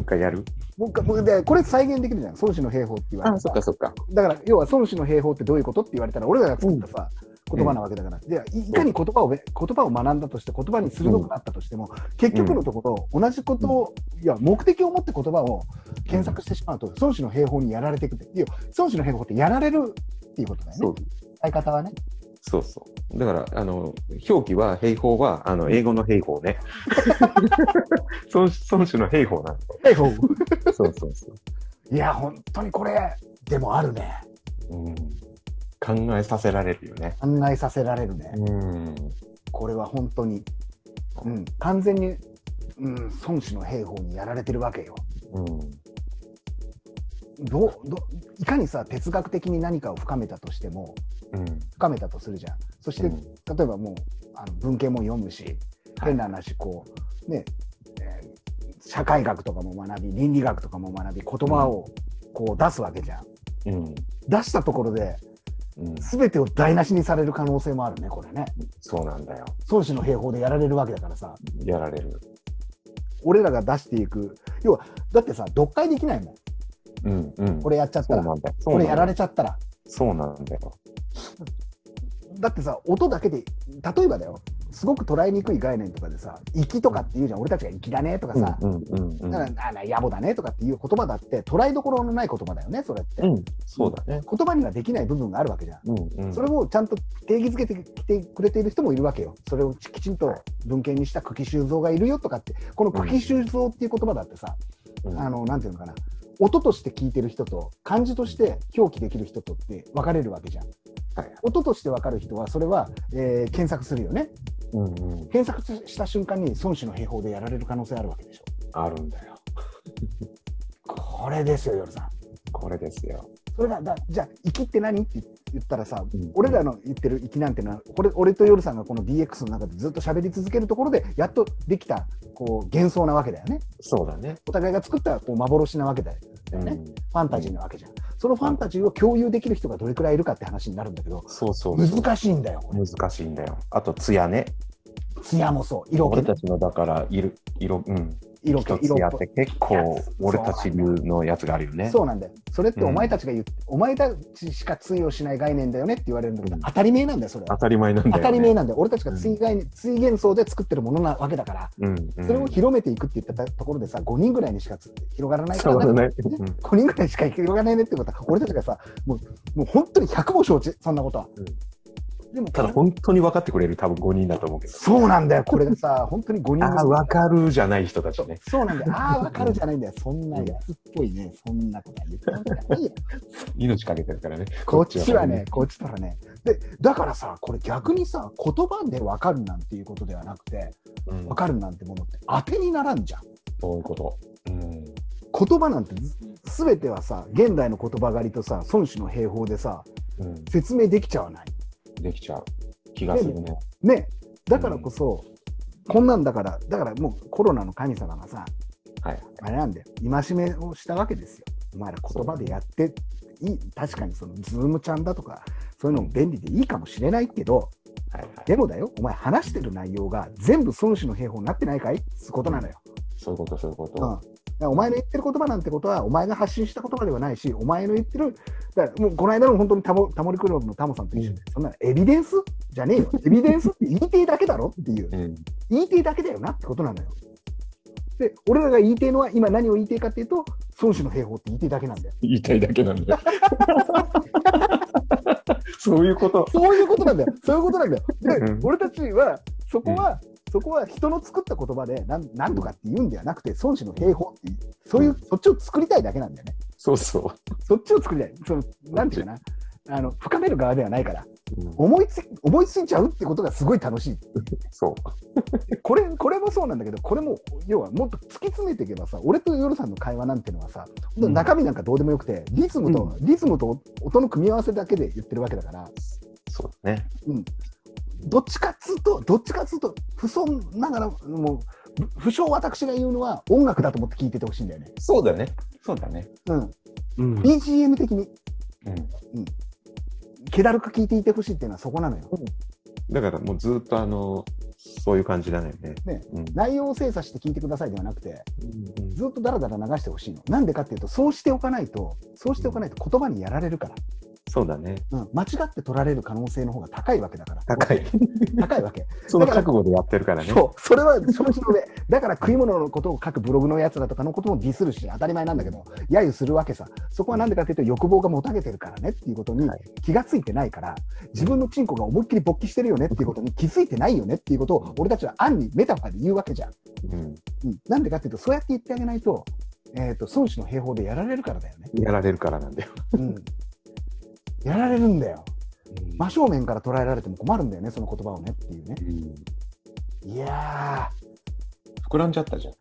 B: う一回やる
A: うもう一回もうでこれ再現できるじゃん孫子の兵法って言われたら
B: そっか。
A: だから要は孫子の兵法ってどういうことって言われたら俺らが作ったさ、言葉なわけだから、でいいかに言葉をべ言葉を学んだとして言葉に鋭くなったとしても、結局のところ同じことを、いや目的を持って言葉を検索してしまうと孫子の兵法にやられていくっていや孫子の兵法ってやられるっていうことだよ
B: そ
A: ね
B: う
A: 使い方はね
B: そうそう。だから、あの、表記は、兵法は、あの、英語の兵 法ね。 孫子孫子の兵法なんだ
A: 兵法
B: よ。そうそうそ
A: いや本当にこれでもあるね
B: う。うん。考えさせられるよね。
A: 案内させられるね、
B: うん。
A: これは本当に、うん、完全に、うん、孫子の兵法にやられてるわけよ
B: うん。
A: どうどういかにさ哲学的に何かを深めたとしても
B: うん。
A: 深めたとするじゃんそして、
B: うん
A: 例えばもうあの文献も読むし変な話こうね、えー社会学とかも学び倫理学とかも学び言葉をこう出すわけじゃん
B: うん。
A: 出したところで
B: うん。
A: 全てを台無しにされる可能性もあるねこれね
B: そうなんだよ。
A: 孫子の兵法でやられるわけだからさ
B: やられる。
A: 俺らが出していく要はだってさ読解できないもん
B: うん。うん。
A: これやっちゃった
B: そう
A: ら
B: なんだよ。そう
A: こ
B: なん
A: れ
B: だ
A: や
B: よ
A: られちゃったら
B: そうなんだよ。
A: だってさ音だけで例えばだよすごく捉えにくい概念とかでさ「粋」とかって言うじゃん俺たちが「粋だね」とかさ「
B: うんうんうん
A: だからあら野暮だね」とかっていう言葉だって捉えどころのない言葉だよねそれって、
B: うん、そうだね。
A: 言葉にはできない部分があるわけじゃん、
B: うんうん、
A: それをちゃんと定義づけてきてくれている人もいるわけよそれをきちんと文献にした久喜修造がいるよとかってこの久喜修造っていう言葉だってさ、
B: うん
A: あの、なんていうのかな、音として聞いてる人と漢字として表記できる人とって分かれるわけじゃん。
B: はい
A: 音として分かる人はそれは、えー検索するよね。
B: うんうん、
A: 検索した瞬間に孫子の兵法でやられる可能性あるわけでしょ。
B: あるんだよ。
A: これですよ、夜さん。
B: これですよ。
A: それがだじゃあ、生きって何って言ったらさ、
B: うん
A: 俺らの言ってる生きなんてのは、これ俺と夜さんがこの DX の中でずっと喋り続けるところで、やっとできたこう幻想なわけだよね。
B: そうだね。
A: お互いが作ったこう幻なわけだよね、
B: うん
A: ファンタジーなわけじゃん。そのファンタジーを共有できる人がどれくらいいるかって話になるんだけど、
B: そうそうそう。
A: 難しいんだよ、これ。
B: 難しいんだよ。あと、艶ね。
A: 艶もそう、色
B: 俺
A: 気
B: た、ちのだから色、色、うん。
A: 色気
B: 一、つ
A: 色
B: や
A: っ
B: っ
A: ぽ
B: て
A: い。
B: 結構、俺たち流のやつがあるよね。
A: そうなんだよ。それって
B: うん
A: お前たちが言って、お前たちしか通用しない概念だよねって言われるんだけど、当たり前なんだよ、それは
B: 当。たり前なんだよ、
A: 当
B: ね。
A: たり前なんだよ。俺たちが追概念、追幻想で作ってるものなわけだから、
B: うん、うん。
A: それを広めていくって言ったところでさ、5人ぐらいにしかつ広がらないか
B: そう
A: ら
B: だ
A: ね。
B: ね。うん
A: 5人ぐらいしか広がらないねってことは、俺たちがさ、もう、もう本当に100も承知、そんなことは。でも、
B: ただ、本当に分かってくれる、多分5人だと思うけど。
A: そうなんだよ、これがさ、本当に5人
B: ああ、
A: の
B: 分かるじゃない人たちね。
A: そうなんだよ、ああ、わかるじゃないんだよ、そんな安っぽいね、そんなことは言ったことないよ。
B: 命かけてるからね。
A: こっちはね、こっちからね。で、だからさ、これ逆にさ、言葉でわかるなんていうことではなくて、
B: うん。
A: わかるなんてものって当てにならんじゃん。
B: そういうこと。うん。
A: 言葉なんてすべてはさ現代の言葉狩りとさ孫子の兵法でさ
B: うん。
A: 説明できちゃわない
B: できちゃう。気がするね。
A: ねだからこそ、こんなんだからだからもうコロナの神様がさ
B: はい。
A: あれなんだよ戒めをしたわけですよお前ら言葉でやっていい確かにそのズームちゃんだとかそういうのも便利でいいかもしれないけど
B: はいはい。
A: でもだよお前話してる内容が全部孫子の兵法になってないかいってことなのよ
B: そういうこと、そういうこ
A: うん、だ
B: と。
A: からお前の言ってる言葉なんてことはお前が発信した言葉ではないしお前の言ってるだからもうこの間の本当にタモタモリクローブのタモさんと一緒で、そんなのエビデンスじゃねえよエビデンスって言いてえだけだろっていう
B: うん。
A: 言いてえだけだよなってことなのよで俺らが言いてえのは今何を言いてえかっていうと孫子の兵法って言いてえだけなんだよ
B: 言いたいだけ なんだよ。そういうこと。
A: そういうことなんだよそういうことなんだよで
B: うん
A: 俺たちはそこは、そこは人の作った言葉でなんなんとかって言うんではなくて孫子の兵法っていうそういうそっちを作りたいだけなんだよね
B: そうそ
A: そっちを作りたい。その、なんていうかな。あの、深める側ではないから。
B: う。うん
A: 思いつ、思いついちゃうってことがすごい楽しい。
B: そう。
A: これ、これもそうなんだけど、これも、要はもっと突き詰めていけばさ、俺とヨルさんの会話なんてのはさ、
B: うん
A: 中身なんかどうでもよくて、リズムと、リズムと音の組み合わせだけで言ってるわけだから、
B: そうだね。
A: どっちかっつうと、どっちかっつうと、不損ながら、もう、不不詳私が言うのは音楽だと思って聞いててほしいんだよね。
B: そうだね。そうだね。
A: うん。
B: うん。うん。
A: BGM 的に、気だるく聞いていてほしいっていうのはそこなのよ。
B: だからもうずっとあの、そういう感じだよね。
A: ね
B: うん。
A: 内容を精査して聞いてくださいではなくて、
B: うん
A: ずっとだらだら流してほしいの。なんでかっていうと、そうしておかないと、そうしておかないと言葉にやられるから、
B: そうだね。
A: うん、間違って取られる可能性の方が高いわけだから。
B: 高い。
A: 高いわけ。
B: その覚悟でやってるからね。
A: そう、それは承知の上。だから食い物のことを書くブログのやつらとかのこともディスるし、当たり前なんだけど、揶揄するわけさ。そこはなんでかっていうと、欲望がもたげてるからねっていうことに
B: はい
A: 気がついてないから、自分のチンコが思いっきり勃起してるよねっていうことに気づいてないよねっていうことを、俺たちは暗にメタファーで言うわけじゃん。
B: うん。
A: うんなんでかっていうと、そうやって言ってあげないと、えっ、と、孫子の兵法でやられるからだよね。
B: やられるからなんだよ。
A: うん。やられるんだよ。真正面から捉えられても困るんだよね、その言葉をねっていうね。
B: うん
A: いや
B: 膨らんじゃったじゃん。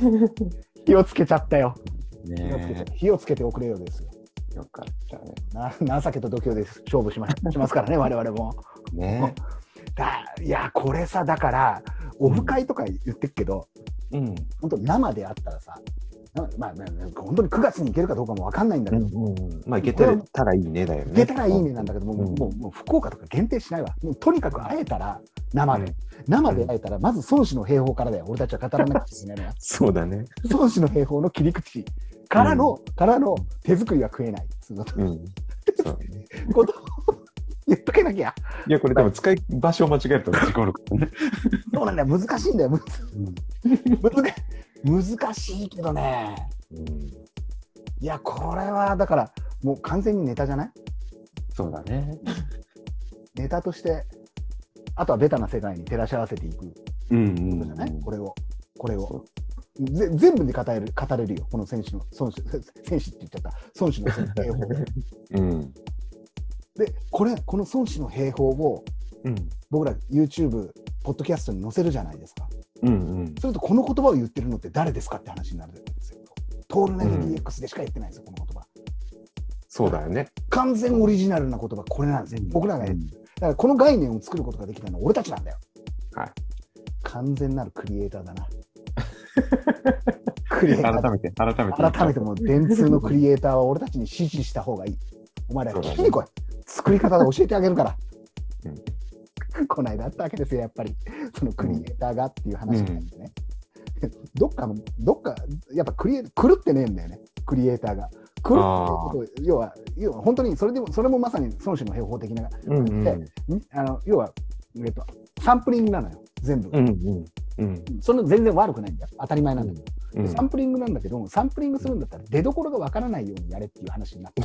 A: ー、火をつけちゃったよ。火をつけちゃ
B: ね
A: った火をつけておくれよですよ。
B: え。よかったね。
A: な情けと度胸で勝負しまします からね、我々も。
B: ね
A: だいやー、これさ、だから、オフ会とか言ってっけど、
B: え。うん。
A: 本当生であったらさ、なまあ、まあ本当に9月に行けるかどうかも分かんないんだけ
B: うん
A: ど、
B: うんうんまあ、いけてたらいいねだよね。
A: 出たらいいねなんだけど、もう,、
B: うん
A: もうもう福岡とか限定しないわ、もうとにかく会えたら生で、
B: うん
A: 生で会えたら、まず孫子の兵法からだよ、俺たちは語らなくちゃいけないのは、
B: そうだね。
A: 孫子の兵法の切り口からの、からの手作りは食えないっつうの
B: うん。そうだね。
A: ことを言っとけなきゃ、
B: いや、これ多分使い場所を間違えると事故るからね。
A: そうなんだよ、難しいんだよ、むず難しい難しいけどね、
B: うん。
A: いや、これはだから、もう完全にネタじゃない
B: そうだね。
A: ネタとして、あとはベタな世界に照らし合わせていくこ
B: うんうん
A: とじゃない、これを、これを。ぜ全部で語れる語れるよ、この選手の、孫子選手って言っちゃった、孫子の兵 法で。
B: うん。
A: で、これ、この孫子の兵法を
B: うん。
A: 僕ら YouTube、ポッドキャストに載せるじゃないですか。
B: うん。
A: すると、この言葉を言ってるのって誰ですかって話になるんですよ。トールナイト DX でしか言ってないんですよ、この言葉。
B: そうだよね。
A: 完全オリジナルな言葉、これなんですよ。僕らがやるだからこの概念を作ることができたのは俺たちなんだよ。
B: はい。
A: 完全なるクリエイターだ な。クリエイタ
B: 改
A: ーだ。
B: めて、改めて。
A: 改めてもう電通のクリエイターは俺たちに指示した方がいい。お前ら聞きに来い。作り方で教えてあげるから。こないだあったわけですよ、やっぱり。そのクリエイターがっていう話になってね。どっかの、どっか、やっぱクリエ狂ってねえんだよね、クリエイターが。狂ってること要は、要は本当にそれでも、それもまさに孫子の兵法的な
B: うんうん。うん
A: んあの要は、えっと、サンプリングなのよ、全部。
B: うん。うん。
A: その全然悪くないんだよ、当たり前なんだけど、
B: う
A: で
B: ん
A: サンプリングなんだけど、サンプリングするんだったら、出どころがわからないようにやれっていう話になって、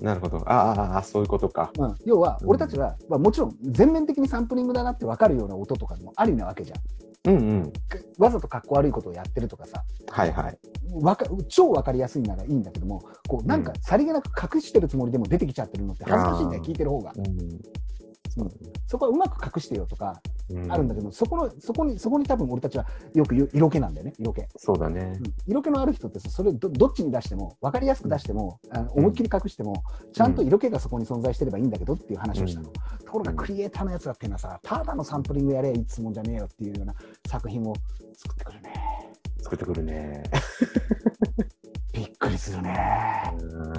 B: なるほど。ああああ、そういうことか。
A: うん要は、
B: うん
A: 俺たちは、まあ、もちろん全面的にサンプリングだなってわかるような音とかもありなわけじゃん。
B: うんうん。
A: わざとかっこ悪いことをやってるとかさ、
B: はいはい。
A: わか超わかりやすいならいいんだけども、こうなんかさりげなく隠してるつもりでも出てきちゃってるのって恥ずかしいんだよ、
B: あー
A: 聞いてる方が。そこはうまく隠してよとか
B: うん
A: あるんだけど、そこのそこにそこに多分俺たちはよく言う色気なんだよね、色気。
B: そうだね。
A: 色気のある人ってさそれどどっちに出しても分かりやすく出しても、あの思いっきり隠してもちゃんと色気がそこに存在してればいいんだけどっていう話をしたの、ところが
B: うん
A: クリエイターのやつらっていうのはさただのサンプリングやれいつもんじゃねえよっていうような作品を作ってくるね
B: 作ってくるね。
A: びっくりするね
B: うん。そう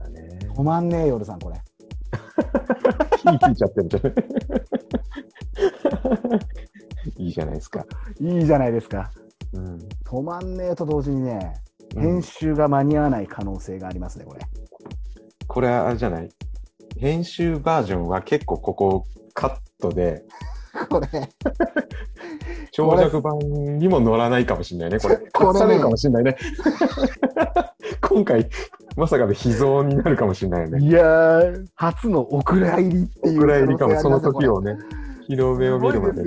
B: だね。
A: 止まんねえよるさんこれ
B: 火ついちゃってるじゃん。 いいじゃないですか。
A: いいじゃないですか
B: うん。
A: 止まんねえと同時にね編集が間に合わない可能性がありますねこれ、
B: これはあれじゃない編集バージョンは結構ここカットで、
A: これ
B: 長尺版にも乗らないかもしれないね、これ。
A: これね
B: 隠されるかもしれないね。 今回、まさかの秘蔵になるかもしれないよね。
A: いやー初のお蔵入りっていう
B: ぐらいにかも、
A: 可
B: そ
A: 能性ありま
B: の
A: すよこれ
B: 時をね、日の目を見るまで
A: い
B: ね。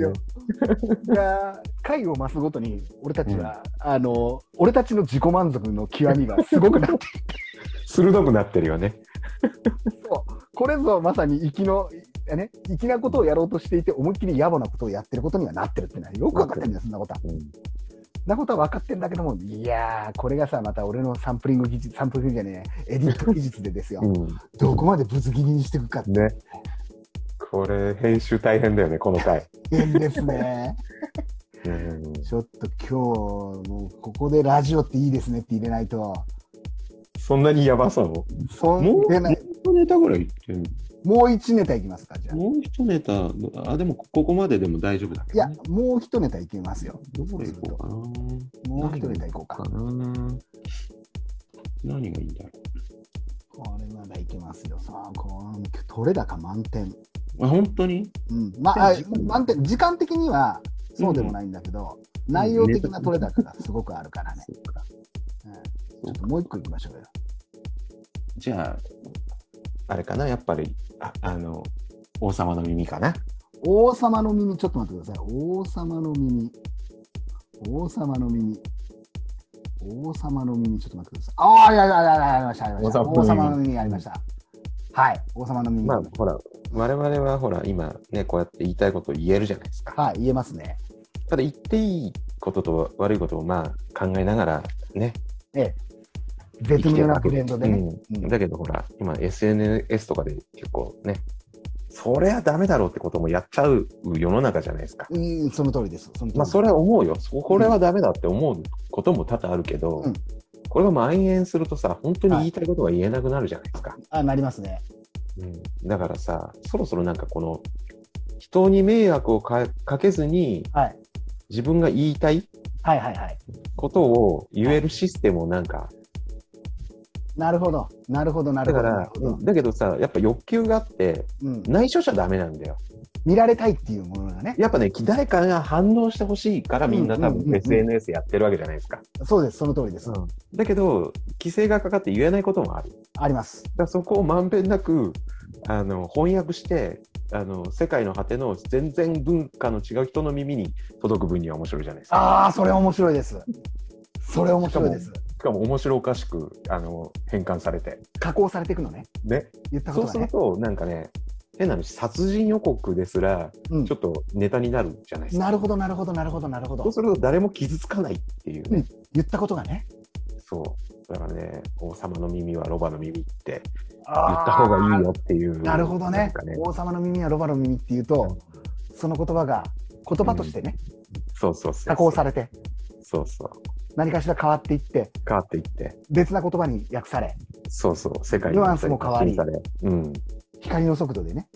A: やー回を増すごとに俺たちは、あの俺たちの自己満足の極みがすごくなって
B: 鋭くなってるよね。
A: そうこれぞまさに粋の、ね、粋なことをやろうとしていて思いっきり野暮なことをやってることにはなってるってのはよく分かってるんだよそんなことは。
B: うん
A: そんなことは分かってんだけどもいやーこれがさまた俺のサンプリング技術サンプリングじゃねえエディット技術でですよ、
B: うん
A: どこまでぶつ切りにしていくかって
B: ね。これ、編集大変だよね、この回。
A: 変ですね
B: うん
A: ちょっと今日もうここでラジオっていいですねって入れないと
B: そんなにやばそう
A: そ
B: も
A: ん
B: う
A: でない
B: 一ネタぐらいいってる
A: もう一ネタいきますか、じゃあ。
B: もう一ネタの、あ、でもここまででも大丈夫だけ
A: いや、もう一ネタいきますよ。
B: どこで行こう
A: もう一ネタいこうか
B: か。な。かな。何がいいんだろ
A: これまだいきますよ。さあ、この取れ高満点。
B: う。あ、本当に
A: うん。まあ、あ
B: 時間
A: 満点、時間的にはそうでもないんだけど、内容的な取れ高がすごくあるからね。うん、ちょっともう一個いきましょうよ。
B: じゃあ、あれかな、やっぱり、ああの、王様の耳かな。
A: 王様の耳、ちょっと待ってください。王様の耳。王様の耳。王様の耳、ちょっと待ってください。ああ、いやいやいやいや、ありました、ありました。王
B: 王様
A: 様の
B: の
A: 耳ありました。はい、王様の耳。
B: まあ、ほら、我々はほら、今ね、こうやって言いたいことを言えるじゃないですか。
A: はい、言えますね。
B: ただ、言っていいことと悪いことを、まあ、考えながら、ね、
A: 絶妙なブレンドでね。
B: うん
A: うん
B: だけどほら、今 SNS とかで結構ね、そりゃダメだろうってこともやっちゃう世の中じゃないですか。
A: うん、その通りです。その通り
B: まあそれは思うよ。そこれはダメだって思うことも多々あるけど、
A: うん
B: これが蔓延するとさ、本当に言いたいことが言えなくなるじゃないですか。
A: あ、なりますね。
B: うん、だからさ、そろそろなんかこの、人に迷惑をかかけずに、
A: はい
B: 自分が言いたい
A: はいはいはい。
B: ことを言えるシステムをなんか
A: なるほど。なるほど、なる
B: だ
A: ほ
B: か
A: ど。なる
B: ら
A: ほ、ど
B: だけどさ、やっぱ欲求があって、
A: うん、
B: 内緒じゃダメなんだよ。
A: 見られたいっていうものがね。
B: やっぱね、誰かが反応してほしいから、みんな多
A: うんうんうんう
B: 分
A: ん
B: SNS やってるわけじゃないですか。
A: そうです、その通りです。
B: だけど、規制がかかって言えないこともある。だか
A: あります。
B: らそこをまんべんなく、あの、翻訳して、あの世界の果ての全然文化の違う人の耳に届く分には面白いじゃないですか。
A: ああ、それ面白いです。それ面白いです。
B: しかも面白おかしくあの変換されて。
A: 加工されていくのね。
B: ね、
A: 言ったこ
B: そう
A: とが
B: する
A: ね。
B: と、なんかね、変な話、殺人予告ですら、
A: うん
B: ちょっとネタになるじゃないですか。
A: なるほど、なるほど、なるほど、なるほ
B: そう
A: ど。
B: すると、誰も傷つかないっていうね、
A: 言ったことがね。
B: そう。だからね、王様の耳はロバの耳って言
A: あ
B: っ
A: あ
B: た方がいいよっていう。
A: なるほど
B: な
A: ね
B: んか
A: 王様の耳はロバの耳っていうと、その言葉が言葉としてね、
B: そうそうそう。
A: 加工されて、
B: そうそう。
A: 何かしら変わっていって、
B: 変わっていって。
A: 別な言葉に訳され、
B: そうそう。世界
A: ニュアンスも変わり
B: に発信されうん。
A: 光の速度でね、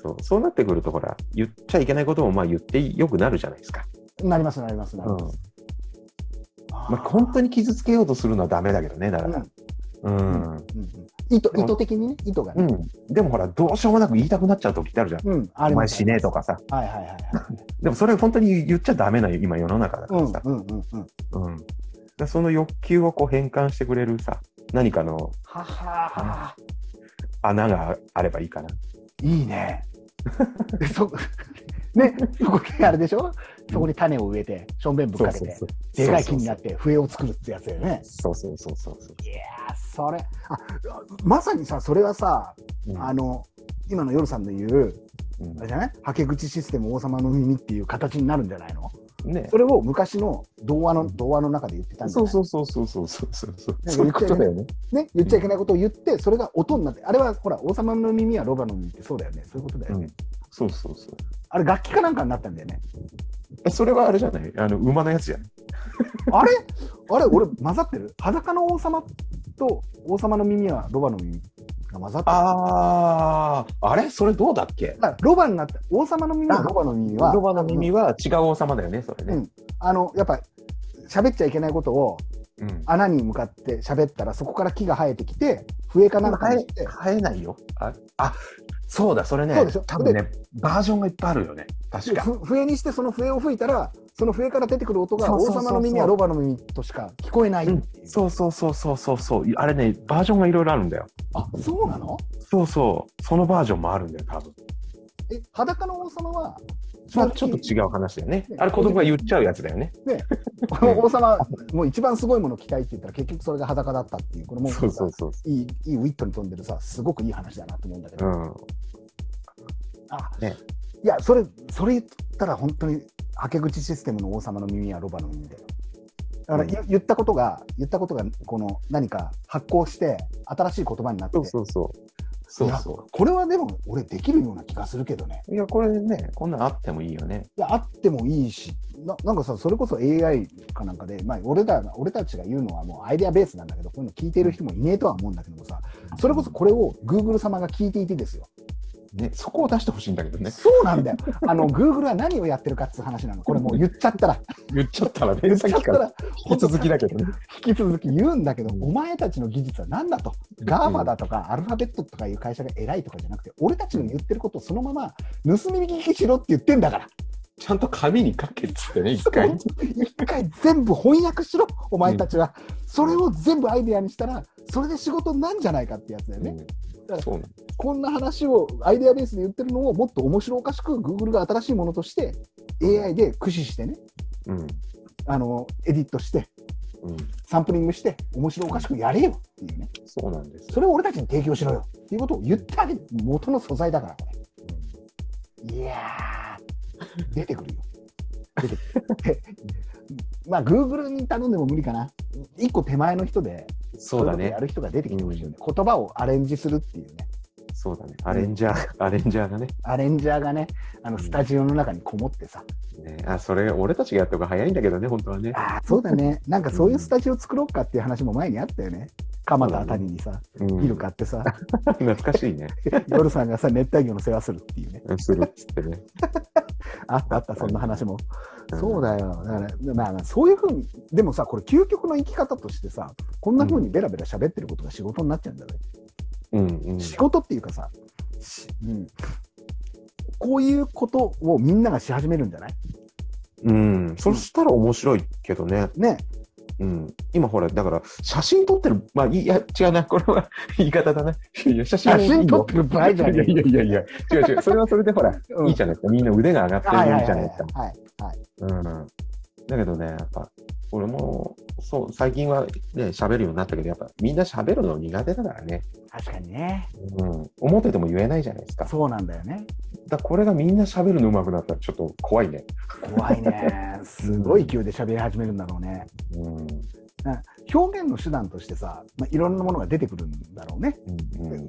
B: そう。そうなってくると、ほら、言っちゃいけないことも、まあ言ってよくなるじゃないですか。
A: なります、なります、なり
B: うん
A: ます。。
B: まあ、本当に傷つけようとするのはダメだけどね、だか
A: うん
B: ら。うん。
A: うんうん意図意図的にね、意図が
B: う
A: ね。
B: ん、でもほら、どうしようもなく言いたくなっちゃう時ってあるじゃん。
A: うん、あ
B: お
A: りま
B: 前
A: す
B: 死ねえとかさ。
A: はいはいはい はい。
B: でもそれ本当に言っちゃダメなよ今世の中だからさ。
A: うんうんうんうん。
B: うんだからその欲求をこう変換してくれるさ、何かの
A: ははは。
B: 穴があればいいかな。
A: いい ね。そね、そこであれでしょそこに種を植えて、しょんべんぶっかけて、
B: う。
A: でかい木になって笛を作るってやつだよね。
B: そうそうそうそうそう。
A: いやーそれあまさにさそれはさ、
B: うん
A: あの今の夜さんの言う
B: うん
A: あれじゃないはけ口システム王様の耳っていう形になるんじゃないの
B: ね
A: それを昔の童話の童話の中で言ってたんじゃ
B: そう
A: ない
B: そうそうそうそうそうそうそう。
A: なん
B: そ
A: か
B: う
A: 言っちゃいけ
B: いうことだ
A: ない
B: よね。
A: ね、言っちゃいけないことを言ってそれが音になってあれはほら王様の耳はロバの耳ってそうだよねそういうことだよ
B: う
A: ね、
B: ん。そうそうそう。
A: あれ楽器かなんかになったんだよね
B: それはあれじゃないあの、馬のやつじゃない
A: あれあれ俺混ざってる裸の王様と王様の耳はロバの耳が混ざってる
B: あー、あれそれどうだっけ
A: だからロバになった王様の耳はロバの耳は
B: ロバの耳は違う王様だよね、それね。
A: あのやっぱ喋っちゃいけないことを
B: うん。
A: 穴に向かって喋ったらそこから木が生えてきて笛かなんかにして
B: 変えないよ。あ、あそうだ、それね。
A: そうでしょ
B: 多分ね、バージョンがいっぱいあるよね。確か。
A: ふ笛にしてその笛を吹いたらその笛から出てくる音が
B: そうそう
A: 王
B: そうそ
A: 様
B: う
A: の耳はロバの耳としか聞こえないって
B: う
A: い
B: ん
A: う、
B: そうそうそうそうそうそう。あれね、バージョンがいろいろあるんだよ。
A: あそうなの
B: そうそう。そのバージョンもあるんだよ、多分。
A: え裸の王様は
B: まあ、ち
A: 正
B: ょっと
A: 直
B: 違う話だよね
A: ね。
B: あれ、子供が言っちゃうやつだよね。違う
A: 王様もう一番すごいものを着たいって言ったら結局それが裸だったっていうこれも
B: そうそうそう。
A: いいいいウィットに飛んでるさすごくいい話だなと思うんだけど、
B: うん。
A: あ、
B: ね
A: いやそれそれ言ったら本当にはけ口システムの王様の耳はロバの耳だよだから、
B: うん
A: 言言ったことが言ったことがこの何か発行して新しい言葉になって
B: そうそうそう。そうそ
A: これはでも俺できるような気がするけどね
B: う。いや、これね、こんなんあってもいいよね。
A: いやあってもいいしななんかさそれこそ AI かなんかで、まあ、俺ら俺たちが言うのはもうアイデアベースなんだけどこういうの聞いてる人もいねえとは思うんだけどもさそれこそこれを Google 様が聞いていてですよ
B: ね、そこを出してほしいんだけどね。
A: そうなんだよ。あの、グーグルは何をやってるかっていう話なの。これもう言っちゃった ら、
B: 言っちゃったら
A: 言
B: ね、
A: っ
B: さっ
A: ちゃっ
B: き
A: た
B: から
A: ら、
B: 引き続きだけどね。
A: 引き続き言うんだけど、
B: うん
A: お前たちの技術は何だと。ガーファだとか、アルファベットとかいう会社が偉いとかじゃなくて、俺たちの言ってることをそのまま盗み聞きしろって言ってんだから。
B: ちゃんと紙に書けっつってね、一回。
A: 一回全部翻訳しろ、お前たちは。それを全部アイデアにしたら、それで仕事になんじゃないかってやつだよね。
B: うんそうね
A: こんな話をアイデアベースで言ってるのをもっと面白おかしく、Google が新しいものとして、AI で駆使してね、
B: うん。
A: あの、エディットして、
B: うん。
A: サンプリングして面白おかしくやれよっていうね
B: そうなんですよ。
A: それを俺たちに提供しろよっていうことを言ってあげる元の素材だからこれいやー出てくるよ出てくるでまあ Google に頼んでも無理かな一個手前の人で
B: そう
A: い
B: だ
A: こと
B: ね
A: や。る人が出てきてほしいよね、言葉をアレンジするっていうね
B: そうだね。アレンジャー、アレンジャーがね。
A: アレンジャーがねあの
B: うん
A: スタジオの中にこもってさ、
B: ねあ、それ、俺たちがやった方が早いんだけどね、本当はね。
A: ああそうだ ねなんかそういうスタジオ作ろうかっていう話も前にあったよね蒲田谷にさ、
B: うん
A: ビル買ってさ、
B: 懐かしいね。
A: 夜さんがさ熱帯魚の世話するっていうね
B: するっつってね。
A: あったあった、そんな話も。
B: うん
A: そうだよ。だから、まあまあ、そういうふうに、でもさ、これ、究極の生き方としてさ、こんなふうにベラベラ喋ってることが仕事になっちゃうんだよね。
B: うんうん。
A: 仕事っていうかさ、しうん、こういうことをみんながし始めるんじゃない
B: うん。そしたら面白いけどね。
A: ね。
B: うん、今ほら、だから、写真撮ってる、まあ、いいいや、違うな、これは言い方だな。いやいや、写真
A: 写真撮って
B: る
A: る場合じゃねえ
B: い
A: よ
B: やいやいや、違う違う、それはそれでほら、
A: うん
B: いいじゃないですか、みんな腕が上がってる
A: はいはい
B: いいじゃないですか。
A: はいはい
B: うん。だけどね、やっぱ、俺も、そう、最近はね、喋るようになったけど、やっぱ、みんな喋るの苦手だからね、
A: 確かにね
B: うん、思ってても言えないじゃないですか。
A: そうなんだよね
B: だからこれがみんな喋るの上手くなったら、ちょっと怖いね。
A: 怖い ねすごい勢いで喋り始めるんだろうね
B: うん。うん
A: 表現の手段としてさ、まあ、いろんなものが出てくるんだろうね、
B: うん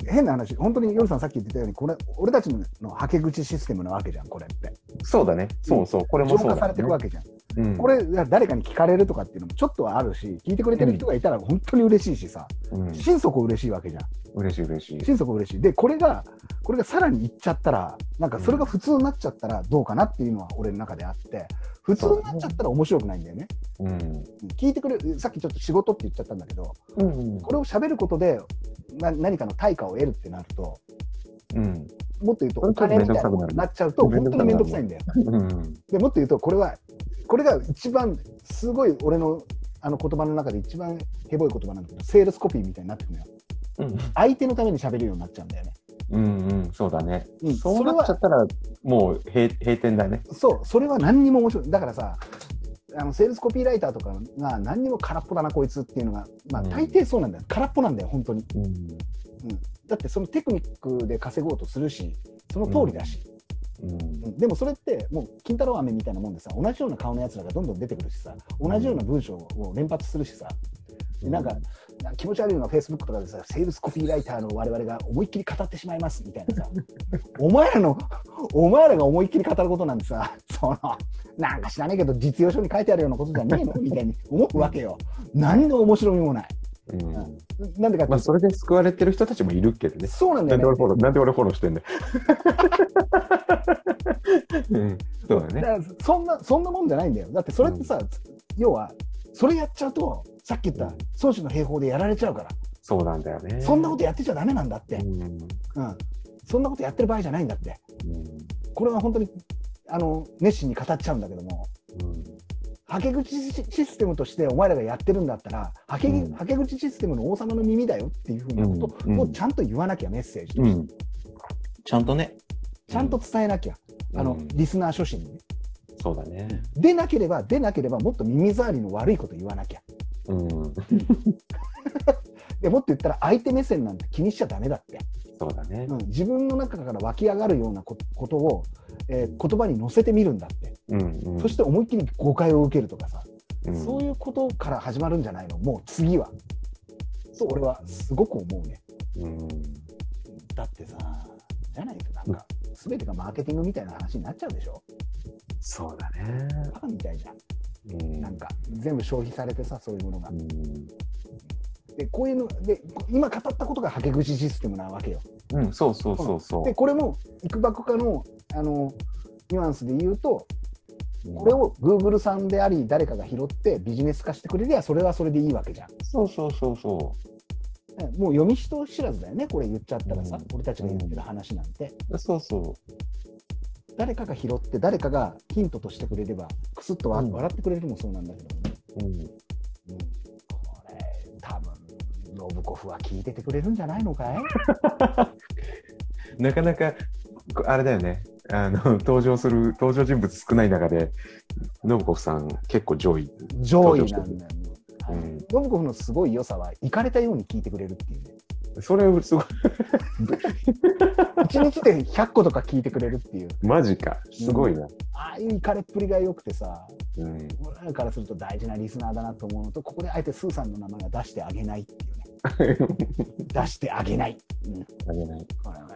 A: 変な話本当にヨルさんさっき言ってたようにこれ俺たちのはけ口システムなわけじゃんこれって
B: そうだね。そうそう。これ
A: 浄
B: もそう
A: 化
B: だ、ね。
A: されていくわけじゃん、
B: うん
A: これ誰かに聞かれるとかっていうのもちょっとはあるし聞いてくれてる人がいたら本当に嬉しいしさ、
B: うん、
A: 心底嬉しいわけじゃん
B: 嬉しい嬉しい。
A: 心底嬉しいでこれがこれがさらにいっちゃったらなんかそれが普通になっちゃったらどうかなっていうのは俺の中であって普通になっちゃったら面白くないんだよね
B: うん。
A: うん聞いてくれるさっきちょっと仕事って言っちゃったんだけど
B: うん
A: これを喋ることでな何かの対価を得るってなると
B: うん。
A: もっと言うと
B: これ
A: お
B: ちょっと
A: 金みたいな
B: 面倒くさくなる
A: なっちゃうと本当に面倒くさいんだよ
B: うん。
A: でもっと言うとこれはこれが一番すごい俺のあの言葉の中で一番ヘボい言葉なんだけどセールスコピーみたいになってくるのよ
B: うん。
A: 相手のために喋るようになっちゃうんだよね
B: うん。うん。そうだね。
A: うん
B: そうなっちゃったら、もう閉閉店だね。
A: そう、それは何にも面白い。だからさ、あのセールスコピーライターとかが何にも空っぽだな、こいつっていうのが、まあ、
B: うん
A: 大抵そうなんだよ、空っぽなんだよ、本当に。
B: うん。
A: だって、そのテクニックで稼ごうとするし、その通りだし、
B: うん
A: う。んでもそれって、もう金太郎飴みたいなもんでさ、同じような顔のやつらがどんどん出てくるしさ、同じような文章を連発するしさ、でなんか、なんか気持ち悪いのは、フェイスブックとかでさ、セールスコピーライターの我々が思いっきり語ってしまいますみたいなさ、 お前らの、お前らが思いっきり語ることなんてさ、その、なんか知らねえけど、実用書に書いてあるようなことじゃねえのみたいに思うわけよ。何の面白みもない。
B: うん。
A: なんでかってい
B: まあ、
A: うと、
B: それで救われてる人たちもいるけどね。
A: そうなんだ
B: なんで
A: よ
B: 俺
A: ね。
B: フォロー、なんで俺フォローしてんだよ。 うん。そうだ
A: だ
B: ね。
A: からそんな、そんなもんじゃないんだよ。だってそれってさ、要は、それやっちゃうと、さっき言った
B: うん
A: 孫子の兵法でやられちゃうから、
B: そうなんだよね。
A: そんなことやってちゃダメなんだって
B: う、ん。
A: うん、そんなことやってる場合じゃないんだって。
B: うん。
A: これは本当にあの熱心に語っちゃうんだけども、
B: うん
A: はけ口シシステムとしてお前らがやってるんだったら、はけ,、
B: うん
A: はけ口システムの王様の耳だよっていうふうなこと
B: うん
A: をちゃんと言わなきゃ、メッセージと
B: う
A: して、
B: ん。ちゃんとね。
A: ちゃんと伝えなきゃ、あの
B: うん
A: リスナー初心にね。
B: そうだね。
A: でなければ、でなければ、もっと耳障りの悪いこと言わなきゃ。
B: うん。
A: でもっと言ったら、相手目線なんて気にしちゃだめだって、
B: そうだね
A: う。ん。自分の中から湧き上がるようなこことを、えー言葉に乗せてみるんだって、
B: うん。うん
A: そして思いっきり誤解を受けるとかさ。
B: うん
A: そういうことから始まるんじゃないの、もう次は。そう、俺はすごく思うね。
B: うん
A: だってさ、じゃないとなんか、すべてがマーケティングみたいな話になっちゃうでしょ。
B: そうだね。
A: バカみたいじゃん。
B: うん
A: なんか、全部消費されてさ、そういうものが
B: う。ん
A: で、こういうの、で、こ今語ったことがはけ口システムなわけよ。
B: うん、そうそうそうそう。
A: で、これも、いくばくかの、あの、ニュアンスで言うと、
B: うん
A: これを Google さんであり、誰かが拾ってビジネス化してくれりゃ、それはそれでいいわけじゃん。
B: そうそうそうそ
A: ねもう読み人知らずだよね、これ言っちゃったらさ、
B: うん
A: 俺たちが言ってる話なんて。
B: う。そうそ
A: 誰かが拾って誰かがヒントとしてくれればクスッとわ
B: うん
A: 笑ってくれるもそうなんだけど、
B: う。うん。
A: これ多分信子フは聞いててくれるんじゃないのかい
B: なかなか、こあれだよね。あの、 登場する、登場人物少ない中で、信子さん結構上位。
A: 上位なんだよ、
B: う
A: はい
B: ん
A: 信子フのすごい良さは行かれたように聞いてくれるっていうね
B: それ、すごい、
A: 一日で100個とか聞いてくれるっていう
B: マジか。すごいな。
A: ああいう行かれっぷりが良くてさ
B: うん。
A: 俺らからすると大事なリスナーだなと思うのとここであえてスーさんの名前は出してあげないっていうね出してあげない、うん
B: あげない。
A: これは